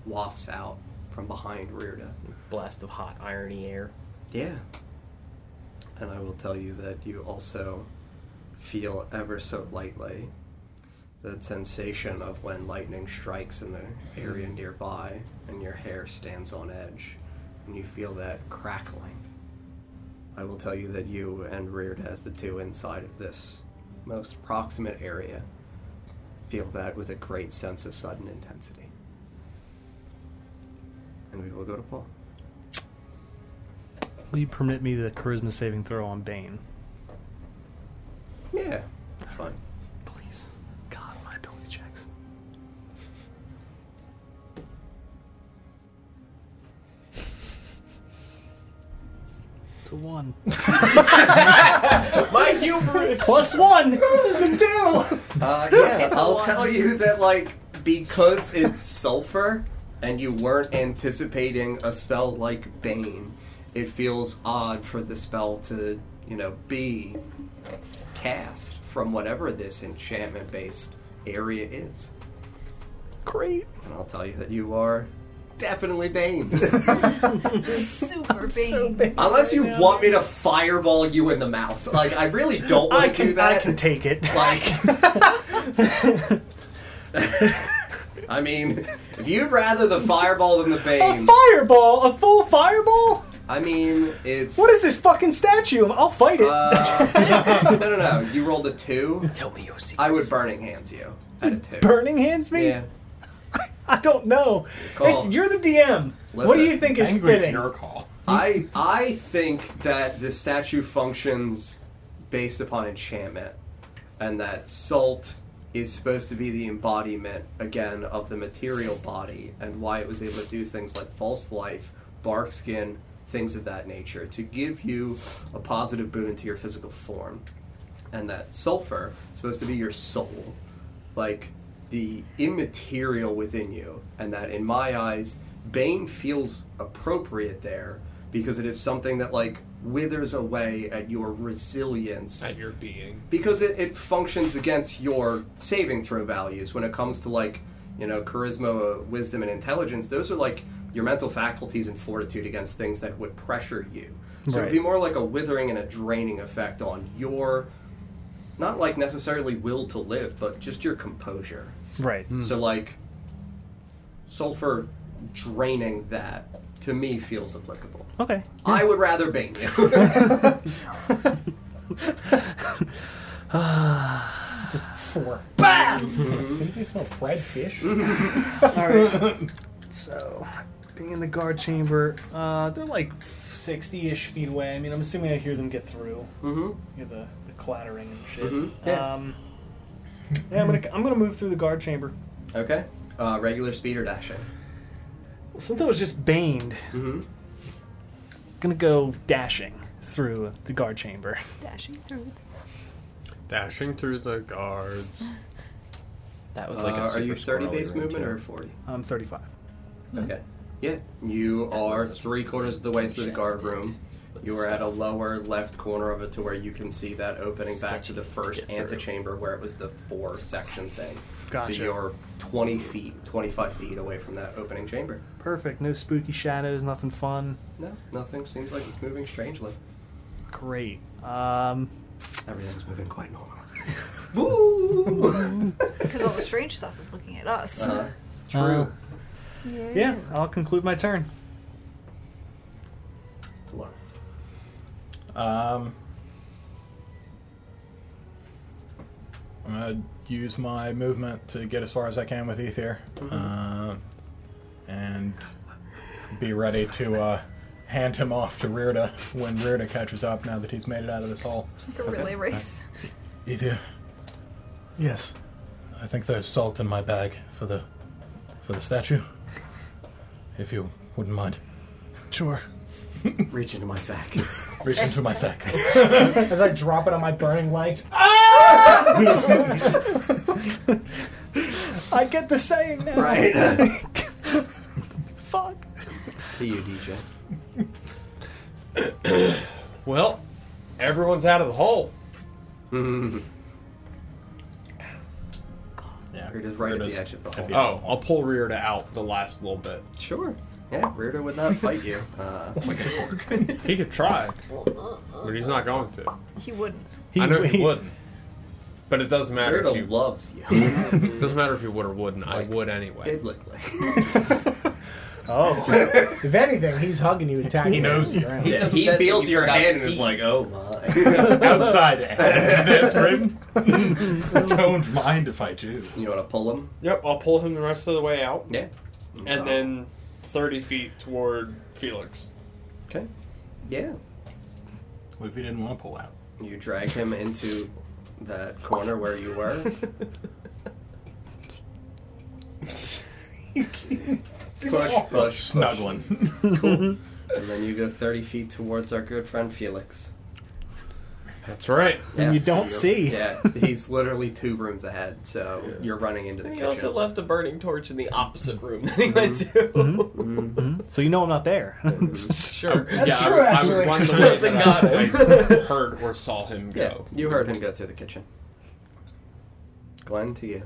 wafts out from behind Rearda. Blast of hot irony air. Yeah. And I will tell you that you also feel ever so lightly the sensation of when lightning strikes in the area nearby and your hair stands on edge and you feel that crackling. I will tell you that you and Reared as the two inside of this most proximate area feel that with a great sense of sudden intensity. And we will go to Paul. Will you permit me the charisma saving throw on Bane? Yeah, that's fine. Please. God, my ability checks. It's a one. My hubris! Plus one! Uh, yeah, It's a I'll lot. tell you that, like, because it's sulfur and you weren't anticipating a spell like Bane, it feels odd for the spell to, you know, be cast from whatever this enchantment based area is. Great. And I'll tell you that you are definitely Bane. Super big. Unless you want me to fireball you in the mouth. Like, I really don't I want to do can, that. I can take it. Like, I mean, if you'd rather the fireball than the A bane, fireball? A full fireball? I mean, it's. What is this fucking statue? I'll fight it. Uh, no, no, no. You rolled a two. Tell me your secret. I would burning hands you at a two. Burning hands me? Yeah. I don't know. Call. It's you're the DM. what do Listen, you think is Technically, it's fitting? your call. I I think that the statue functions based upon enchantment, and that salt is supposed to be the embodiment again of the material body and why it was able to do things like false life, bark skin, things of that nature to give you a positive boon to your physical form, and that sulfur is supposed to be your soul, like the immaterial within you, and that in my eyes, Bane feels appropriate there because it is something that like withers away at your resilience at your being. because it, it functions against your saving throw values when it comes to like you know charisma wisdom and intelligence those are like your mental faculties and fortitude against things that would pressure you so it'd be Right. more like a withering and a draining effect on your not like necessarily will to live but just your composure Right. so like sulfur draining that to me feels applicable Okay. i would rather bane you Just four. Mm-hmm. Didn't they smell fried fish? All right. so, being in the guard chamber, uh, they're like 60 ish feet away. I mean, I'm assuming I hear them get through. hmm Hear the, the clattering and shit. Mhm, yeah. Um, yeah, I'm gonna I'm gonna move through the guard chamber. okay uh, regular speed or dashing Since I was just baned, hmm gonna go dashing through the guard chamber. Dashing through. Dashing through the guards. That was like a Uh, are you super 30 squirrely base ring, movement too. or 40? I'm 35. Mm-hmm. Okay. Yeah, you are three quarters of the way through the guard Chested. room. You are at a lower left corner of it to where you can see that opening back to the first Get through. antechamber where it was the four section thing. Gotcha. So you're 20 feet, 25 feet away from that opening chamber. Perfect. No spooky shadows. Nothing fun. No, nothing seems like it's moving strangely. Great. Um, Everything's moving quite normal. Woo! Because all the strange stuff is looking at us. Uh, True. yeah, I'll conclude my turn. Lawrence. Um, I'm gonna use my movement to get as far as I can with Ether, uh, and be ready to uh, hand him off to Rirda when Rirda catches up. Now that he's made it out of this hole, Like a relay race. Ether, Yes. I think there's salt in my bag for the for the statue. If you wouldn't mind, Sure. Reach into my sack. reach into my sack. As I drop it on my burning legs. Ah! I get the saying now. Right? Fuck. to you, DJ. Well, everyone's out of the hole. Yeah, Rirda's right at the Rirda's edge of the hole. Oh, I'll pull Rearda out the last little bit. Sure. Yeah, Rearda would not fight you. Uh, He could try, but he's not going to. He wouldn't. I know he wouldn't. But it doesn't matter if Rearda you loves you. doesn't matter if you would or wouldn't. I Like, would anyway. Biblically. If anything, he's hugging you and tapping He knows you. around. He's he upset that feels you your forgot hand the and is key. like, oh my. outside this ring. Don't mind if I do. you want to pull him? Yep, I'll pull him the rest of the way out, Yeah. and then thirty feet toward Felix. Okay. Yeah. What if he didn't want to pull out? You drag him into that corner where you were. push, push, Snuggling. and then you go 30 feet towards our good friend Felix. That's right. And you don't see. Yeah, he's literally two rooms ahead, so you're running into the And he kitchen. also left a burning torch in the opposite room that Mm-hmm. he went to. So you know I'm not there. sure. That's yeah, true, I, actually. I would run the way Something that got I, I heard or saw him yeah, go. you heard him go through the kitchen. Glenn, to you.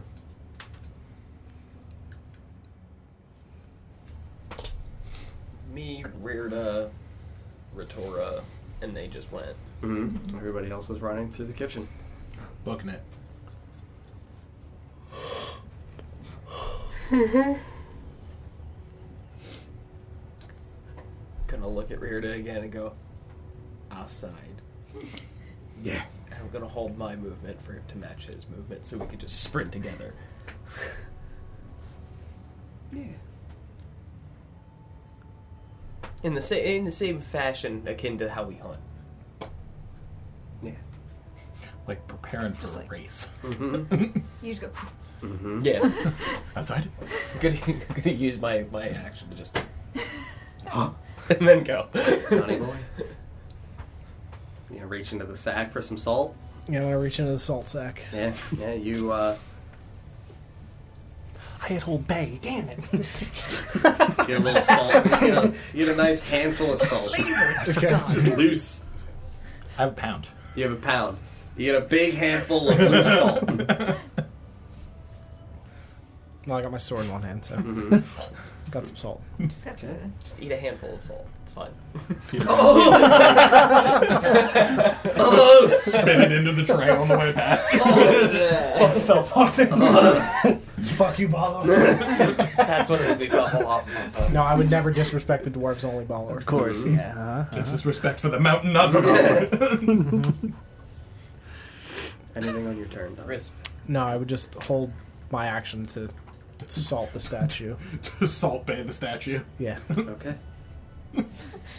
Me, Rearda, Retora, and they just went. Mm-hmm. Everybody else is running through the kitchen. Looking at. Gonna look at Rearda again and go outside. Yeah. And I'm gonna hold my movement for him to match his movement, so we can just sprint together. Yeah. In the same in the same fashion, akin to how we hunt. Yeah. Like preparing for Just a like- race. You just go. Yeah, I'm Outside? gonna, I'm gonna use my my action to just and then go. Johnny boy. You know, reach into the sack for some salt. Yeah, I'm gonna reach into the salt sack. Yeah, yeah. You uh, I had Old Bay. Damn it. get a little salt. You know, you get a nice handful of salt. Just loose. I have a pound. You have a pound. You get a big handful of loose salt. Well, I got my sword in one hand, so Mm-hmm. got some salt. Just have to. Just eat a handful of salt. It's fine. Spin it into the trail on the way past. Fuck you, Balo. That's when it'll be bubble off. no, I would never disrespect the dwarves only Balo. Of course, Mm-hmm. yeah. This is respect for the mountain, not for the Anything on your turn, Don? Crisp. No, I would just hold my action to salt the statue. to salt bay the statue. Yeah. Okay.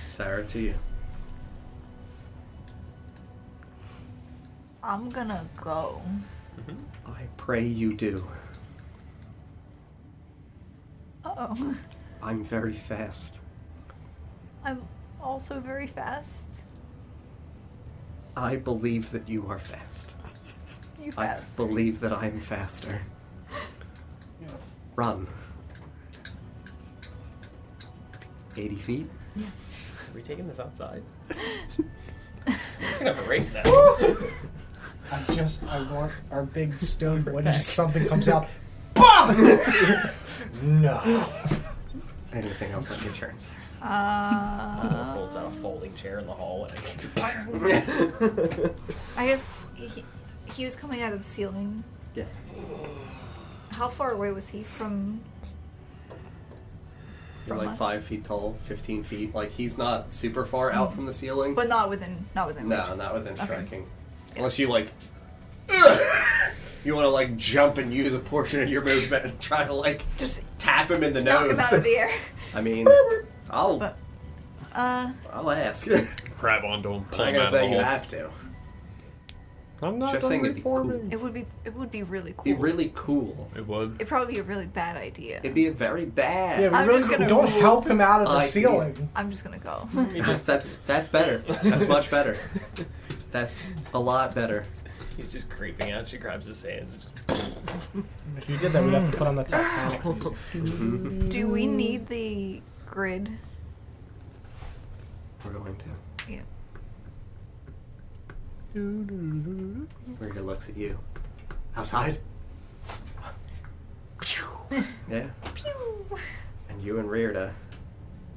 Sarah, to you. I'm gonna go. I pray you do. Uh oh. I'm very fast. I'm also very fast. I believe that you are fast. You I fast. believe that I am faster. Run. 80 feet. Are we taking this outside? We're gonna have a race now. I just, I want our big stone boy. Just something comes out. no. Anything else on your turns? Uh, Rolls out a folding chair in the hall and I I guess he, he was coming out of the ceiling. Yes. How far away was he from? You're From like us. five feet tall, fifteen feet. Like he's not super far out from the ceiling. But not within, not within. No, reach. not within Okay. striking. Unless you like, you want to like jump and use a portion of your movement and try to like Just tap him in the knock him nose. out of the air. I mean, I'll But- Uh, I'll ask. I'm Grab onto him, pull not him gonna out of the say you hole. have to. I'm not Just done saying it'd be cool. reforming. it would be, it would be really cool. Be really cool. It would. It'd probably be a really bad idea. It'd be a very bad. Yeah, we I'm really just gonna don't roll- help him out of the I- ceiling. I'm just gonna go. Mm. that's that's better. That's much better. That's a lot better. He's just creeping out. She grabs his hands. Just... If you did that, we'd have to put on the Titanic. music. Do we need the grid? We're going to. Yeah. Rita looks at you. Outside? yeah. And you and Rita.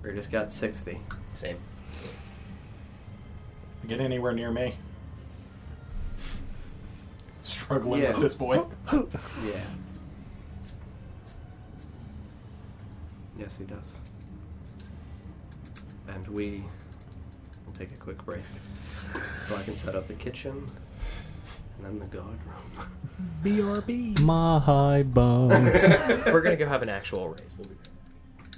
Rita's got 60. Same. Get anywhere near me. Struggling Yeah. with this boy. Yeah. Yes, he does. And we will take a quick break so I can set up the kitchen and then the guard room. BRB. My high bones. We're gonna go have an actual race. We'll be back.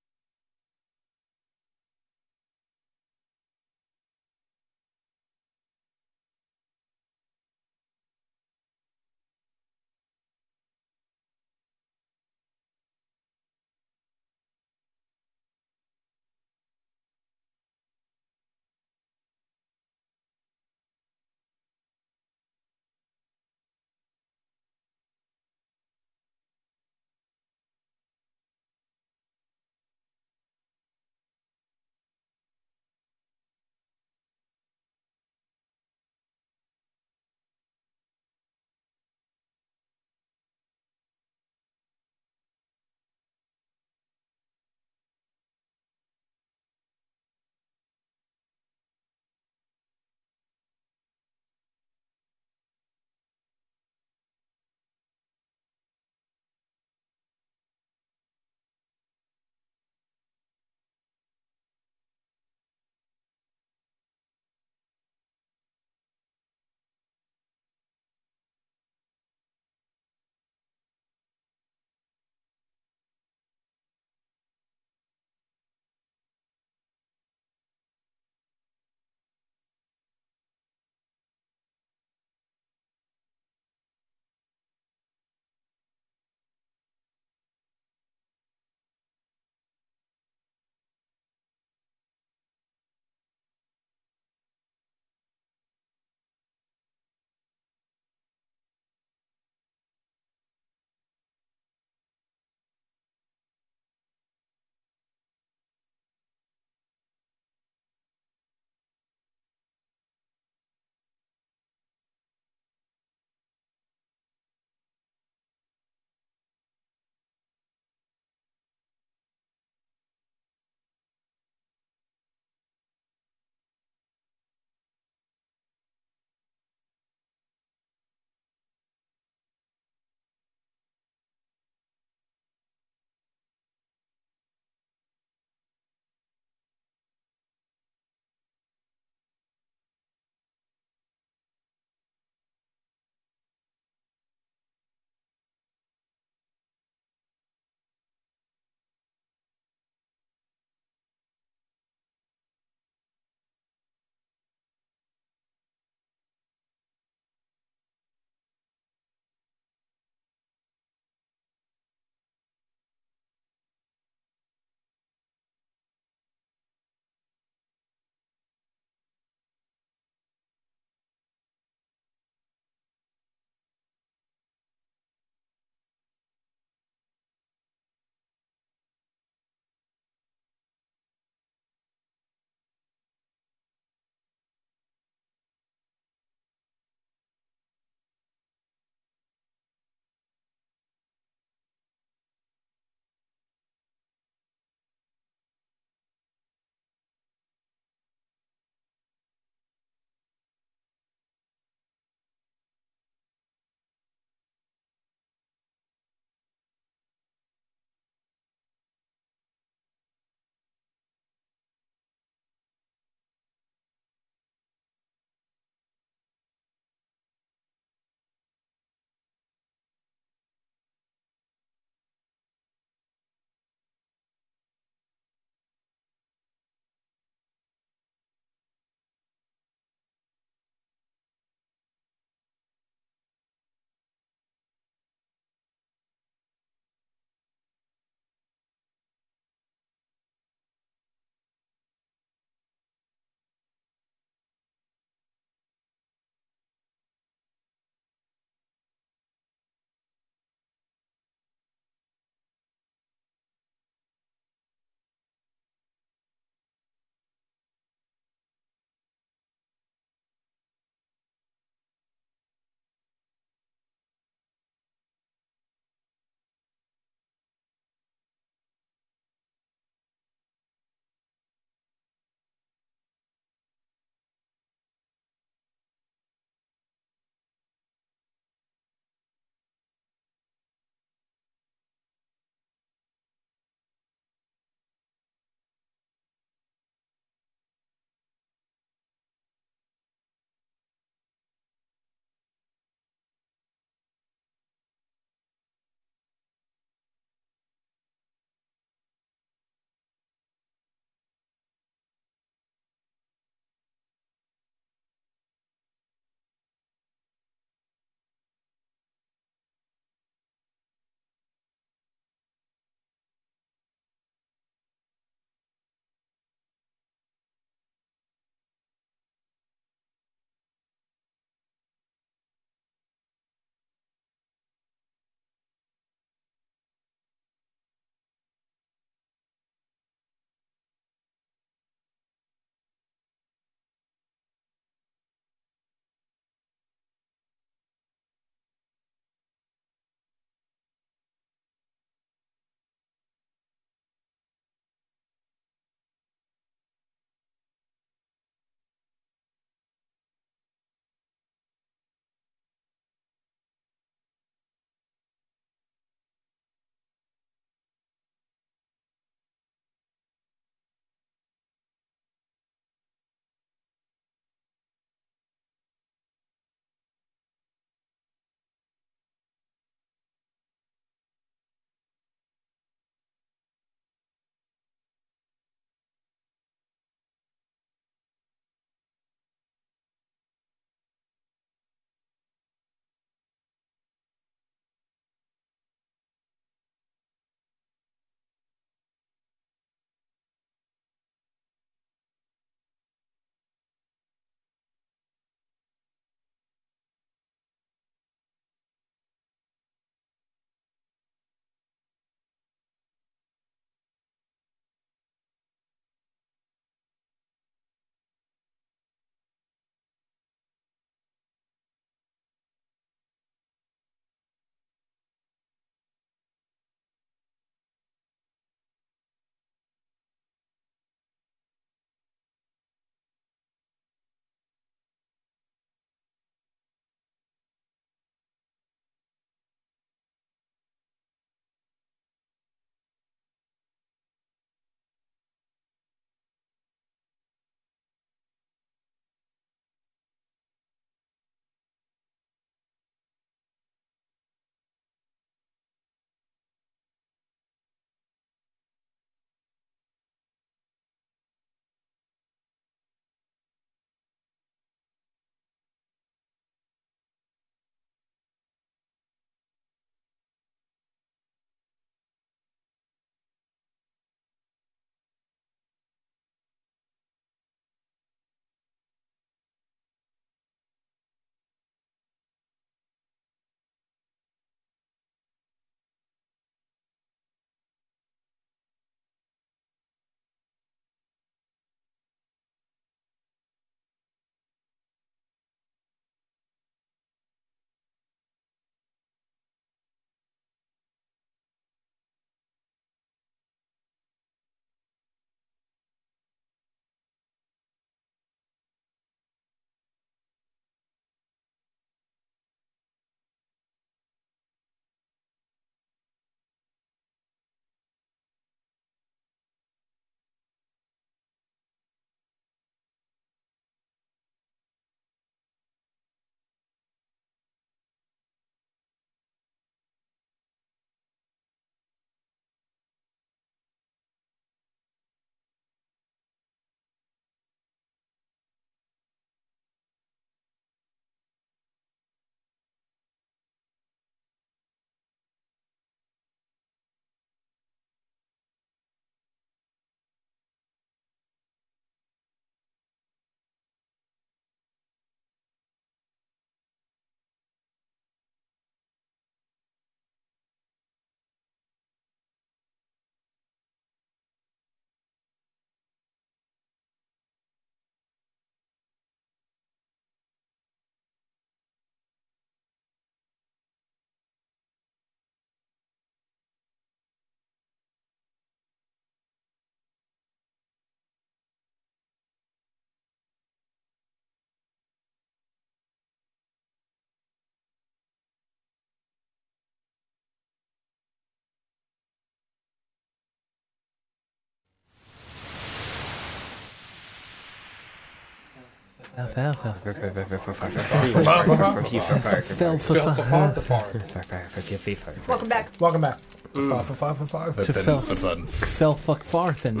Welcome back. Welcome back. Five for five for five. To Fun, fell- fun, fun. Fell fuck farthen.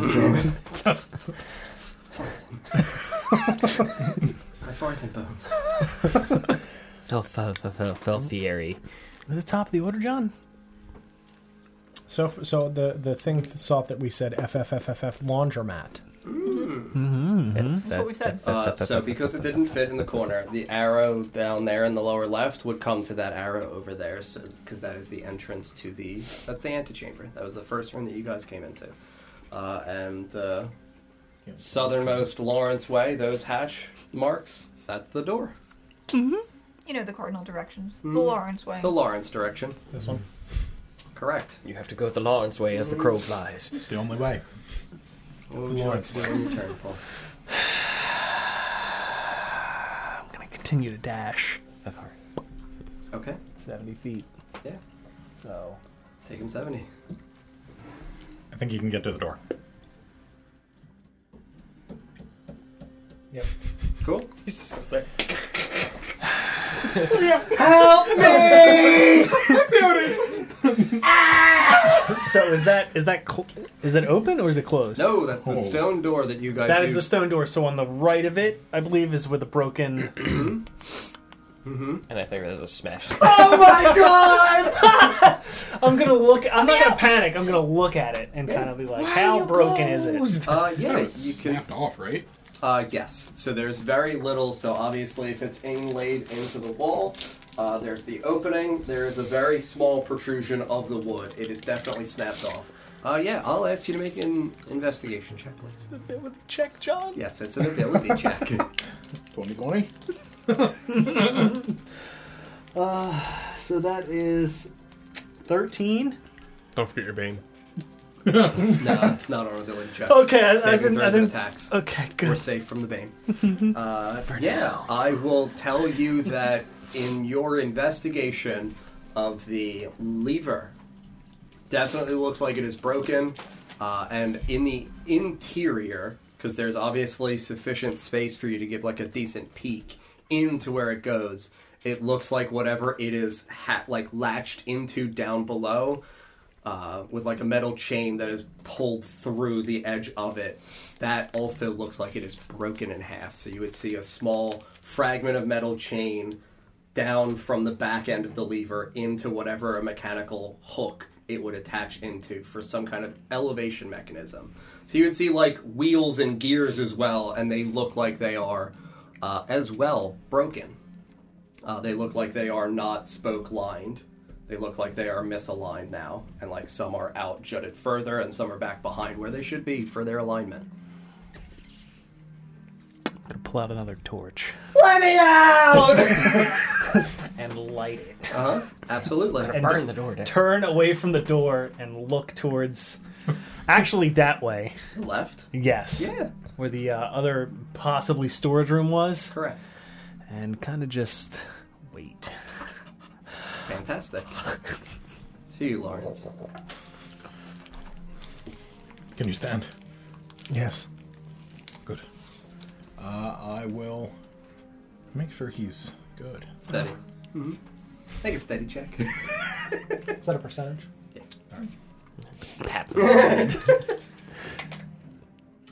I farted bones. Felfieri. Is it top of the order, John? So f- so the the thing thought that we said FFFFF laundromat. That's what we said. Uh, so because it didn't fit in the corner, the arrow down there in the lower left would come to that arrow over there, so because that is the entrance to the that's the antechamber. That was the first room that you guys came into, uh, and the southernmost Lawrence Way, those hash marks, that's the door, You know the cardinal directions. The Lawrence way. Mm. the Lawrence direction. This Mm-hmm. one. Correct. You have to go the Lawrence way as the crow Mm. flies. It's the only way. What would you like to do on your turn, Paul? I'm gonna continue to dash. Okay, 70 feet. yeah, So take him seventy. I think you can get to the door. Cool. So is that is that cl- is that open or is it closed? No, that's the stone door that you guys. That is used. the stone door. So on the right of it, I believe, is where the broken. And I think there's a smash. Oh I'm gonna look. I'm not gonna panic. I'm gonna look at it and kind of be like, "How broken is it?" Uh, It yeah, was you can snapped off, right? Uh, yes. So there's very little. So obviously, if it's inlaid into the wall, uh, there's the opening. There is a very small protrusion of the wood. It is definitely snapped off. Uh, yeah, I'll ask you to make an investigation check, please. Ability check, John. Yes, it's an ability check. 2020? So that is thirteen. Don't forget your bane. no, it's not an ability check. Okay, I- I Saving didn't- I throws and didn't- attacks. Okay, We're good. safe from the bane. Uh, yeah, I will tell you that in your investigation of the lever, definitely looks like it is broken, uh, and in the interior, because there's obviously sufficient space for you to give like a decent peek into where it goes. It looks like whatever it is ha- like latched into down below uh, with like a metal chain that is pulled through the edge of it. That also looks like it is broken in half. So you would see a small fragment of metal chain down from the back end of the lever into whatever a mechanical hook it would attach into for some kind of elevation mechanism. So you would see like wheels and gears as well, and they look like they are uh, as well broken. Uh, they look like they are not spoke lined. They look like they are misaligned now, and like some are out jutted further, and some are back behind where they should be for their alignment. I'm gonna pull out another torch Let me out! and light it. uh huh. Absolutely. Burn the door down. Turn away from the door and look towards. Actually, that way. Left. Yes. Yeah. Where the uh, other possibly storage room was, Correct. and kind of just wait. Fantastic. To you, Lawrence. Can you stand? Yes. Good. Uh, I will make sure he's good. Steady. Mm-hmm. Make a steady check. Is that a percentage? Pats him on the head.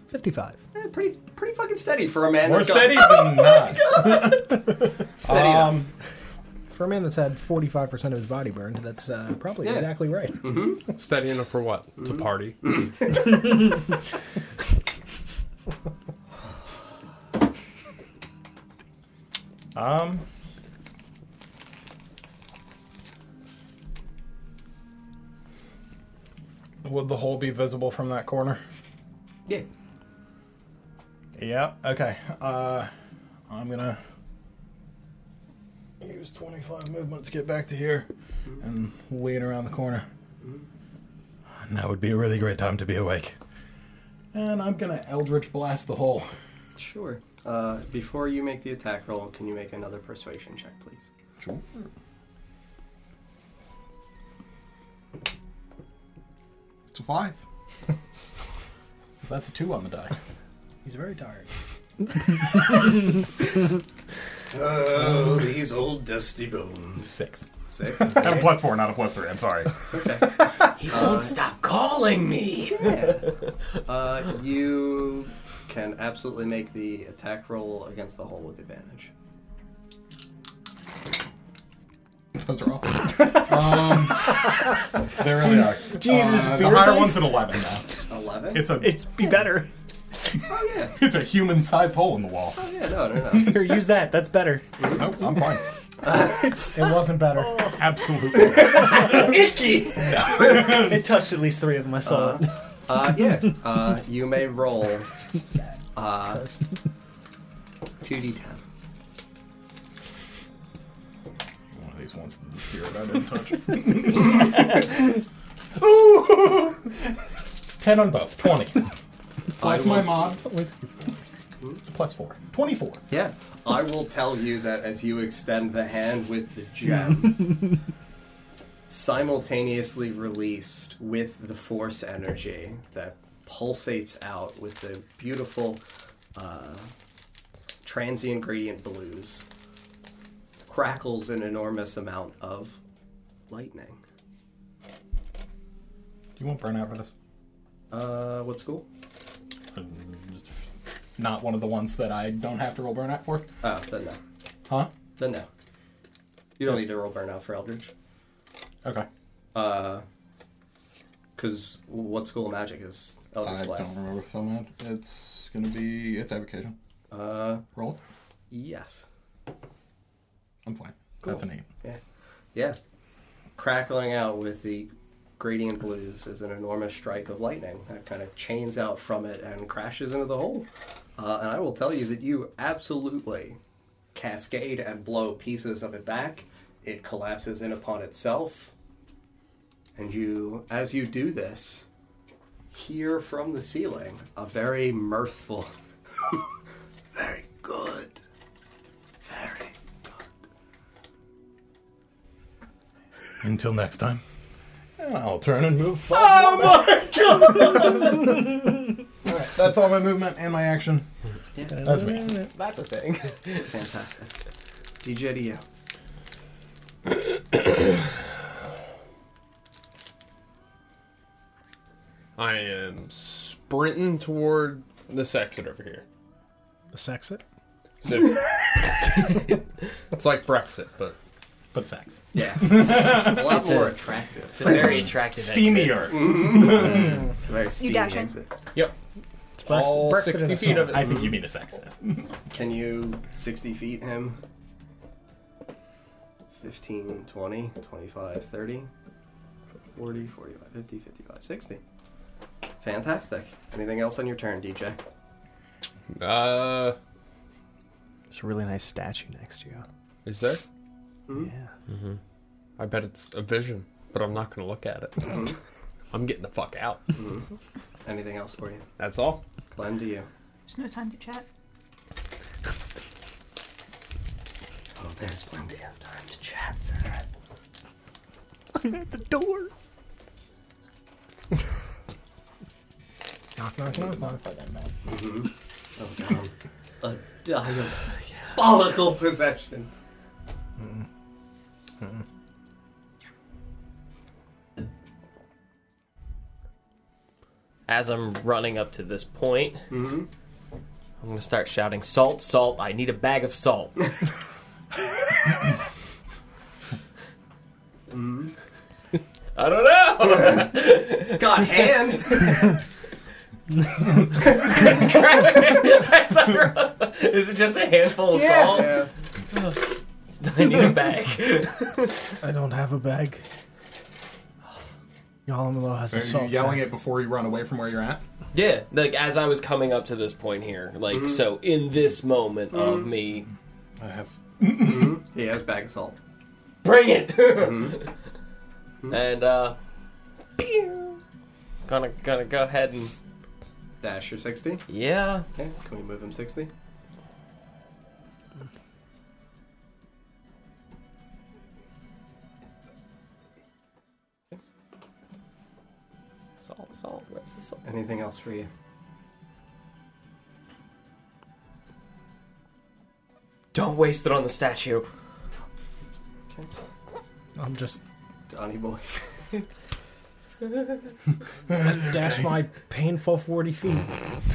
Fifty-five. Eh, pretty, pretty fucking steady for a man. More that's got- steady than not. Steady enough. Um, for a man that's had forty-five percent of his body burned, that's uh, probably Yeah. exactly right. Steady enough for what? To party. Um. Would the hole be visible from that corner? Yeah. Yeah. Okay. Uh, I'm gonna use 25 movement to get back to here and lean around the corner. And that would be a really great time to be awake. And I'm gonna Eldritch blast the hole. Sure. Uh, before you make the attack roll, can you make another persuasion check, please? Sure. It's a five. 'Cause That's a two on the die. He's very tired. Oh, these old dusty bones. Six. Six. I'm plus four, not a plus three. I'm sorry. He won't stop calling me. Uh, you can absolutely make the attack roll against the hole with advantage. Those are awful. um, they really are. Do you need this Uh, the beer higher dice? one's an eleven now. Eleven. It's a It's be better. oh yeah. it's a human-sized hole in the wall. Oh yeah. No, no, no. Here, use that. That's better. Nope, I'm fine. It wasn't better. Absolutely. Icky. It touched at least three of them. I saw it. Uh, yeah. Uh, you may roll. Uh, two d ten. One of these ones that the spirit I didn't touch. Ten on both. Twenty. Plus my mod. It's a plus four. Twenty-four. Yeah. I will tell you that as you extend the hand with the gem, simultaneously released with the force energy that pulsates out with the beautiful uh, transient gradient blues, crackles an enormous amount of lightning. Do you want burnout for this? Uh, what school? Not one of the ones that I don't have to roll burnout for. Oh, then no. Huh? Then no. You don't need to roll burnout for Eldridge. Okay. Because what school of magic is I Eldridge don't last? remember so much. It's gonna be it's avocation. Uh, Roll it. yes. I'm fine. That's an eight. Yeah. Yeah. Crackling out with the gradient blues is an enormous strike of lightning that kind of chains out from it and crashes into the hole. Uh, and I will tell you that you absolutely cascade and blow pieces of it back. It collapses in upon itself. And you, as you do this, hear from the ceiling a very mirthful, very good, very Until next time. I'll turn and move. Five oh my god! Alright, that's all my movement and my action. That's me. That's a thing. Fantastic. DJ to you. I am sprinting toward this exit over here. Sex it. So it's like Brexit, but But sex. Yeah. a lot It's more a- attractive. It's a very attractive exit. Very steamy dash in. exit. yep. Brexit- All Brexit in sixty a feet of it. I think you mean a sex. Can you 60 feet him? 15, 20, 25, 30, 40, 45, 50, 55, 60. Fantastic. Anything else on your turn, DJ? Uh, There's a really nice statue next to you. is there? Mm-hmm. Yeah. I bet it's a vision, but I'm not gonna look at it. I'm getting the fuck out. Anything else for you? That's all. Glenn, to you. There's no time to chat. Oh, there's plenty of time to chat, I'm at the door. Knock, knock, knock, knock. Oh, God. A diabolical possession. As I'm running up to this point, I'm gonna start shouting, "Salt, salt! I need a bag of salt." I don't know. Got hand! As I run- Is it just a handful of salt? I need a bag. I don't have a bag. Yalamalo has a Are you salt yelling sack. it before you run away from where you're at? Yeah, like as I was coming up to this point here, like Mm-hmm. so in this moment of me, I have He has bag of salt. bring it, Mm-hmm. and uh, gonna gonna go ahead and Dash your 60. yeah, Okay, can we move him 60? salt, salt, where's the salt? Anything else for you? Don't waste it on the statue. I'm just Donny boy. dash my painful 40 feet.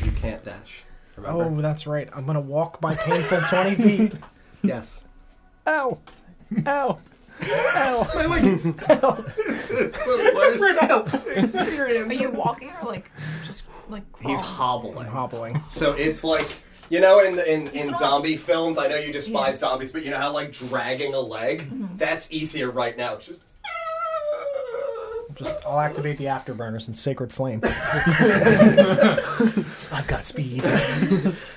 You can't dash. Oh, that's right. I'm gonna walk my painful 20 feet. Yes. Ow! Ow! Ow! My leggings. Are you walking or like just like Oh. He's crawling? hobbling. Hobbling. So it's like you know in the, in, in not- zombie films. I know you despise Yeah. zombies, but you know how like dragging a leg. Mm-hmm. That's Ethier right now. It's just Just I'll activate the afterburners and sacred flame. I've got speed.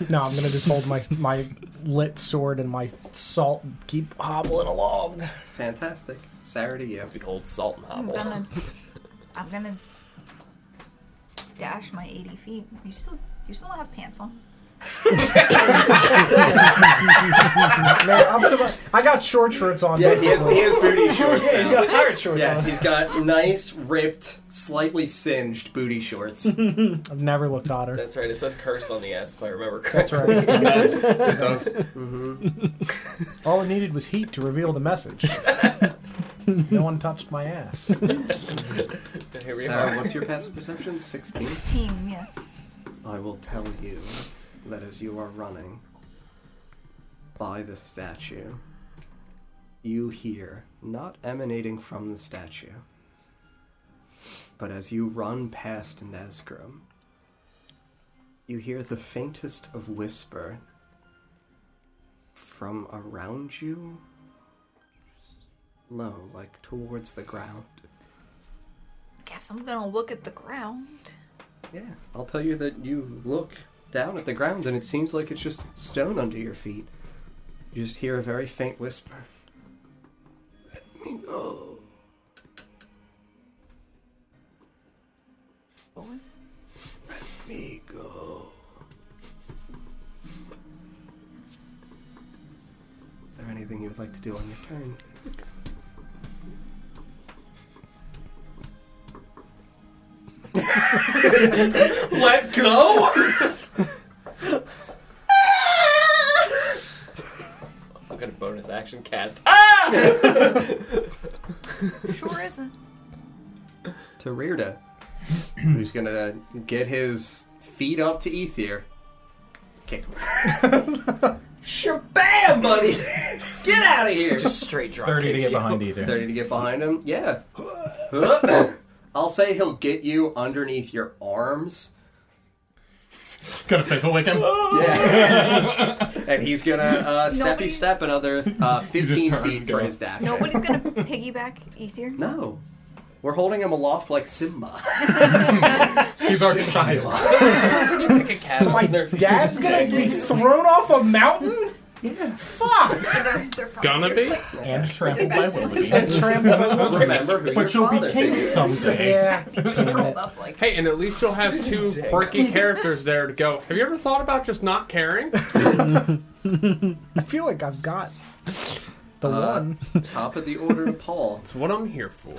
No, I'm gonna just hold my my lit sword and my salt and keep hobbling along. fantastic. Sarah to you. The old salt and I'm hobble. gonna I'm gonna dash my 80 feet. You still you still don't have pants on. Man, I'm so much, I got short shorts on. Yeah, he has, basically. he has booty shorts. Yeah, he's now. got pirate shorts Yeah, on. he's got nice, ripped, slightly singed booty shorts. I've never looked hotter. That's right. It says cursed on the ass, if I remember correctly. That's right. It does. It does. Mm-hmm. All it needed was heat to reveal the message. no one touched my ass. Here we Sarah, are. what's your passive perception? 16. 16, yes. I will tell you that as you are running by the statue, you hear, not emanating from the statue, but as you run past Nazgrim, you hear the faintest of whisper from around you, low, like towards the ground. Guess I'm gonna look at the ground. Yeah, I'll tell you that you look down at the ground and it seems like it's just stone under your feet. You just hear a very faint whisper. Let me go. What was? Let me go. Is there anything you would like to do on your turn? Let go. I'm gonna bonus action cast. Ah! Sure isn't. To Rearda, who's gonna get his feet up to Ethier. Kick him. Shabam, buddy! Get out of here! Just straight drop. 30 to kicks get you. behind either. 30 to get behind him? Yeah. I'll say he'll get you underneath your arms. It's gonna fizzle lick him. Yeah. and he's going to uh, steppy Nobody- step another uh, 15 turned feet for down. his dash. Nobody's gonna piggyback Ether. No. We're holding him aloft like Simba. He's our child. Pick a cat So my up. dad's gonna be thrown off a mountain. Fuck! They're, they're fine. Gonna be? And trampled by And wildebeest. trampled by wolves. Remember who your But you'll father be king is. someday. Yeah. Be curled up like Hey, and at least you'll have two quirky characters there to go. Have you ever thought about just not caring? I feel like I've got the Uh, one. top of the order to Paul. That's what I'm here for.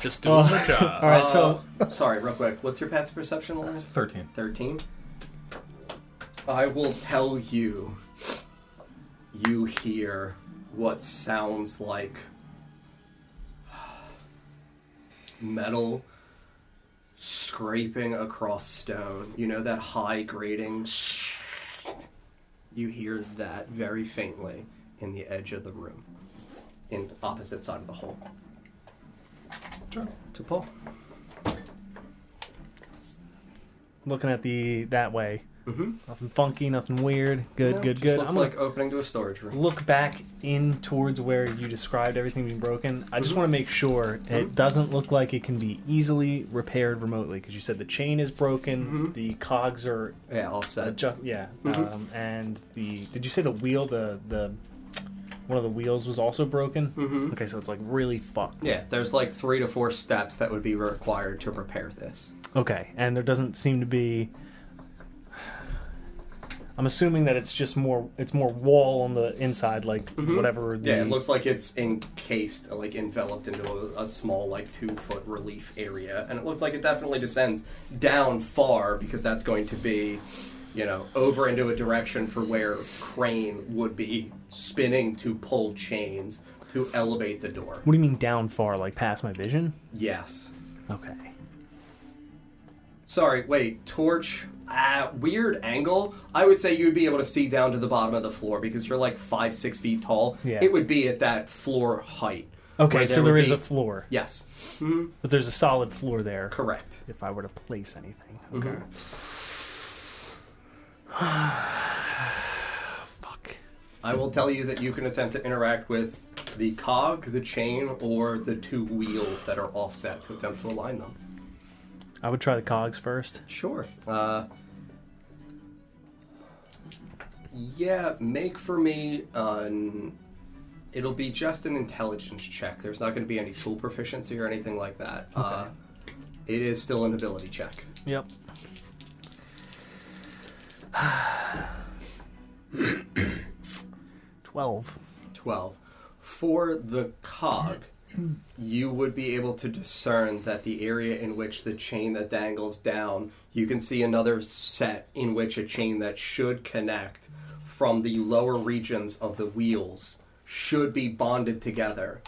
Just doing my job. Oh. All right, so Uh, sorry, real quick. What's your passive perception, Lance? 13. 13. I will tell you, you hear what sounds like metal scraping across stone. You know that high grating? You hear that very faintly in the edge of the room, in opposite side of the hole. To Paul. looking at the that way, Mm-hmm. nothing funky, nothing weird. Good, good, good. Looks I'm like gonna opening to a storage room. look back in towards where you described everything being broken. I Mm-hmm. just want to make sure it doesn't look like it can be easily repaired remotely because you said the chain is broken, the cogs are Mm-hmm. Yeah, all set. adju- Mm-hmm. yeah, um, and the did you say the wheel the the one of the wheels was also broken? Mm-hmm. Okay, so it's like really fucked. Yeah, there's like three to four steps that would be required to repair this. Okay, and there doesn't seem to be. I'm assuming that it's just more. It's more wall on the inside, like whatever. The, Mm-hmm. Yeah, it looks like it's encased, like enveloped into a, a small, like two foot relief area, and it looks like it definitely descends down far because that's going to be you know, over into a direction for where Crane would be spinning to pull chains to elevate the door. What do you mean down far? Like past my vision? Yes. Okay. Sorry, wait, torch. Uh, weird angle. I would say you'd be able to see down to the bottom of the floor because you're like five, six feet tall. Yeah. It would be at that floor height. Okay, where so would there is be- a floor, Yes, but there's a solid floor there. correct. If I were to place anything. Mm-hmm. Okay. Fuck. I will tell you that you can attempt to interact with the cog, the chain, or the two wheels that are offset to attempt to align them. I would try the cogs first. Sure. Uh, yeah, make for me an. It'll be just an intelligence check. There's not going to be any tool proficiency or anything like that. Uh, it is still an ability check. Yep. Twelve. 12. For the cog, you would be able to discern that the area in which the chain that dangles down, you can see another set in which a chain that should connect from the lower regions of the wheels should be bonded together.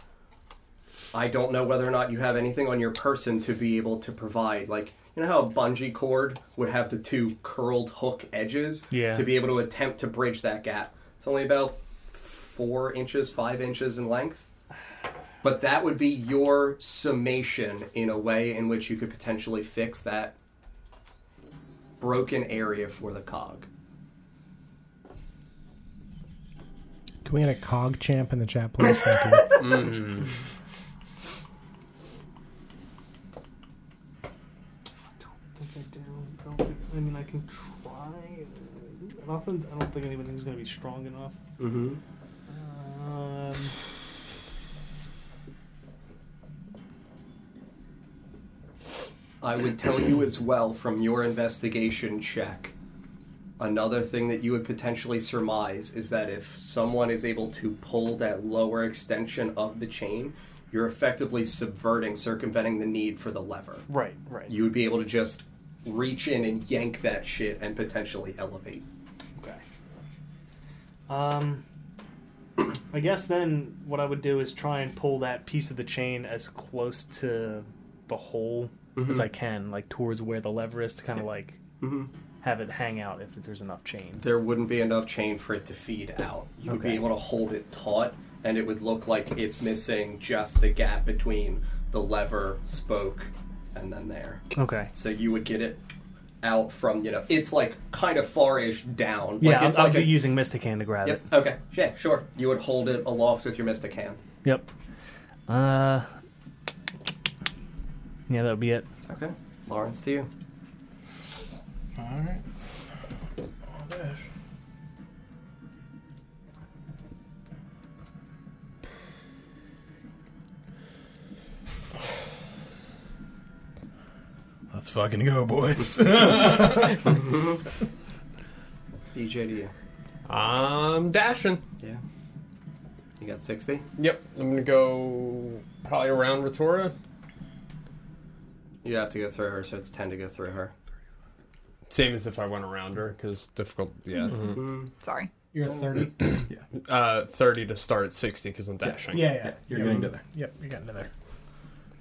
I don't know whether or not you have anything on your person to be able to provide. Like, you know how a bungee cord would have the two curled hook edges Yeah. to be able to attempt to bridge that gap? It's only about four inches, five inches in length. But that would be your summation in a way in which you could potentially fix that broken area for the cog. Can we get a cog champ in the chat, please? Thank you. think I do. I don't think, I mean, I can try. I don't think, I don't think anything's going to be strong enough. Mm-hmm. Um, I would tell you as well from your investigation check. Another thing that you would potentially surmise is that if someone is able to pull that lower extension of the chain, you're effectively subverting, circumventing the need for the lever. Right, right. You would be able to just reach in and yank that shit and potentially elevate. okay. Um, I guess then what I would do is try and pull that piece of the chain as close to the hole Mm-hmm. As I can, like towards where the lever is to kind of like have it hang out if there's enough chain. There wouldn't be enough chain for it to feed out. You would be Okay. able to hold it taut, and it would look like it's missing just the gap between the lever, spoke, and then there. Okay. So you would get it out from, you know, it's like kind of far-ish down. Like, Yeah, it's I'll, like I'll a- be using Mystic Hand to grab Yep, it. okay, yeah, sure. You would hold it aloft with your mystic hand. Yep. Uh. Yeah, that would be it. Okay. Lawrence, to you. Alright. Oh, All this. Let's fucking go, boys. DJ, to you. I'm dashing. Yeah. You got 60? Yep. I'm gonna go probably around Retora. You have to go through her, so it's 10 to go through her. Same as if I went around her, because difficult. Yeah. Mm-hmm. Sorry. You're 30. Uh, 30 to start at 60 because I'm dashing. Yeah, yeah. You're getting to there. Yep, you're getting to there.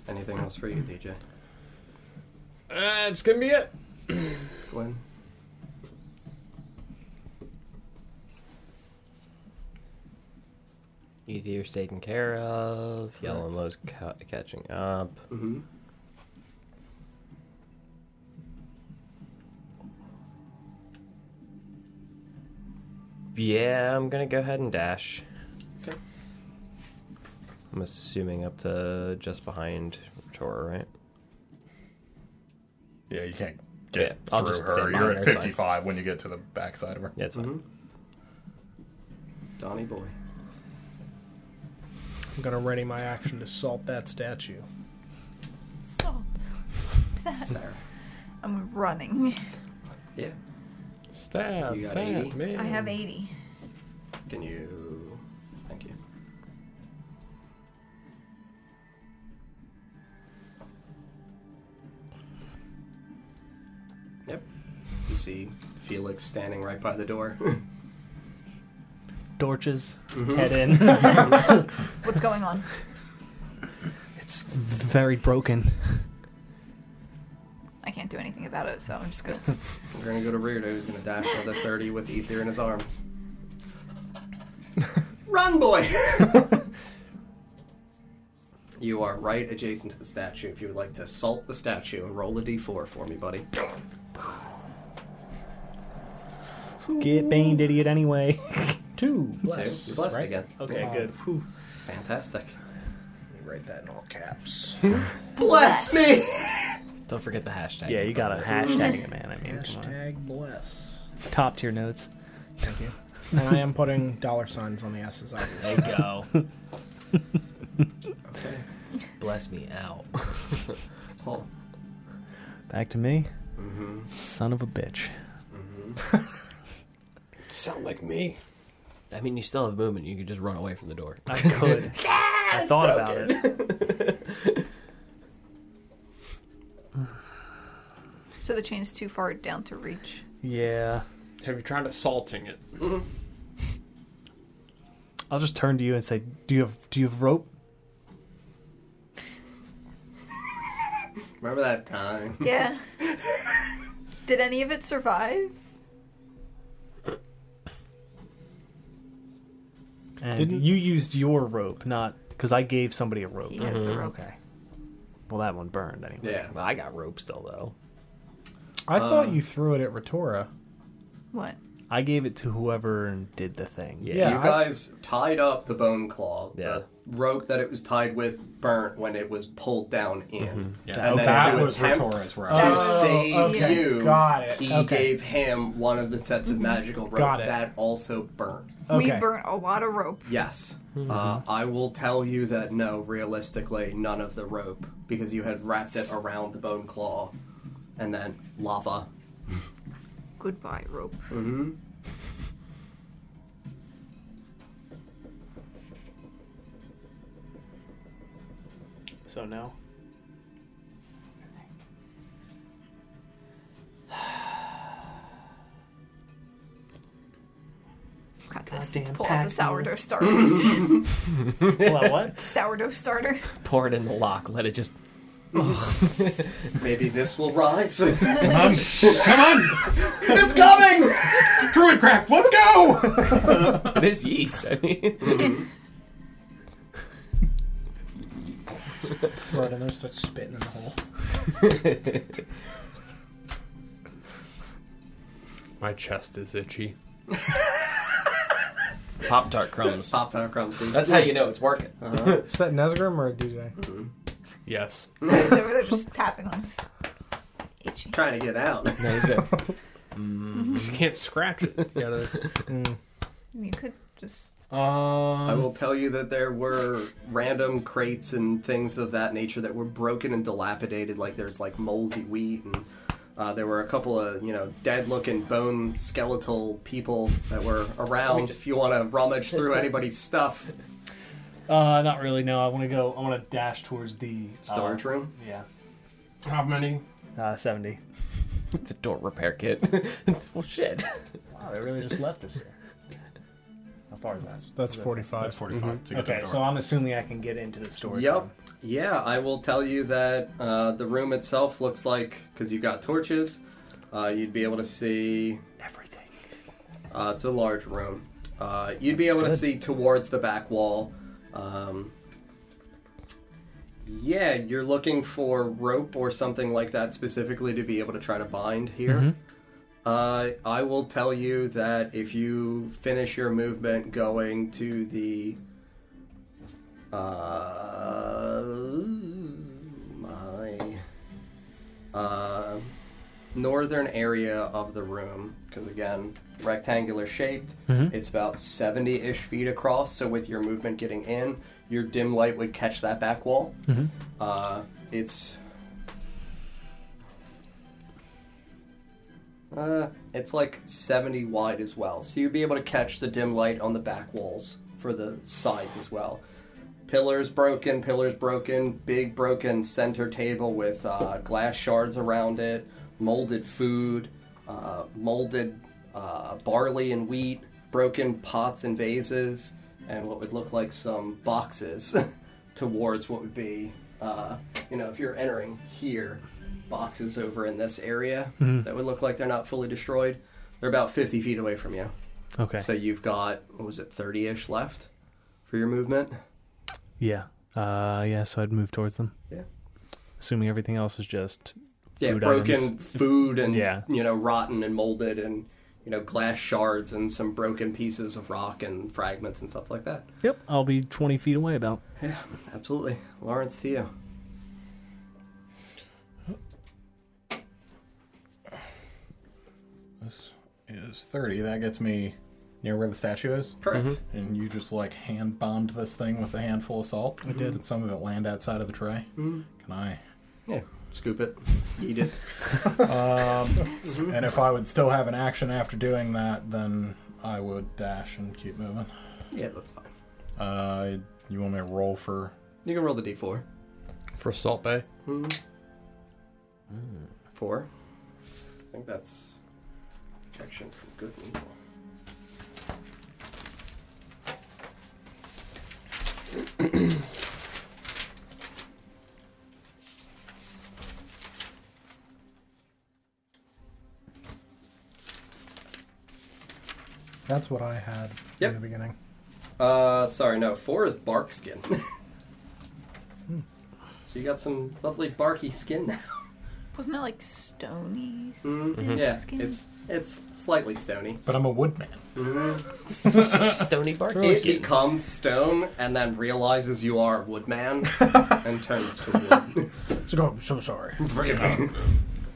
Anything else for you, DJ? Uh, it's gonna be it. Glenn? Ethier's taken care of. Yellow and Low's ca- catching up. Mm-hmm. Yeah, I'm gonna go ahead and dash. Okay. I'm assuming up to just behind Tora, right? Yeah, you can't Yeah, get I'll through just her. stand by You're her, at it's fine. 55 when you get to the backside of her. Yeah, it's fine. Donnie boy. I'm going to ready my action to salt that statue. So Sarah. I'm running. Yeah. Stab You got that 80? man. I have 80. Can you? Thank you. Yep. You see Felix standing right by the door. Dorches, Mhm. head in. What's going on? it's very broken. I can't do anything about it, so I'm just gonna. We're gonna go to Reardon, who's gonna dash another 30 with Ether in his arms. Run, boy! you are right adjacent to the statue. If you would like to assault the statue, roll a d4 for me, buddy. Get banged, idiot, anyway. Two. Bless, You're blessed again. Okay, good. Whew. Fantastic. Write that in all caps. Bless me! Don't forget the hashtag. Yeah, you gotta hashtag it, man. I mean, come on. Hashtag bless. Top tier notes. Thank you. and I am putting dollar signs on the S's, obviously. There you go. Okay. Bless me out. Paul. Back to me. Mm-hmm. Son of a bitch. Sound like me. I mean, you still have movement. You could just run away from the door. I could. I thought about it. So the chain's too far down to reach. Yeah. Have you tried assaulting it? I'll just turn to you and say, "Do you have do you have rope?" Remember that time? Yeah. Did any of it survive? And Didn't- you used your rope, not because I gave somebody a rope. He has the rope. Okay. Well, that one burned anyway. Yeah. Well, I got rope still though. I thought you threw it at Retora. What? I gave it to whoever did the thing. Yeah, you I- guys tied up the bone claw. Yeah. The rope that it was tied with burnt when it was pulled down in. Mm-hmm. Yeah, And then that to was attempt Retora's route. to Oh, save okay. you, Got it. he Okay. Mm-hmm. gave him one of the sets of magical rope Got it. that also burnt. We Okay. burnt a lot of rope. Yes. Mm-hmm. Uh, I will tell you that no, realistically, none of the rope, because you had wrapped it around the bone claw and then lava. Goodbye, rope. Mm-hmm. So now. Got this. Goddamn Pull out the Pac-Man. sourdough starter. Well, what? sourdough starter. Pour it in the lock. Let it just. Maybe this will rise. it's Come on! Come coming! on! Druidcraft, let's go! It is yeast. I mean, Throw it in there, start spitting in the hole. My chest is itchy. Pop tart crumbs. Pop tart crumbs. dude. That's how you know it's working. Is that Nesgrim or DJ? Yes. He's over there just tapping on us. Itchy. Trying to get out. No, he's good. You can't scratch it. You gotta. You could just. I Um, will tell you that there were random crates and things of that nature that were broken and dilapidated. Like there's like moldy wheat, and uh, there were a couple of you know dead-looking bone skeletal people that were around. If you want to rummage through anybody's stuff, uh, not really. No, I want to go. I want to dash towards the uh, storage room. Yeah. How many? Uh, Seventy. It's a door repair kit. well, shit. Wow, they really just left us here. How far is that? That's 45. That's 45 Mm-hmm. to get Okay, to the so door. I'm assuming I can get into the storage. Yep. room. Yeah, I will tell you that uh, the room itself looks like because you got torches, uh, you'd be able to see Everything. Uh, it's a large room. Uh, you'd be able to see towards the back wall. Um, yeah, you're looking for rope or something like that specifically to be able to try to bind here. Uh, I will tell you that if you finish your movement going to the. Uh, my. Uh, northern area of the room, because again, rectangular shaped, it's about 70 ish feet across, so with your movement getting in, your dim light would catch that back wall. Uh, it's. Uh, it's like 70 wide as well, so you'd be able to catch the dim light on the back walls for the sides as well. Pillars broken, pillars broken, big broken center table with uh, glass shards around it, molded food, uh, molded uh, barley and wheat, broken pots and vases, and what would look like some boxes towards what would be, uh, you know, if you're entering here, boxes over in this area Mhm. that would look like they're not fully destroyed. They're about 50 feet away from you. Okay. So you've got, what was it, 30 ish left for your movement? Yeah. Uh, yeah. So I'd move towards them. Yeah. Assuming everything else is just yeah, food broken items. food and yeah. you know rotten and molded and you know glass shards and some broken pieces of rock and fragments and stuff like that. Yep. I'll be twenty feet away about. Yeah, absolutely, Lawrence Theo. This is 30. That gets me near where the statue is. Correct. Mhm. And you just like hand bombed this thing with a handful of salt. I did. Did some of it land outside of the tray? Mhm. Can I? Yeah, scoop it, eat it. Um, And if I would still have an action after doing that, then I would dash and keep moving. Yeah, that's fine. Uh, you want me to roll for. You can roll the d4. For Salt Bay. Hmm. Four. I think that's protection from good and evil. That's what I had Yep. in the beginning. Uh, sorry, no. Four is bark skin. Hmm. so you got some lovely barky skin now. Wasn't it like stony? Mhm. stiff Yeah, skin? it's it's slightly stony. But I'm a woodman. Stony bark. It becomes stone and then realizes you are Woodman and turns to wood. So, I'm so sorry. Really?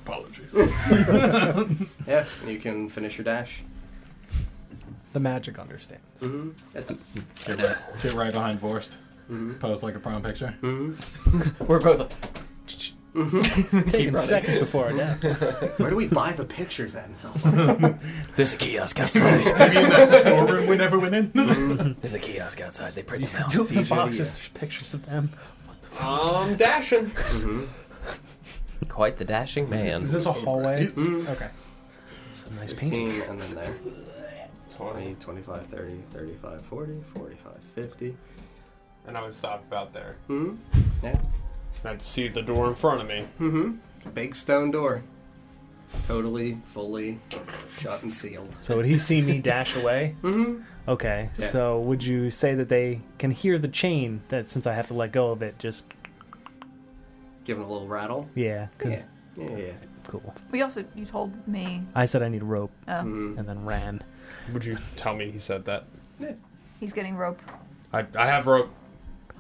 Apologies. yeah, you can finish your dash. The magic understands. Mm-hmm. That's Get right, get right behind Vorst. Pose like a prom picture. We're both. like, Taking seconds before I death. Where do we buy the pictures at in Philadelphia? There's a kiosk outside. Maybe in that storeroom we never went in. There's a kiosk outside. They print them out. The boxes, there's pictures of them. I'm dashing. Quite the dashing man. Is this a hallway? Mhm. Okay. Some nice painting. 15 and then there. 20, 25, 30, 35, 40, 45, 50. And I would stop about there. hmm Yeah. And I'd see the door in front of me. Big stone door. Totally, fully shut and sealed. So would he see me dash away? Mm-hmm. Okay. Yeah. So would you say that they can hear the chain? That since I have to let go of it, just Giving a little rattle. yeah. 'cause- Yeah. Yeah, yeah. Cool. We also you told me I said I need rope Mm-hmm. and then ran. Would you tell me he said that? he's getting rope. I, I have rope.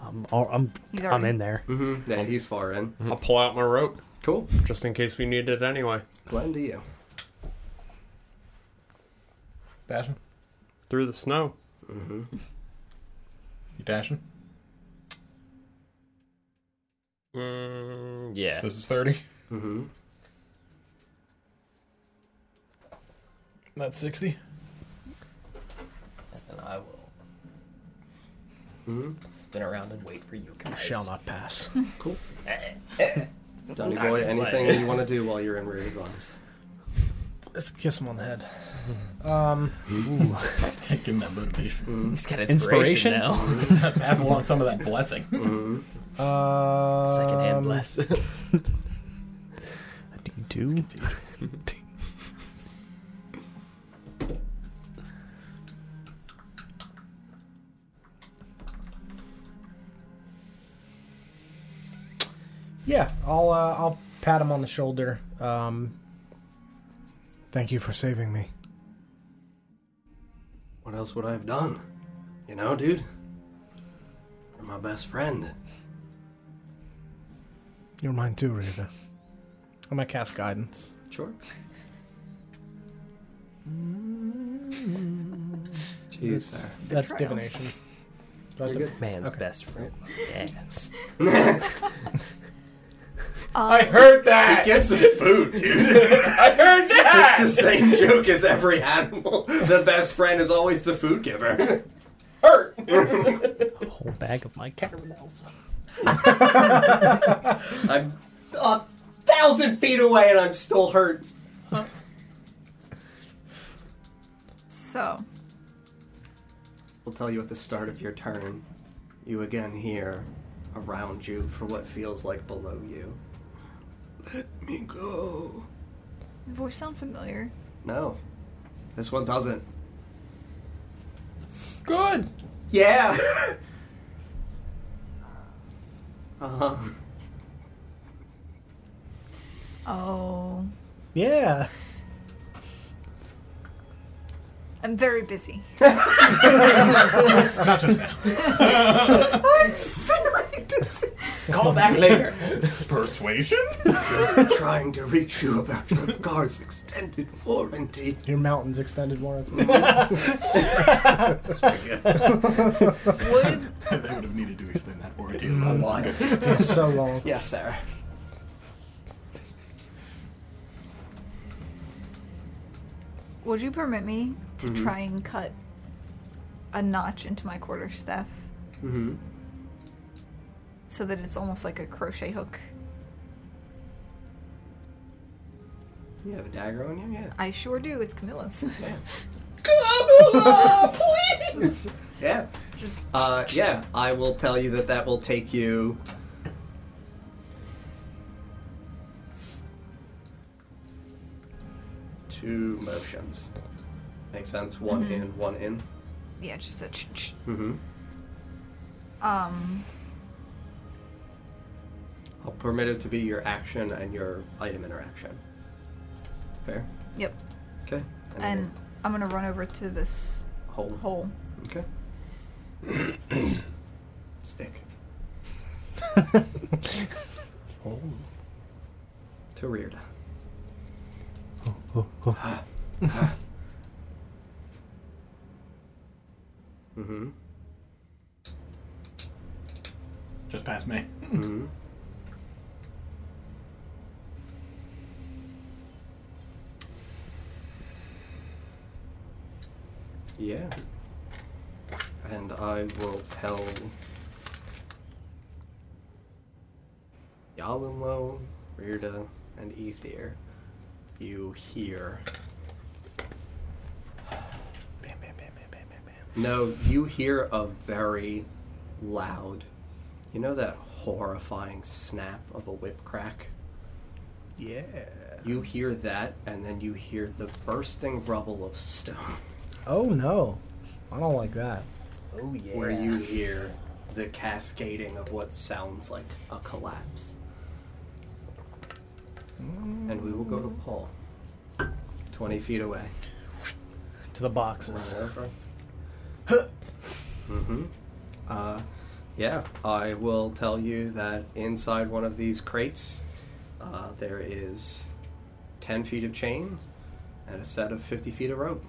I'm all, I'm He's I'm already- in there. Mm-hmm. Yeah, he's far in. I'll pull out my rope Cool. just in case we need it anyway. Glenn, to you. Dashing? Through the snow. Mm-hmm. You dashing? Mm, yeah. This is 30. Mm-hmm. That's 60. And I will Mm-hmm. spin around and wait for you guys. Shall not pass. Donny I boy, just let anything it. you want to do while you're in Rita's arms? Let's kiss him on the head. Um, Give him that motivation. He's got Inspiration? inspiration, now. Pass along some of that blessing. Mm-hmm. uh, Secondhand bless. Do you do? Yeah, I'll uh, I'll pat him on the shoulder. Um, thank you for saving me. What else would I have done? You know, dude? You're my best friend. You're mine too, Rita. I'm gonna cast guidance. Sure. Jeez, sir. That's trial. divination. Do I have You're to- good. Man's best friend. Yes. Um, heard that! Get some food, dude. I heard that! It's the same joke as every animal. The best friend is always the food giver. Hurt! A whole bag of my caramels. I'm a thousand feet away and I'm still hurt. So, We'll tell you at the start of your turn. You again hear around you for what feels like below you. Let me go. the voice sound familiar. No, this one doesn't. Good. Yeah. uh huh. Oh, Yeah. I'm very busy. Not just now. I'm very busy. Call back later. Persuasion? Trying to reach you about your car's extended warranty. Your mountain's extended warranty. Would they would have needed to extend that warranty a Mm-hmm. lot longer. so long. Yes, sir. would you permit me to Mm-hmm. Mhm. try and cut a notch into my quarter staff Mm-hmm. so that it's almost like a crochet hook? You have a dagger on you? Yeah. I sure do. It's Camilla's. Come please. yeah. Just Uh, yeah, I will tell you that that will take you. Two motions. Makes sense. One Mhm. in, one in. yeah, just a ch- ch- Mm-hmm. um. I'll permit it to be your action and your item interaction. Fair. Yep. Okay. And I'm gonna run over to this hold. hole. Okay. Stick Oh. to Rearda. Oh, oh. Mm-hmm. Just past me. Mm-hmm. Yeah. And I will tell Yalumlo, Rearda, and Ether. You hear. Bam, bam, bam, bam, bam, bam, bam. No, you hear a very loud. You know that horrifying snap of a whip crack? Yeah. You hear that, and then you hear the bursting rubble of stone. Oh no. I don't like that. Oh yeah. Where you hear the cascading of what sounds like a collapse. And we will go to Paul. Twenty feet away. To the boxes. Run over. mm-hmm. Uh, yeah, I will tell you that inside one of these crates, uh, there is ten feet of chain and a set of fifty feet of rope.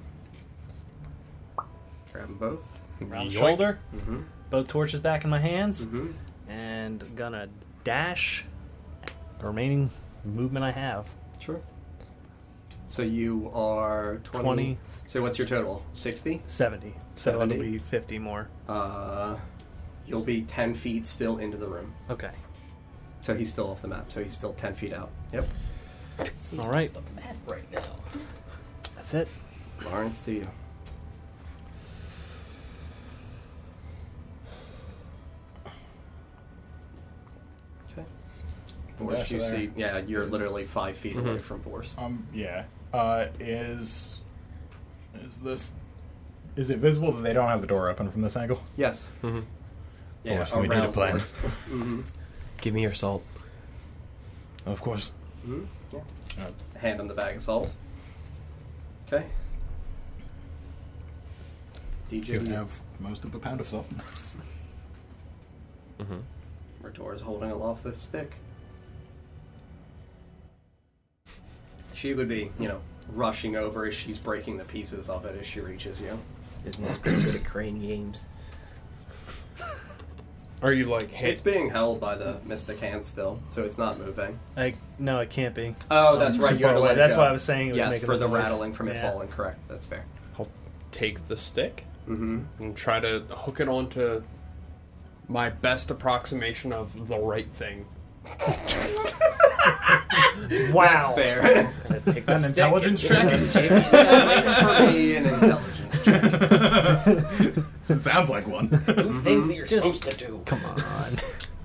Grab them both. Round Yoink. shoulder. Mm-hmm. Both torches back in my hands. Mm-hmm. And gonna dash the remaining movement I have. Sure. So you are 20. 20. So what's your total? 60? 70. So that 70? it'll be 50 more. Uh, you'll be 10 feet still into the room. Okay. So he's still off the map. So he's still 10 feet out. Yep. All right. Map right now. That's it. Lawrence to you. Okay. Borst, Dash you there. see. Yeah, you're literally 5 feet Mm-hmm. away from Borst. Um, yeah. Uh, is is this is it visible that they don't have the door open from this angle? Yes. Mhm. Yeah, Borst, Mm-hmm. we need a around plan. Borst. Mhm. Give me your salt. Of course. Hmm? Mhm. Yeah. Uh, Hand him the bag of salt. Okay. you DJ, have most of a pound of salt. Retor is holding aloft this stick. She would be, you know, rushing over as she's breaking the pieces of it as she reaches you. Isn't this pretty good at crane games? Are you like hit? It's being held by the mystic hand still, so it's not moving. Like, no, it can't be. Oh, that's too right. You far had to away. let it That's go. why I was saying it was yes making for the the, noise. rattling from it Yeah. falling. Correct. That's fair. Take the stick Mm-hmm. and try to hook it onto my best approximation of the right thing. Wow. That's fair. Take the An intelligence check. Make for me an intelligence check. Sounds like one. things that you're supposed to do. Come on.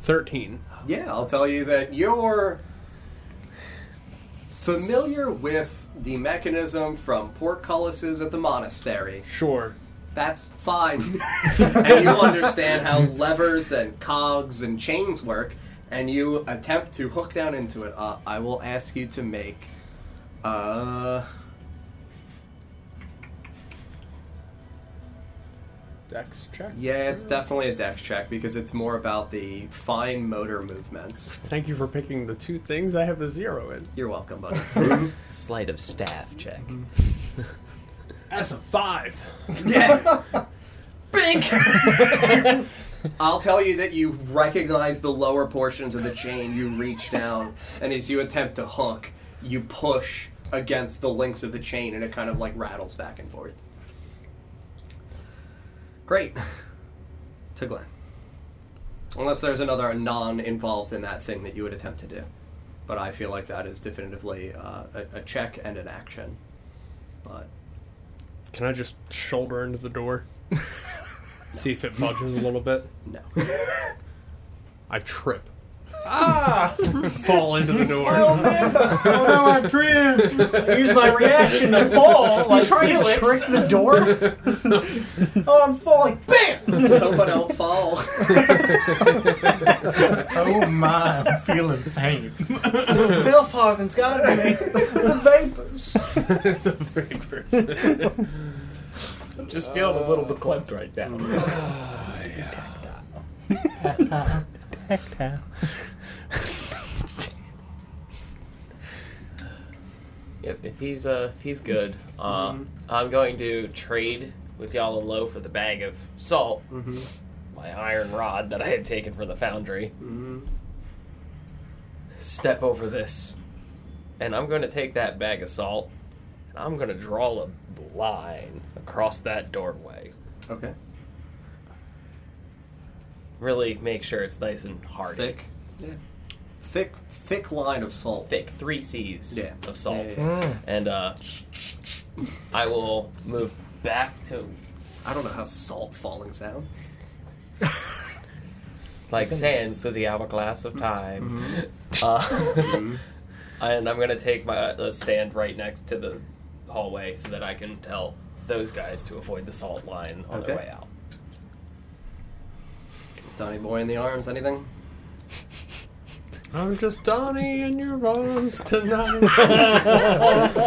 13. Yeah, I'll tell you that you're familiar with the mechanism from portcullises at the monastery. Sure. That's fine. and you understand how levers and cogs and chains work, and you attempt to hook down into it. Uh, I will ask you to make. Uh, Dex check. yeah, it's definitely a dex check because it's more about the fine motor movements. Thank you for picking the two things I have a zero in. You're welcome, buddy. Sleight of staff check. That's a five. Yeah. Bink. I'll tell you that you recognize the lower portions of the chain. You reach down, and as you attempt to hook, you push against the links of the chain, and it kind of like rattles back and forth. Great. To Glenn. Unless there's another non involved in that thing that you would attempt to do. But I feel like that is definitively uh, a, a check and an action. But Can I just shoulder into the door? See if it budges a little bit. no. I trip. Ah! Fall into the door. oh, no, I tripped. Use my reaction to Oh, fall like Trying to trick the door. oh, I'm falling. Bam! Someone don't fall. Oh my, I'm feeling faint. Phil Farthen's got to be. the vapors. the vapors. Just feeling a little bit clamped right now. Yep, if he's uh if he's good, uh, I'm going to trade with y'all and low for the bag of salt, Mm-hmm. my iron rod that I had taken from the foundry. Mm-hmm. Step over this, and I'm going to take that bag of salt, and I'm going to draw a line across that doorway. Okay. Really make sure it's nice and hard. Thick. Yeah. Thick, thick line of salt. thick, three C's Yeah. of salt. Yeah, yeah, And uh, I will move back to I don't know how salt falling sound. like sands through the hourglass of time. Uh, and I'm gonna take my uh, stand right next to the hallway so that I can tell those guys to avoid the salt line on their Okay. way out. Donny boy in the arms, anything? I'm just Donnie in your arms tonight.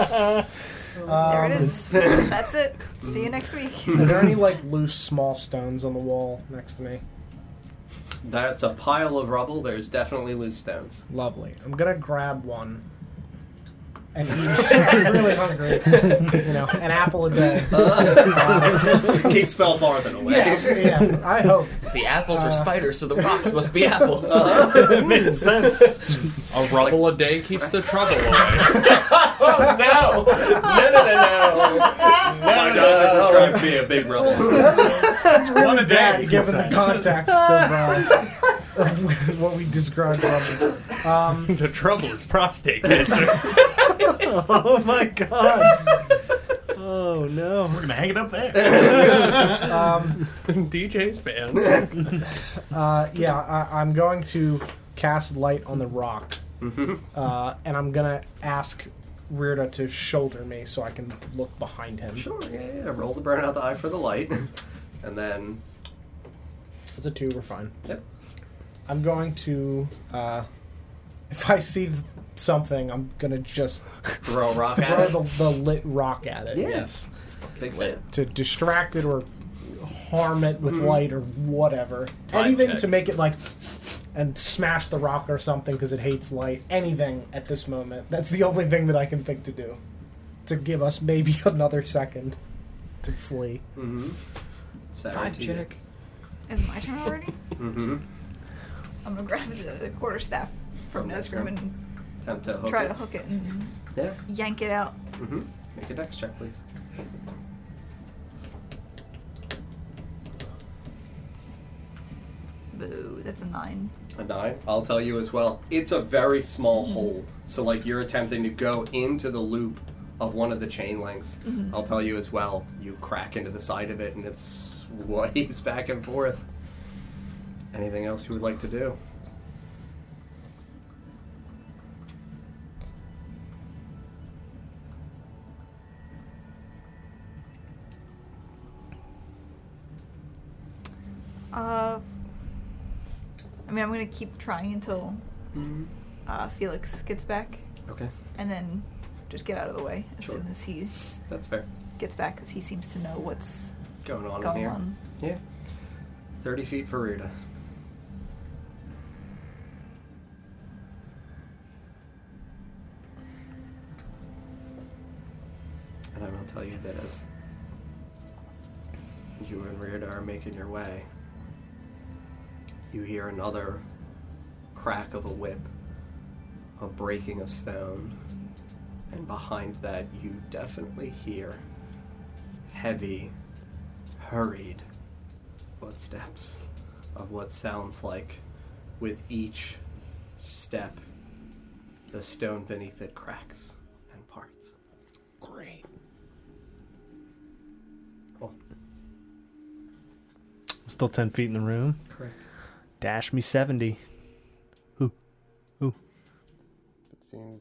there it is. That's it. See you next week. Um, Are there any like loose small stones on the wall next to me? That's a pile of rubble. There's definitely loose stones. Lovely. I'm gonna grab one. And eat. I'm really hungry. You know, an apple a day. Uh, Keeps fell farther away. yeah, yeah, I hope. The apples Uh. were spiders, so the rocks must be apples. It made sense. a rubble a day keeps the trouble away. no, no, no, no, no. My doctor prescribed me a big rubble. One a day, given the context of, uh, of what we described. Robin. the trouble is prostate cancer. Oh my god. Oh no. Um, We're gonna hang it up there. DJ's band. Uh, yeah, I, I'm going to cast light on the rock, Mm-hmm. uh, and I'm gonna ask Rearda to shoulder me so I can look behind him. sure, yeah, yeah. Roll the burn out the eye for the light, and then It's a two. We're fine. Yep. I'm going to. Uh, if I see th- something, I'm gonna just throw a rock throw at it. the, the lit rock at it. Yes. Big fan. To distract it or harm it with light or whatever. Mm-hmm. Time Anything check. to make it like. And smash the rock or something because it hates light. Anything at this moment. That's the only thing that I can think to do. To give us maybe another second to flee. Mm-hmm. Vibe check. Is it my turn already? Mm-hmm. I'm gonna grab the quarter staff from Nesgrim and Attempt to hook try it. to hook it and Yeah. yank it out. Mm-hmm. Make a dex check, please. Boo, that's a nine. A nine. I'll tell you as well. It's a very small hole. So like you're attempting to go into the loop of one of the chain links. Mhm. I'll tell you as well. You crack into the side of it, and it sways back and forth. Anything else you would like to do? Uh, I mean, I'm gonna keep trying until Mhm. uh, Felix gets back, Okay, and then just get out of the way as Sure. soon as he that's fair. gets back, because he seems to know what's Going on going in here. on. Yeah. Thirty feet for Rita. And I will tell you that as you and Rita are making your way, you hear another crack of a whip, a breaking of stone, and behind that you definitely hear heavy, hurried footsteps of what sounds like with each step the stone beneath it cracks and parts. Great. I'm still 10 feet in the room. Correct. Dash me 70. Ooh. Ooh. 15,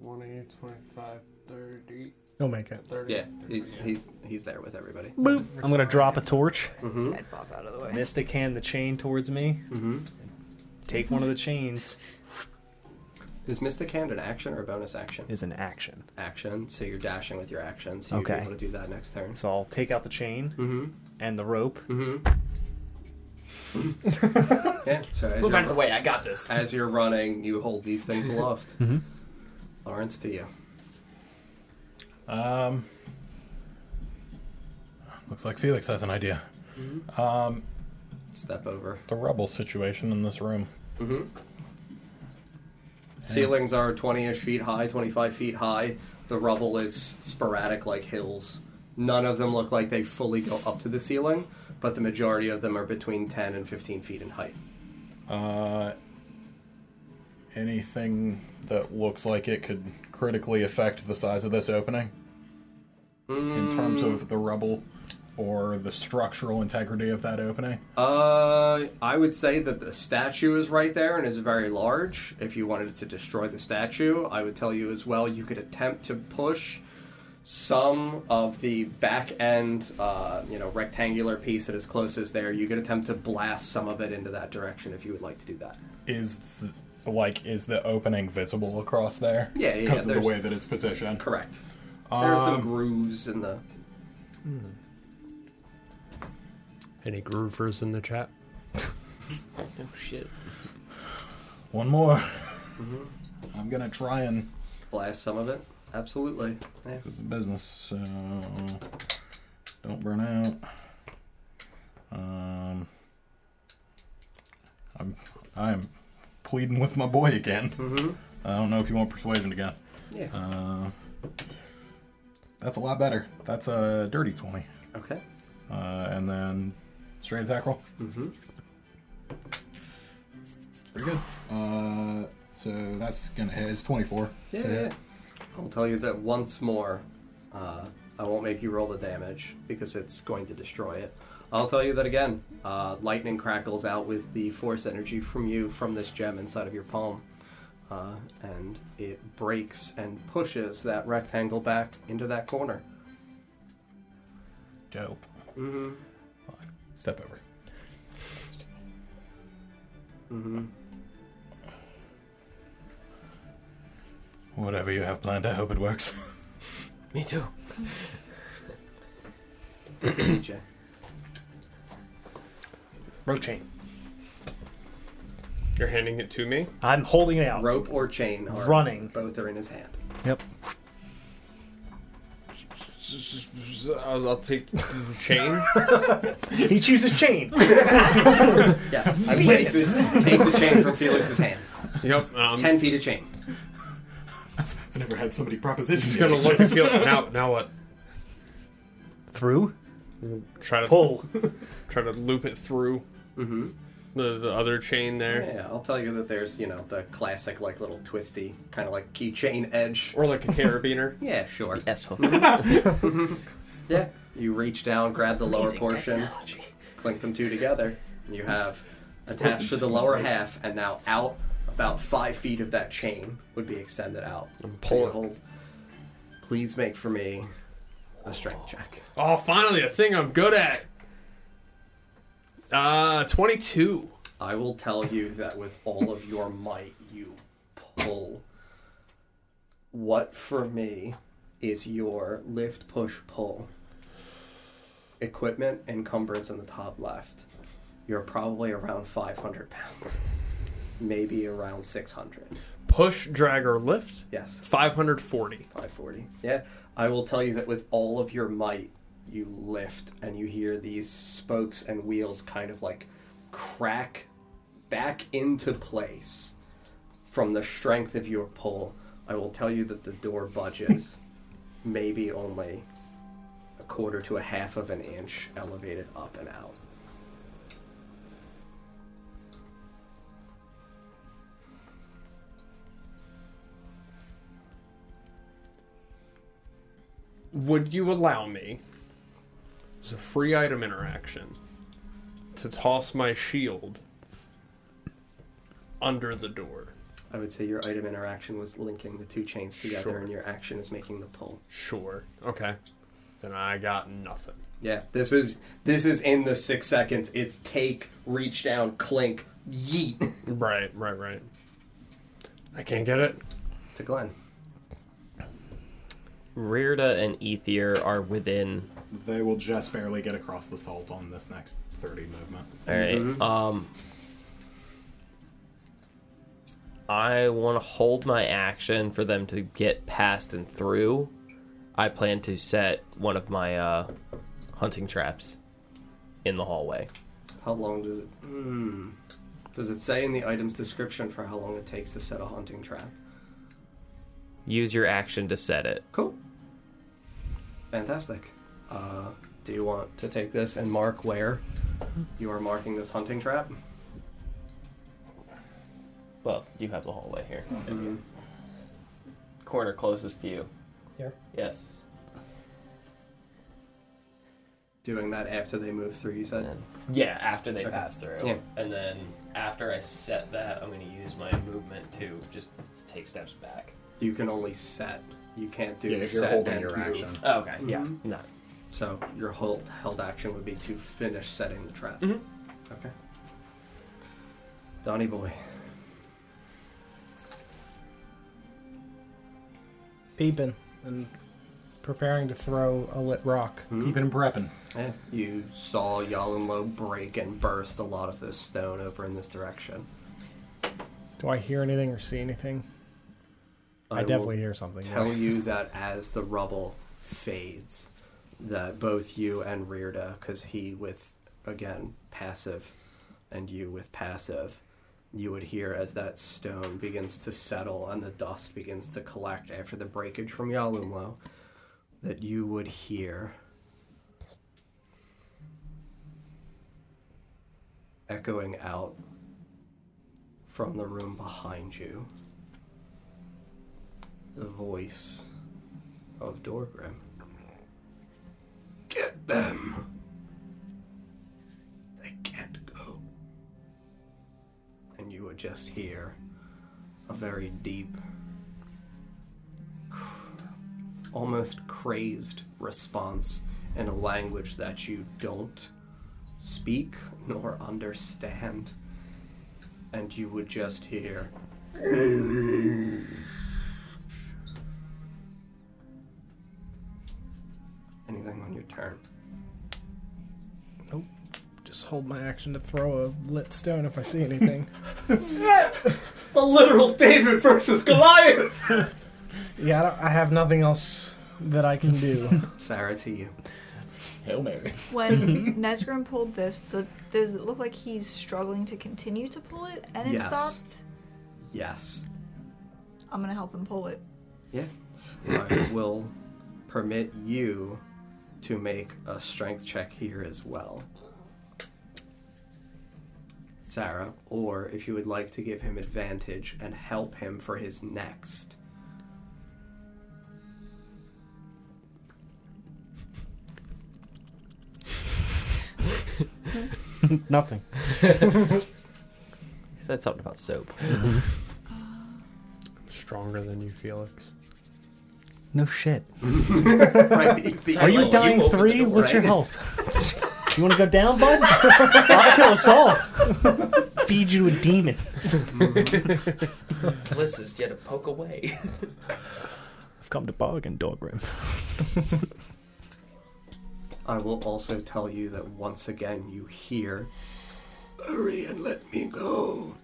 20, 25, 30. He'll make it. 30. Yeah, he's he's he's there with everybody. Boop. I'm going to drop a torch. Mm-hmm. I'd pop out of the way. Mystic hand the chain towards me. Mm-hmm. Take one of the chains. Is Mystic Hand an action or a bonus action? Is an action. Action. So you're dashing with your action, so you'd Okay. be able to do that next turn. So I'll take out the chain Mm-hmm. and the rope. Mm-hmm. yeah. So as Move you're, out of the way. I got this. as you're running, you hold these things aloft. Mhm. Lawrence, to you. Um, looks like Felix has an idea. Um, Step over. the rubble situation in this room. Mm-hmm. Ceilings are 20-ish feet high, 25 feet high. The rubble is sporadic like hills. None of them look like they fully go up to the ceiling, but the majority of them are between 10 and 15 feet in height. Uh, anything that looks like it could critically affect the size of this opening in terms of the rubble or the structural integrity of that opening. Uh, I would say that the statue is right there and is very large. If you wanted to destroy the statue, I would tell you as well you could attempt to push some of the back end, uh, you know, rectangular piece that is closest there. You could attempt to blast some of it into that direction if you would like to do that. Is the, like is the opening visible across there? Yeah, yeah, yeah, Because of the there's- way that it's positioned. Correct. There are some Um, grooves in the. Any groovers in the chat? Oh shit. One more. Mm-hmm. I'm gonna try and Blast some of it. Absolutely. Yeah. business, so don't burn out. Um, I'm I'm pleading with my boy again. Mm-hmm. I don't know if you want persuasion again. Yeah. Uh, that's a lot better. That's a dirty twenty, Okay. uh, and then straight attack roll. Mm-hmm. Pretty good. Uh, so that's gonna hit. It's twenty four. Yeah, yeah. I'll tell you that once more. Uh, I won't make you roll the damage because it's going to destroy it. I'll tell you that again. Uh, lightning crackles out with the force energy from you from this gem inside of your palm. Uh, and it breaks and pushes that rectangle back into that corner. Dope. Mm-hmm. Step over. Mm-hmm. Whatever you have planned, I hope it works. Me too. DJ. Rope chain. You're handing it to me? I'm holding it out. Rope or chain are Running. Both are in his hand. Yep. Uh, I'll, I'll take the chain. He chooses chain. Yes. I take the, take the chain from Felix's hands. yep. Um, Ten feet of chain. I never had somebody proposition. Just gonna look. Feel, now, now what? Through. Try to Pull. Try to loop it through. Mm-hmm. The, the other chain there. Yeah, I'll tell you that there's, you know, the classic, like, little twisty, kind of like keychain edge. Or like a carabiner. yeah, sure. Asshole. yeah. You reach down, grab the lower Amazing portion, clink them two together, and you have attached to the lower half, and now out about five feet of that chain would be extended out. I'm pulling. Hold. Please make for me a strength check. Oh, finally, a thing I'm good at. Uh, 22. I will tell you that with all of your might, you pull. What for me is your lift, push, pull equipment encumbrance in the top left? You're probably around 500 pounds, maybe around 600. Push, drag, or lift? Yes. 540. 540. Yeah. I will tell you that with all of your might, you lift and you hear these spokes and wheels kind of like crack back into place from the strength of your pull. I will tell you that the door budges maybe only a quarter to a half of an inch elevated up and out. Would you allow me, as a free item interaction, to toss my shield under the door? I would say your item interaction was linking the two chains together, Sure. and your action is making the pull. Sure. Okay. Then I got nothing. Yeah, this is this is in the six seconds. It's take, reach down, clink, yeet Right, right, right. I can't get it. to Glenn. Rirda and Ethier are within. They will just barely get across the salt on this next 30 movement. All right, Um, I want to hold my action for them to get past and through. I plan to set one of my uh, hunting traps in the hallway. How long does it? Hmm. Does it say in the item's description for how long it takes to set a hunting trap? Use your action to set it. Cool. Fantastic. Uh, do you want to take this and mark where you are marking this hunting trap? Well, you have the hallway here. Mhm. Corner closest to you. Here? Yes. Doing that after they move through, you said. Yeah, after they Okay. pass through. Yeah. And then after I set that, I'm going to use my movement to just take steps back. You can only set. You can't do Yeah, if you're set holding and your move. action. Oh, okay, yeah. Mhm. No. So your hold held action would be to finish setting the trap. Mhm. Okay. Donny boy. Peeping and preparing to throw a lit rock. Mm-hmm. Keeping and prepping. Yeah, eh, you saw Yalinlo break and burst a lot of this stone over in this direction. Do I hear anything or see anything? I, will definitely hear something. tell you that as the rubble fades, that both you and Rearda, because he with again passive, and you with passive, you would hear as that stone begins to settle and the dust begins to collect after the breakage from Yalumlo, that you would hear echoing out from the room behind you the voice of Dorgrim. Get them! They can't go. And you would just hear a very deep, almost crazed response in a language that you don't speak nor understand. And you would just hear. Anything on your turn? Just hold my action to throw a lit stone if I see anything. The literal David versus Goliath! yeah, I, don't, I have nothing else that I can do. Sarah to you. Hail Mary. When Nesgrim pulled this, the, does it look like he's struggling to continue to pull it and it Yes. stopped? Yes. I'm gonna help him pull it. Yeah. I will permit you to make a strength check here as well. Sarah, or if you would like to give him advantage and help him for his next. Nothing. He said something about soap. Stronger than you, Felix. No shit. Right, he's the Are you yellow. dying You opened three? the door, What's your right? health? you want to go down, bud? I'll kill us all. Feed you a demon. Bliss is yet a poke away. I've come to bargain, Dogrim. I will also tell you that once again you hear, Hurry and let me go.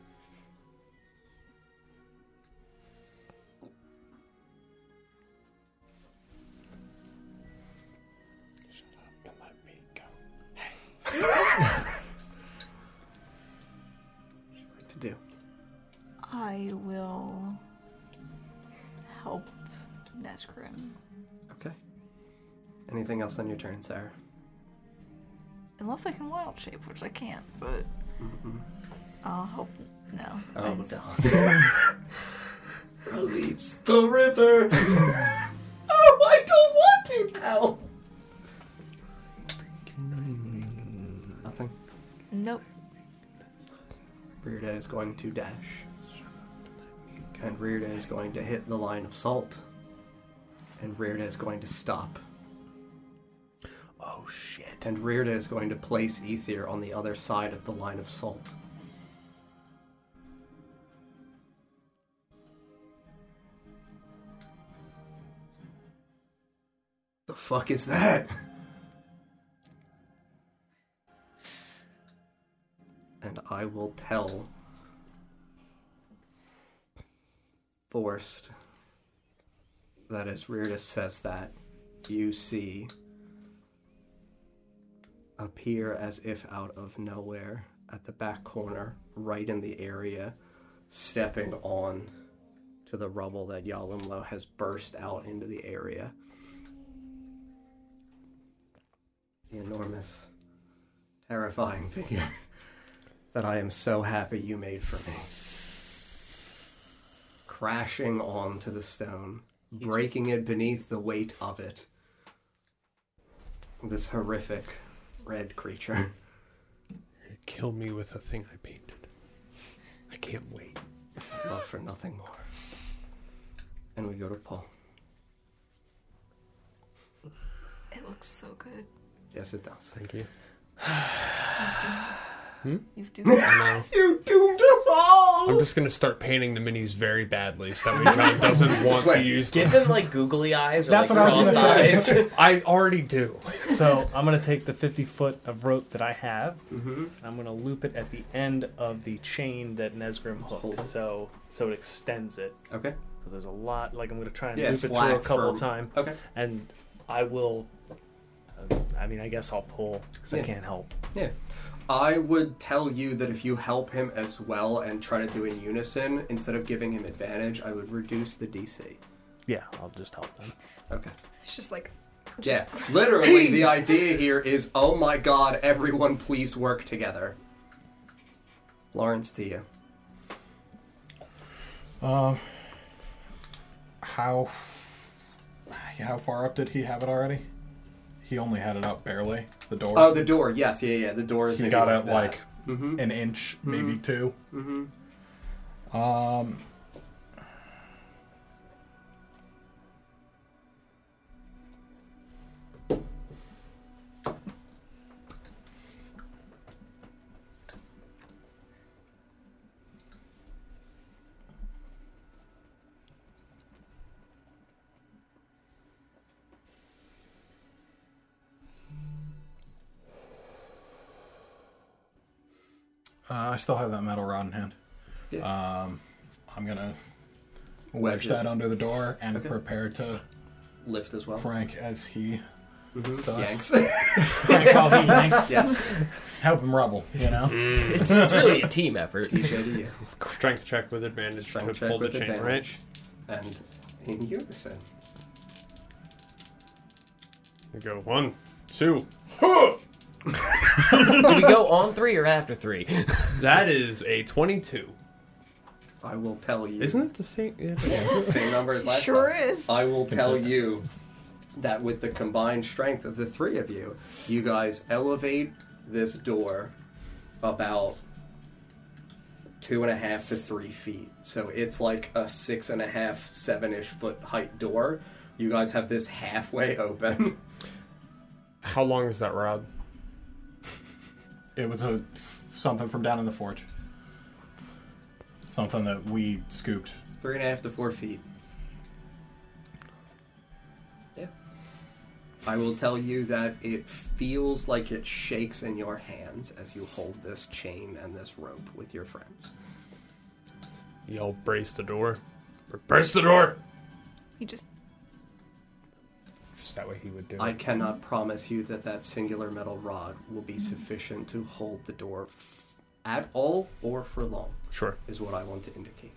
to do. I will help Nesgrim. Okay. Anything else on your turn, Sarah? Unless I can wild shape, which I can't, but I'll help. No. Mm-hmm. Oh, it's- darn. Release the river. oh, I don't want to now. Nothing. Nope. Rearda is going to dash. And Rearda is going to hit the line of salt. And Rearda is going to stop. Oh shit. And Rearda is going to place Ether on the other side of the line of salt. The fuck is that? and I will tell Forced that as Reardus says that, you see appear as if out of nowhere at the back corner, right in the area, stepping on to the rubble that Yalimlo has burst out into the area. The enormous, terrifying figure that I am so happy you made for me. Crashing onto the stone, breaking it beneath the weight of it. This horrific red creature. Kill me with a thing I painted. I can't wait. Love for nothing more. And we go to Paul. It looks so good. Yes, it does. Thank you. You've doomed I us. know. You doomed us all! Oh. I'm just gonna start painting the minis very badly so that way John doesn't want to Wait, use Give them like googly eyes or That's like what I was crossed gonna eyes. say. I already do. So I'm gonna take the 50 foot of rope that I have, Mm-hmm. and I'm gonna loop it at the end of the chain that Nesgrim hooked, so so it extends it. Okay. So there's a lot. Like I'm gonna try and Yeah, loop it through a slack couple for- times. Okay. And I will. uh, I mean, I guess I'll pull because I Yeah. can't help. Yeah. I would tell you that if you help him as well and try to do in unison, instead of giving him advantage, I would reduce the DC. Yeah, I'll just help them. Okay. It's just like. just- Yeah, literally, the idea here is oh my god, everyone please work together. Lawrence, to you. Um, how f- how far up did he have it already? He only had it up barely. The door. Oh, the door, yes, yeah, yeah, the door is He maybe got like it that. Mm-hmm. like an inch, maybe Mhm. 2 Mhm. Um. Uh, I still have that metal rod in hand. Um, I'm gonna wedge Wedge it. that under the door and Okay. prepare to Lift as well. Frank as he Mhm. does. Yanks. Frank while he yanks. Yes. Mm-hmm. Help him rubble, you know. It's, it's really a team effort. DJ to you. Strength check with advantage Strength to check pull the with chain, advantage. right? And in unison. You go one, two. Do we go on three or after three? That is a 22. I will tell you. Isn't it the same? Yeah, it's the same number as last Sure time. is. I will tell Consistent. you that with the combined strength of the three of you, you guys elevate this door about two and a half to three feet. So it's like a six and a half, seven ish foot height door. You guys have this halfway open. How long is that rod? It was a f- something from down in the forge. Something that we scooped. Three and a half to four feet. Yeah. I will tell you that it feels like it shakes in your hands as you hold this chain and this rope with your friends. Y'all brace the door. Brace the door! He just Just that way he would do I it. cannot promise you that that singular metal rod will be sufficient to hold the door f- at all or for long. Sure. Is what I want to indicate.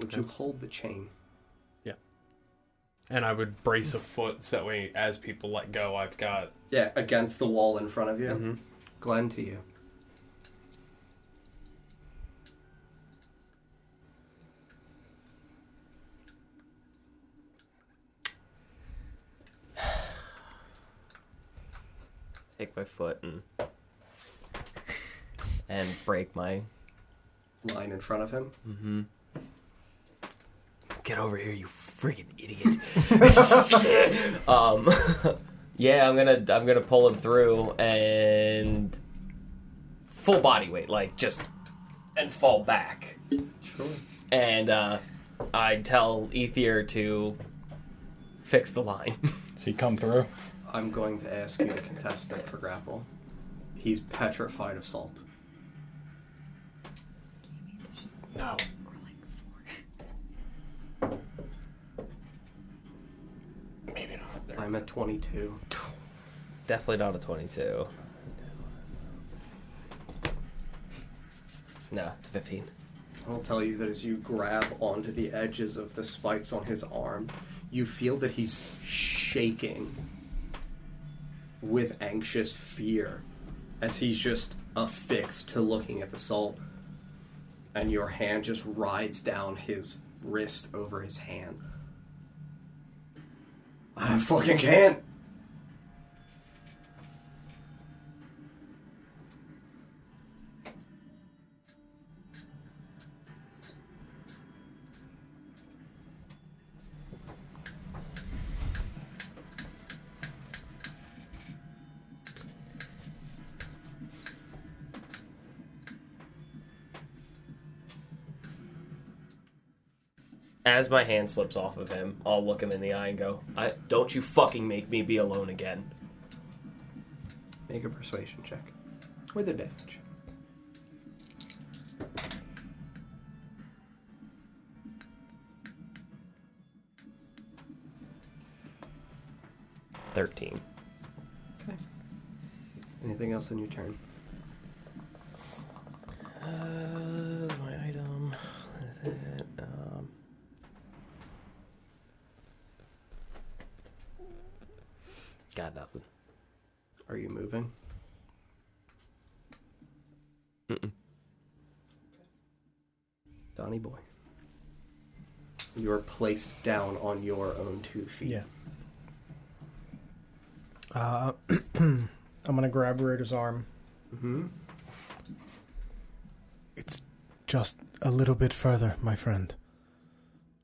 Would you That's- hold the chain? Yeah. And I would brace a foot so that way as people let go, I've got. Yeah, against the wall in front of you. Glenn, to you. Take my foot and and break my. Line in front of him. Mm-hmm. Get over here, you freaking idiot! um, yeah, I'm gonna I'm gonna pull him through and full body weight, like just and fall back. Sure. And uh, I tell Ethier to fix the line. Does he come through? I'm going to ask you to contest it for grapple. He's petrified of salt. No. Maybe not. I'm at 22. Definitely not a 22. No, it's 15. I'll tell you that as you grab onto the edges of the spikes on his arms, you feel that he's shaking with anxious fear as he's just affixed to looking at the salt. And your hand just rides down his wrist over his hand. I fucking can't! As my hand slips off of him, I'll look him in the eye and go, I, Don't you fucking make me be alone again. Make a persuasion check. With advantage. Thirteen. Anything else in your turn? Uh, my item. Um, got nothing. Are you moving? Mm-mm. Donnie boy. You are placed down on your own two feet. Yeah. Uh, I'm gonna grab Raider's arm. Mm-hmm. It's just a little bit further, my friend.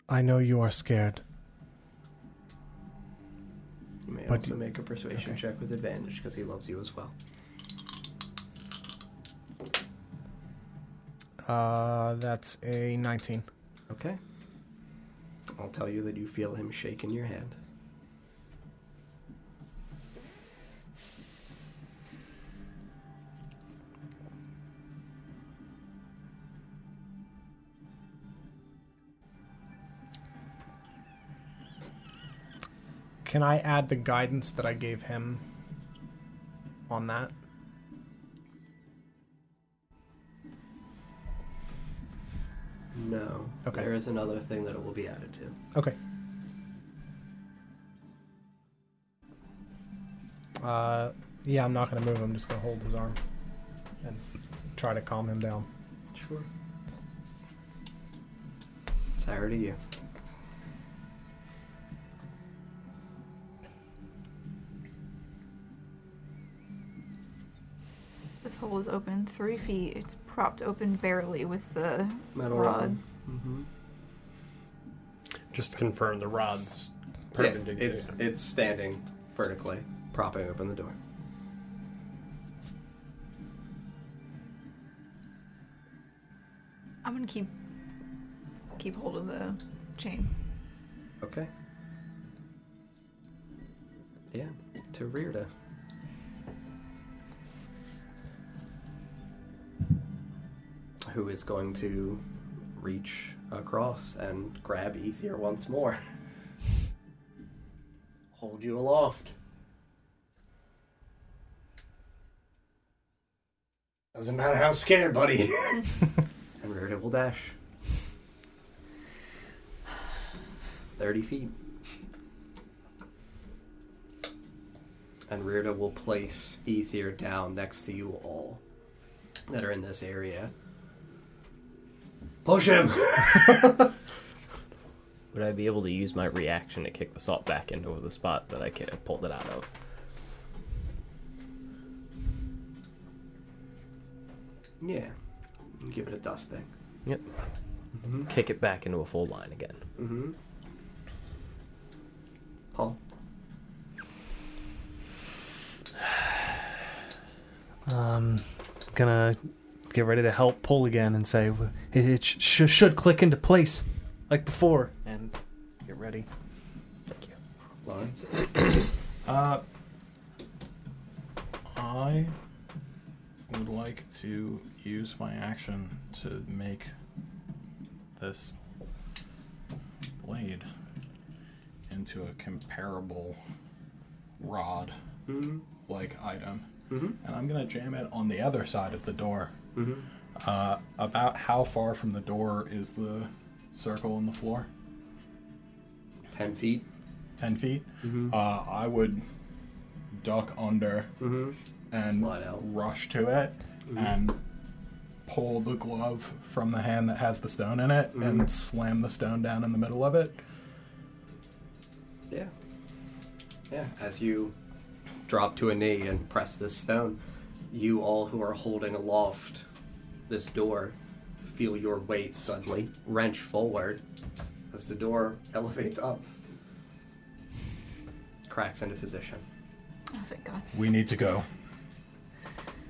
I know you are scared. You may But also you- make a persuasion check with advantage because he loves you as well. Uh, that's a 19. Okay. I'll tell you that you feel him shaking your hand. Can I add the guidance that I gave him on that? No. Okay. There is another thing that it will be added to. Okay. Uh, yeah, I'm not gonna move. I'm just gonna hold his arm. and try to calm him down. Sure. Sorry to you. This hole is open three feet. It's propped open barely with the Metal rod. rod. Mm-hmm. Just to confirm the rod's Yeah, perpendicular. it's it's standing vertically, propping open the door. I'm gonna keep keep hold of the chain. Okay. Yeah, to Rita. Who is going to reach across and grab Ethier once more? Hold you aloft. Doesn't matter how scared, buddy. and Rita will dash. 30 feet. And Rirda will place Ether down next to you all that are in this area. Push him! Would I be able to use my reaction to kick the salt back into the spot that I ca- pulled it out of? Yeah. Give it a dusting. Yep. Kick it back into a full line again. Mm-hmm. Paul. Um, gonna get ready to help pull again and say "W- it, it sh- sh- should click into place like before. And get ready. Lawrence. Uh, I would like to use my action to make this blade into a comparable rod like item. And I'm going to jam it on the other side of the door. Mhm. Uh, about how far from the door is the circle in the floor? 10 feet. 10 feet. Uh, I would duck under and rush to it and pull the glove from the hand that has the stone in it and slam the stone down in the middle of it. Yeah. Yeah, as you drop to a knee and press this stone, you all who are holding aloft this door feel your weight suddenly wrench forward as the door elevates up, cracks into position. Oh, thank God. We need to go.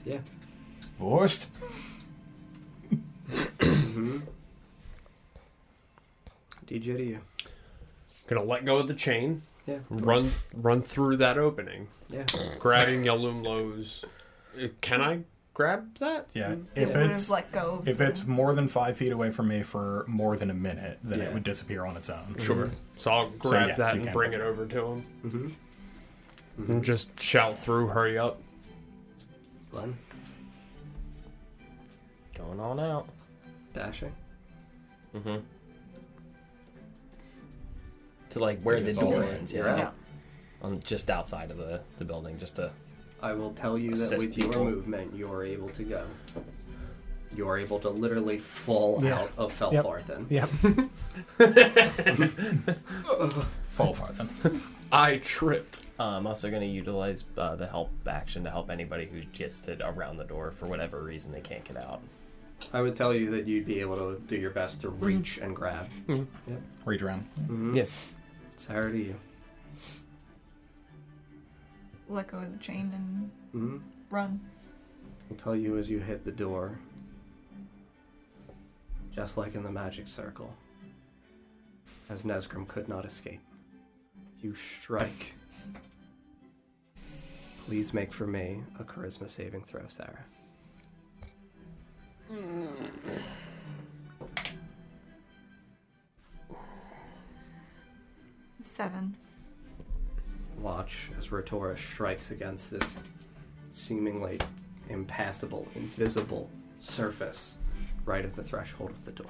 Yeah. Vorst? mm-hmm. DJ to you. Gonna let go of the chain. Yeah. Run run through that opening. Yeah. Grabbing Yalumlo's. uh, Can I grab that? Yeah. Mm. If would've it's let go of if the- it's more than five feet away from me for more than a minute, then Yeah. it would disappear on its own. Sure. So I'll grab that and bring it over to him. Mm-hmm. And just shout through, hurry up. Glenn. Going on out. Dashing. Mm-hmm. To like where Yeah, the it's all door right. ends. You're Yeah. out. On just outside of the, the building, just to I will tell you that Assist with your people. movement, you are able to go. You are able to literally fall Yeah. out of Yep. Felfarthen. Yep. Fall farthen. I tripped. um, I'm also going to utilize uh, the help action to help anybody who gets to around the door for whatever reason they can't get out. I would tell you that you'd be able to do your best to reach and grab. Mhm. Yep. Reach around. Mm-hmm. Yeah. Sorry to you. Let go of the chain and Mm-hmm. run. I'll tell you as you hit the door. Just like in the magic circle, as Nesgrim could not escape, you strike. Please make for me a charisma saving throw, Sarah. Seven. watch as Rotora strikes against this seemingly impassable, invisible surface right at the threshold of the door.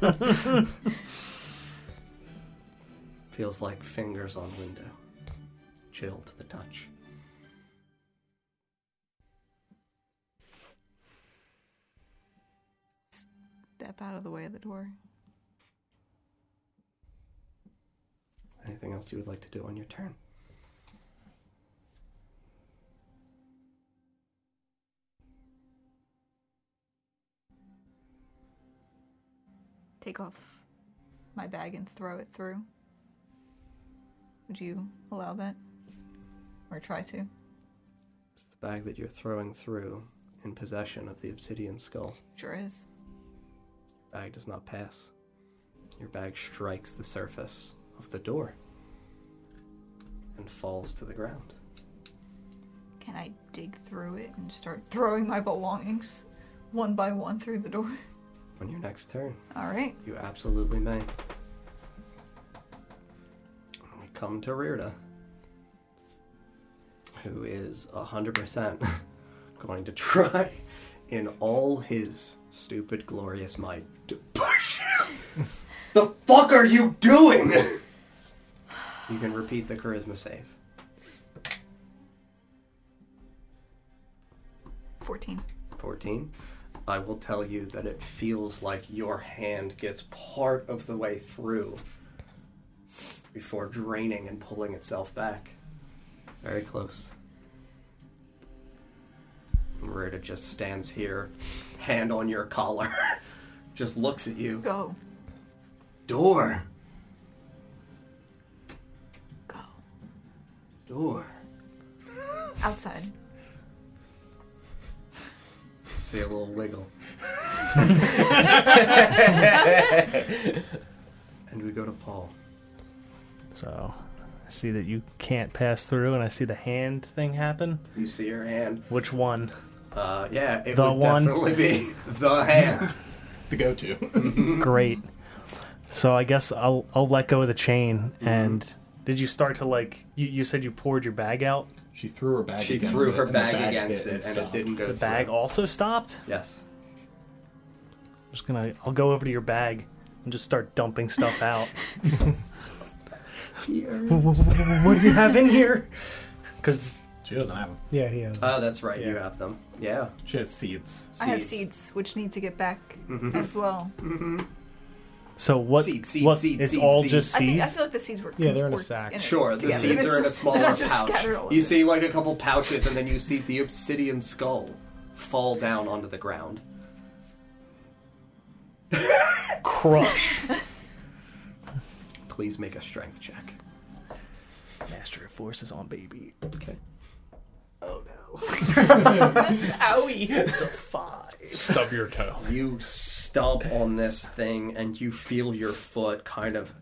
Tactile. Feels like fingers on window. Chill to the touch. Step out of the way of the door. Anything else you would like to do on your turn? Take off my bag and throw it through. Would you allow that? Or try to? It's the bag that you're throwing through in possession of the obsidian skull. Sure is. Bag does not pass. Your bag strikes the surface of the door and falls to the ground. Can I dig through it and start throwing my belongings one by one through the door? On your next turn, All right. you absolutely may. And We come to Rirda, who is 100% going to try in all his stupid, glorious might to push you. the fuck are you doing? you can repeat the charisma save. 14. 14, I will tell you that it feels like your hand gets part of the way through before draining and pulling itself back. Very close. Rita just stands here, hand on your collar, just looks at you. Go. Door. Go. Door. Outside. See a little wiggle. and we go to Paul. So I see that you can't pass through, and I see the hand thing happen. You see your hand. Which one? Uh, yeah, it The would one. definitely be the hand. the go-to. Mm-hmm. Great. So I guess I'll I'll let go of the chain. Mm-hmm. And did you start to like? You, you said you poured your bag out. She threw her bag. She against threw it, her and the bag bag against didn't it, and it stop. didn't go The through. bag also stopped. Yes. I'm just gonna. I'll go over to your bag and just start dumping stuff out. What, what do you have in here? Because she doesn't have them. Yeah, he has. Oh, that's right. You have them. Yeah. She has seeds. I have seeds, which need to get back as well. Mm-hmm. So what? Seed, what- it's all just I seeds. think I feel like the seeds were. were it Sure, the together. seeds It's- are in a smaller they're just scattered all pouch. over. You see like a couple pouches, and then you see the obsidian skull fall down onto the ground. Crush. Please make a strength check. Master of Force is on, baby. Okay. Owie. Oh, It's a five. Stub your toe. You stomp on this thing and you feel your foot kind of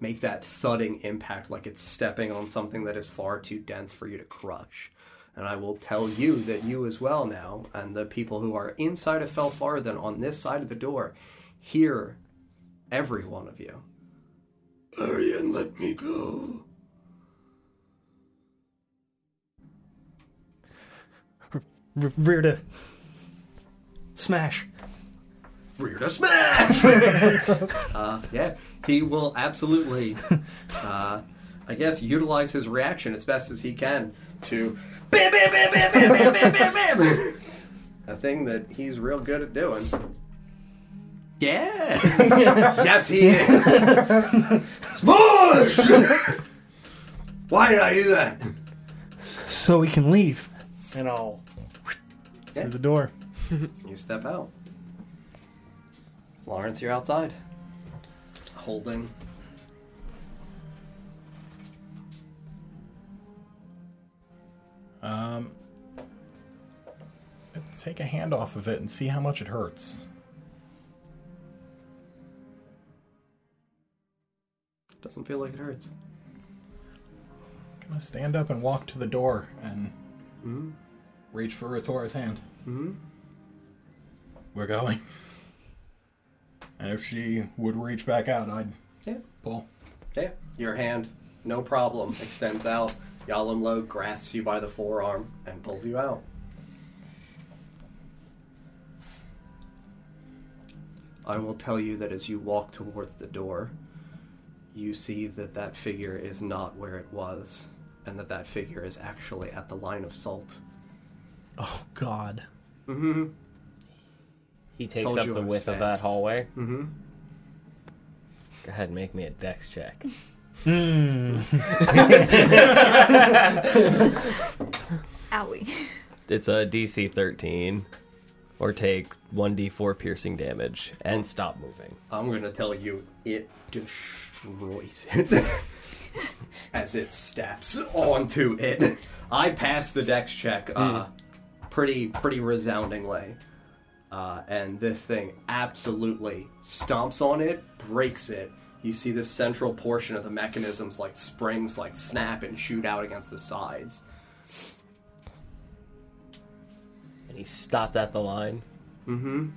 make that thudding impact like it's stepping on something that is far too dense for you to crush. And I will tell you that you as well now, and the people who are inside of Felfarthen on this side of the door, hear every one of you. Hurry and let me go. R- Rirda. Smash. Rear to smash! uh, yeah, he will absolutely, uh, I guess, utilize his reaction as best as he can to bam, bam, bam, bam, bam, bam, bam, bam, bam. A thing that he's real good at doing. Yeah! yes, he is! Smash! Why did I do that? So we can leave. And I'll Yeah. through the door. You step out. Lawrence, you're outside. Holding. Um, take a hand off of it and see how much it hurts. Doesn't feel like it hurts. I'm gonna stand up and walk to the door and Hmm? reach for Ratora's hand. Mm-hmm. We're going. And if she would reach back out, I'd Yeah. pull. Yeah, your hand, no problem, extends out. Yalamlo grasps you by the forearm and pulls you out. I will tell you that as you walk towards the door, you see that that figure is not where it was, and that that figure is actually at the line of salt. Oh God. Mm-hmm. He takes Told up you the I was width of fast. that hallway. Mm-hmm. Go ahead and make me a dex check. Owie. It's a DC 13, or take 1d4 piercing damage and stop moving. I'm gonna tell you, it destroys it as it steps onto it. I passed the dex check uh, pretty pretty resoundingly, uh, and this thing absolutely stomps on it, breaks it. You see the central portion of the mechanisms like springs like snap and shoot out against the sides. And he stopped at the line. Mm-hmm.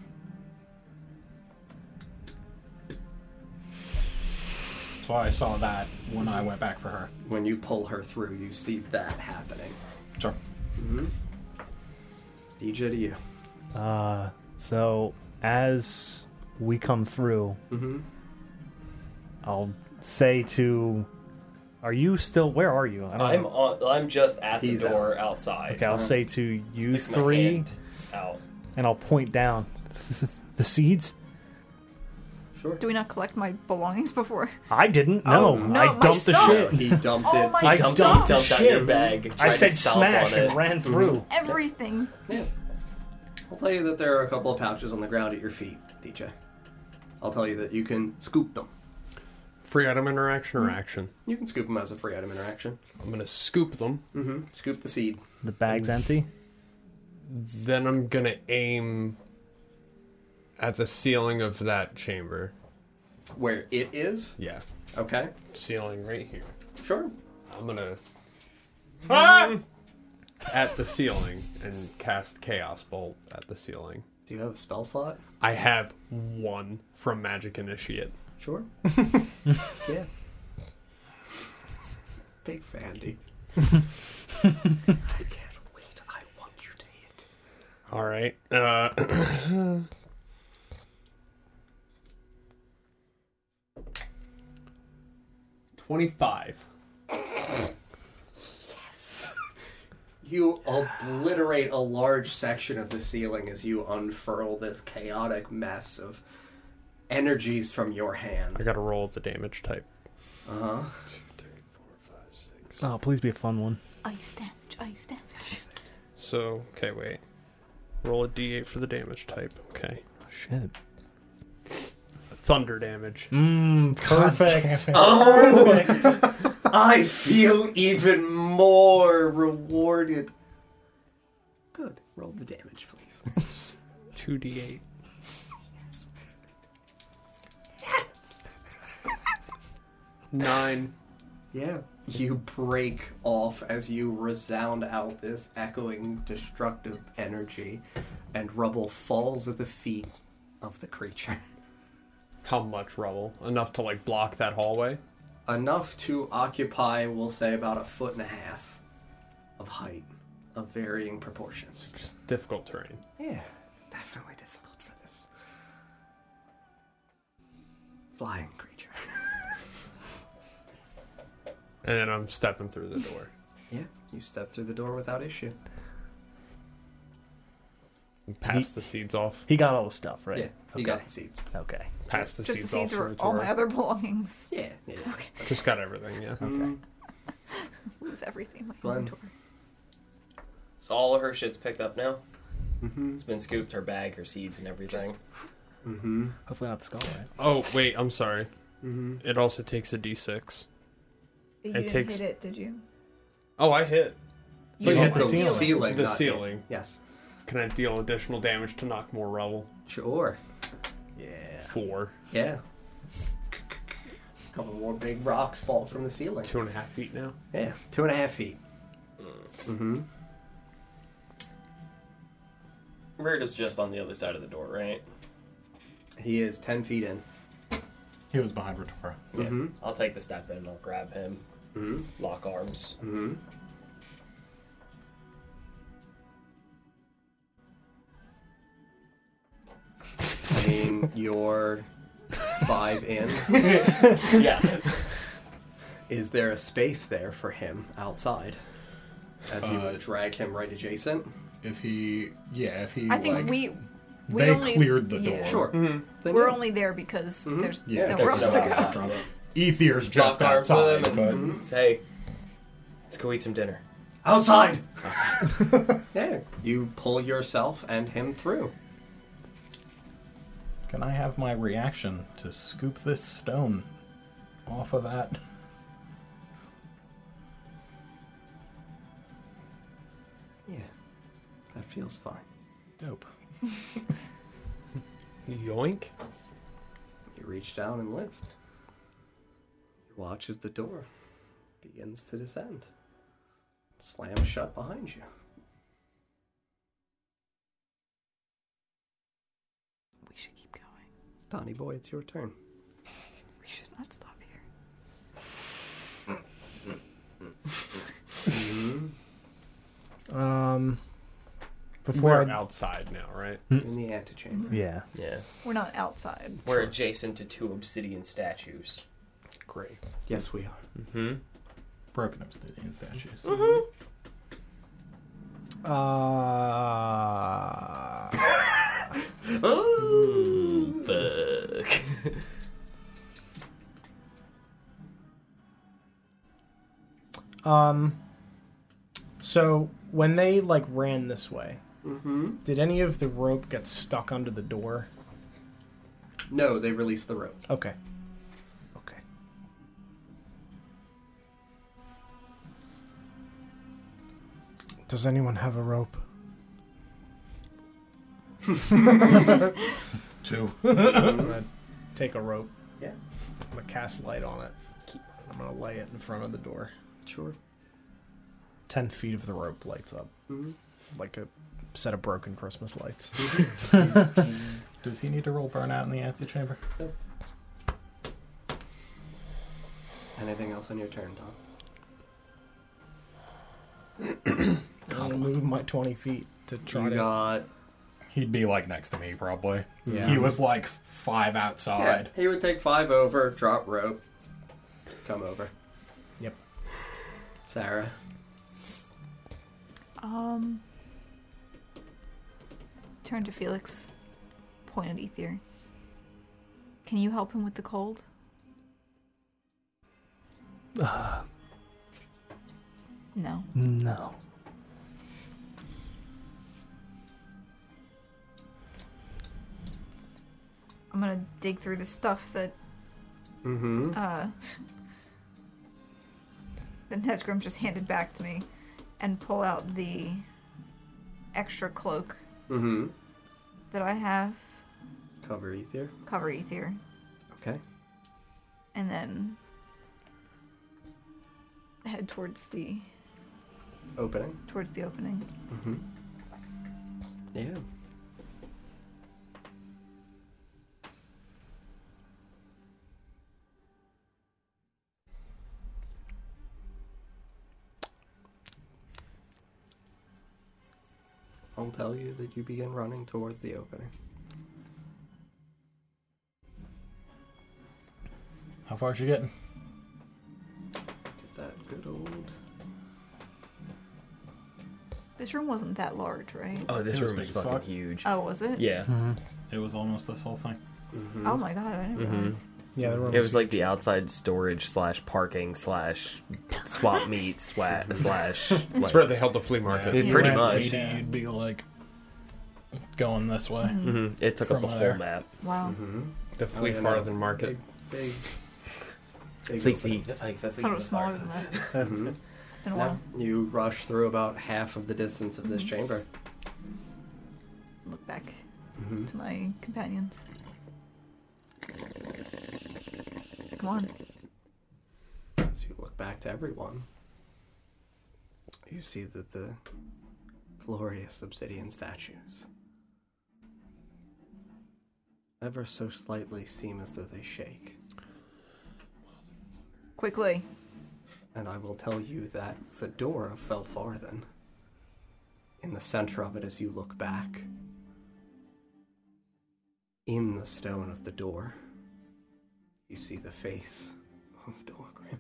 So I saw that when I went back for her. When you pull her through, you see that happening. Sure. Mm-hmm. DJ to you. Uh, so as we come through, Mm-hmm. Mhm. I'll say to, "Are you still? Where are you?" I don't I'm know. on, I'm just at He's the door outside. Okay, I'll say to you Stick my three, hand out. and I'll point down. the seeds? Do we not collect my belongings before? I didn't. No, Oh, no, I my dumped the stuff. shit. He dumped Oh it. my I stuff. dumped, the Dumped out shit. your bag, I tried to said stomp smash on and it. Mm-hmm. ran through. Everything. I'll tell you that there are a couple of pouches on the ground at your feet, DJ. I'll tell you that you can scoop them. Free item interaction or action? You can scoop them as a free item interaction. I'm gonna scoop them. Mm-hmm. Scoop the seed. The Mm-hmm. bag's empty. Then I'm gonna aim at the ceiling of that chamber. Where it is? Yeah. Okay. Ceiling right here. Sure. I'm gonna Ah! at the ceiling and cast Chaos Bolt at the ceiling. Do you have a spell slot? I have one from Magic Initiate. Sure. yeah. Big Fandy. All right. Uh, Twenty-five. You obliterate a large section of the ceiling as you unfurl this chaotic mess of energies from your hand. I gotta roll the damage type. Uh huh. Oh, please be a fun one. Ice damage, ice damage. So okay, wait. Roll a d8 for the damage type. Okay. Shit. Thunder damage. Mmm, perfect. Oh! I feel even more rewarded. Good. Roll the damage, please. Two d8. Nine. Yeah. You break off as you resound out this echoing, destructive energy, and rubble falls at the feet of the creature. How much rubble? Enough to like block that hallway? Enough to occupy, we'll say, about a foot and a half of height of varying proportions. Just difficult terrain. Yeah, definitely difficult for this flying creature. And then I'm stepping through the door. Yeah, you step through the door without issue. And pass the seeds off. He got all the stuff, right? Yeah, you got the seeds. Okay. Pass the Just the seeds seeds off were through the all door. my other belongings. Yeah, yeah. Okay. Just got everything, yeah. Mm, Lose everything. My Glenn. inventory. So all of her shit's picked up now. Mhm. It's been scooped, her bag, her seeds, and everything. Mm-hmm. Hopefully not the skull, right? Oh, wait, I'm sorry. Mhm. It also takes a d6. You It didn't takes- hit it, did you? Oh, I hit. You Oh, hit the the ceiling. ceiling. The not hit. ceiling. Yes. Can I deal additional damage to knock more rubble? Sure. Yeah. Four. Yeah. A couple more big rocks fall from the ceiling. Two and a half feet now. Yeah, two and a half feet. Mm-hmm. Murda's just on the other side of the door, right? He is ten feet in. He was behind Rotora. Mhm. I'll take the step in and I'll grab him. Mm-hmm. Lock arms. Mm-hmm. I mean, you're five in. yeah. Is there a space there for him outside? As you Uh, would drag him right adjacent? If he, yeah, if he. I think like- we we they only, cleared the yeah. door. Sure. Then We're yeah. only there because there's Yeah, nowhere there's else no to outside go. drop. Ethier's just Drop arms with outside, him but and say, let's go eat some dinner. Outside! yeah. You pull yourself and him through. hmm? can I have my reaction to scoop this stone off of that? Yeah. That feels fine. Dope. Yoink. You reach down and lift. You watch as the door begins to descend. Slam shut behind you. We should keep going. Donny boy, it's your turn. We should not stop here. Mm-hmm. Um, Before before We're I, outside now, right? In the antechamber. Yeah. Yeah. We're not outside. We're adjacent to two obsidian statues. Great. Yes, we are. Mm-hmm. Broken obsidian statues. uh, Fuck. um, so when they like ran this way, Mhm. did any of the rope get stuck under the door? No, they release the rope. Okay. Does anyone have a rope? Two. I'm gonna take a rope. Yeah. I'm gonna cast light on it. I'm gonna lay it in front of the door. Sure. Ten feet of the rope lights up, Mhm. like a set of broken Christmas lights. Does he need to roll burnout in the antechamber? Anything else on your turn, Don? I'm gonna move my 20 feet to try you to. got. He'd be like next to me, probably. Yeah. He was like five outside. Yeah, he would take five over, drop rope, come over. Yep. Sarah. Um. Turn to Felix. Point at Ether. Can you help him with the cold? Uh, No. no. I'm gonna dig through the stuff that Mm-hmm. uh that Nesgrim just handed back to me and pull out the extra cloak Mm-hmm. that I have Cover Ether. cover Ether Okay. and then head towards the Opening. towards the opening. Mm-hmm. Yeah. I'll tell you that you begin running towards the opening. How far is she getting? Get that good old. This room wasn't that large, right? Oh, this It was room is big as fucking fuck. huge. Oh, was it? Yeah. Mm-hmm. It was almost this whole thing. Oh my god, I didn't Mhm. realize. Yeah, the room It was like the outside storage slash parking slash swap meet swa- slash. That's Like, where they held the flea market. It If you pretty went much. 80, you'd be like going this way. hmm It took up From the whole there. map. Mm-hmm. Wow. Mm-hmm. The flea Oh, yeah, no. farthen market. Big. Big. Flea, opening. flea, flea, flea, I flea, thought it was flea. smaller than that. It's Mhm. been a No, while. You rush through about half of the distance of this Mhm. chamber. Look back Mm-hmm. to my companions. Come on. As you look back to everyone, you see that the glorious obsidian statues ever so slightly seem as though they shake. Quickly. And I will tell you that the door of Felfarthen, in the center of it as you look back, in the stone of the door, you see the face of Dorgrim.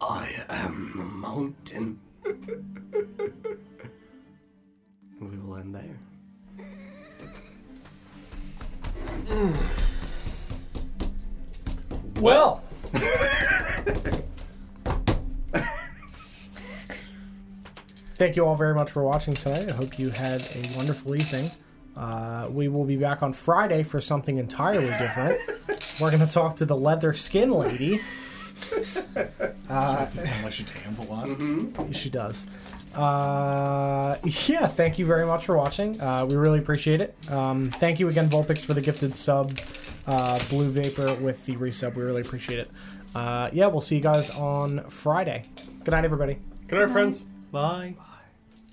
um, the mountain. and we will end there. Well. Thank you all very much for watching tonight. I hope you had a wonderful evening. Uh, we will be back on Friday for something entirely different. We're going to talk to the leather skin lady. Uh, sound like she tans a lot. She does. Uh, yeah, thank you very much for watching. Uh, we really appreciate it. Um, thank you again, Vulpix, for the gifted sub. Uh, Blue Vapor with the resub. We really appreciate it. Uh, yeah, we'll see you guys on Friday. Good night, everybody. Good night, friends. Bye.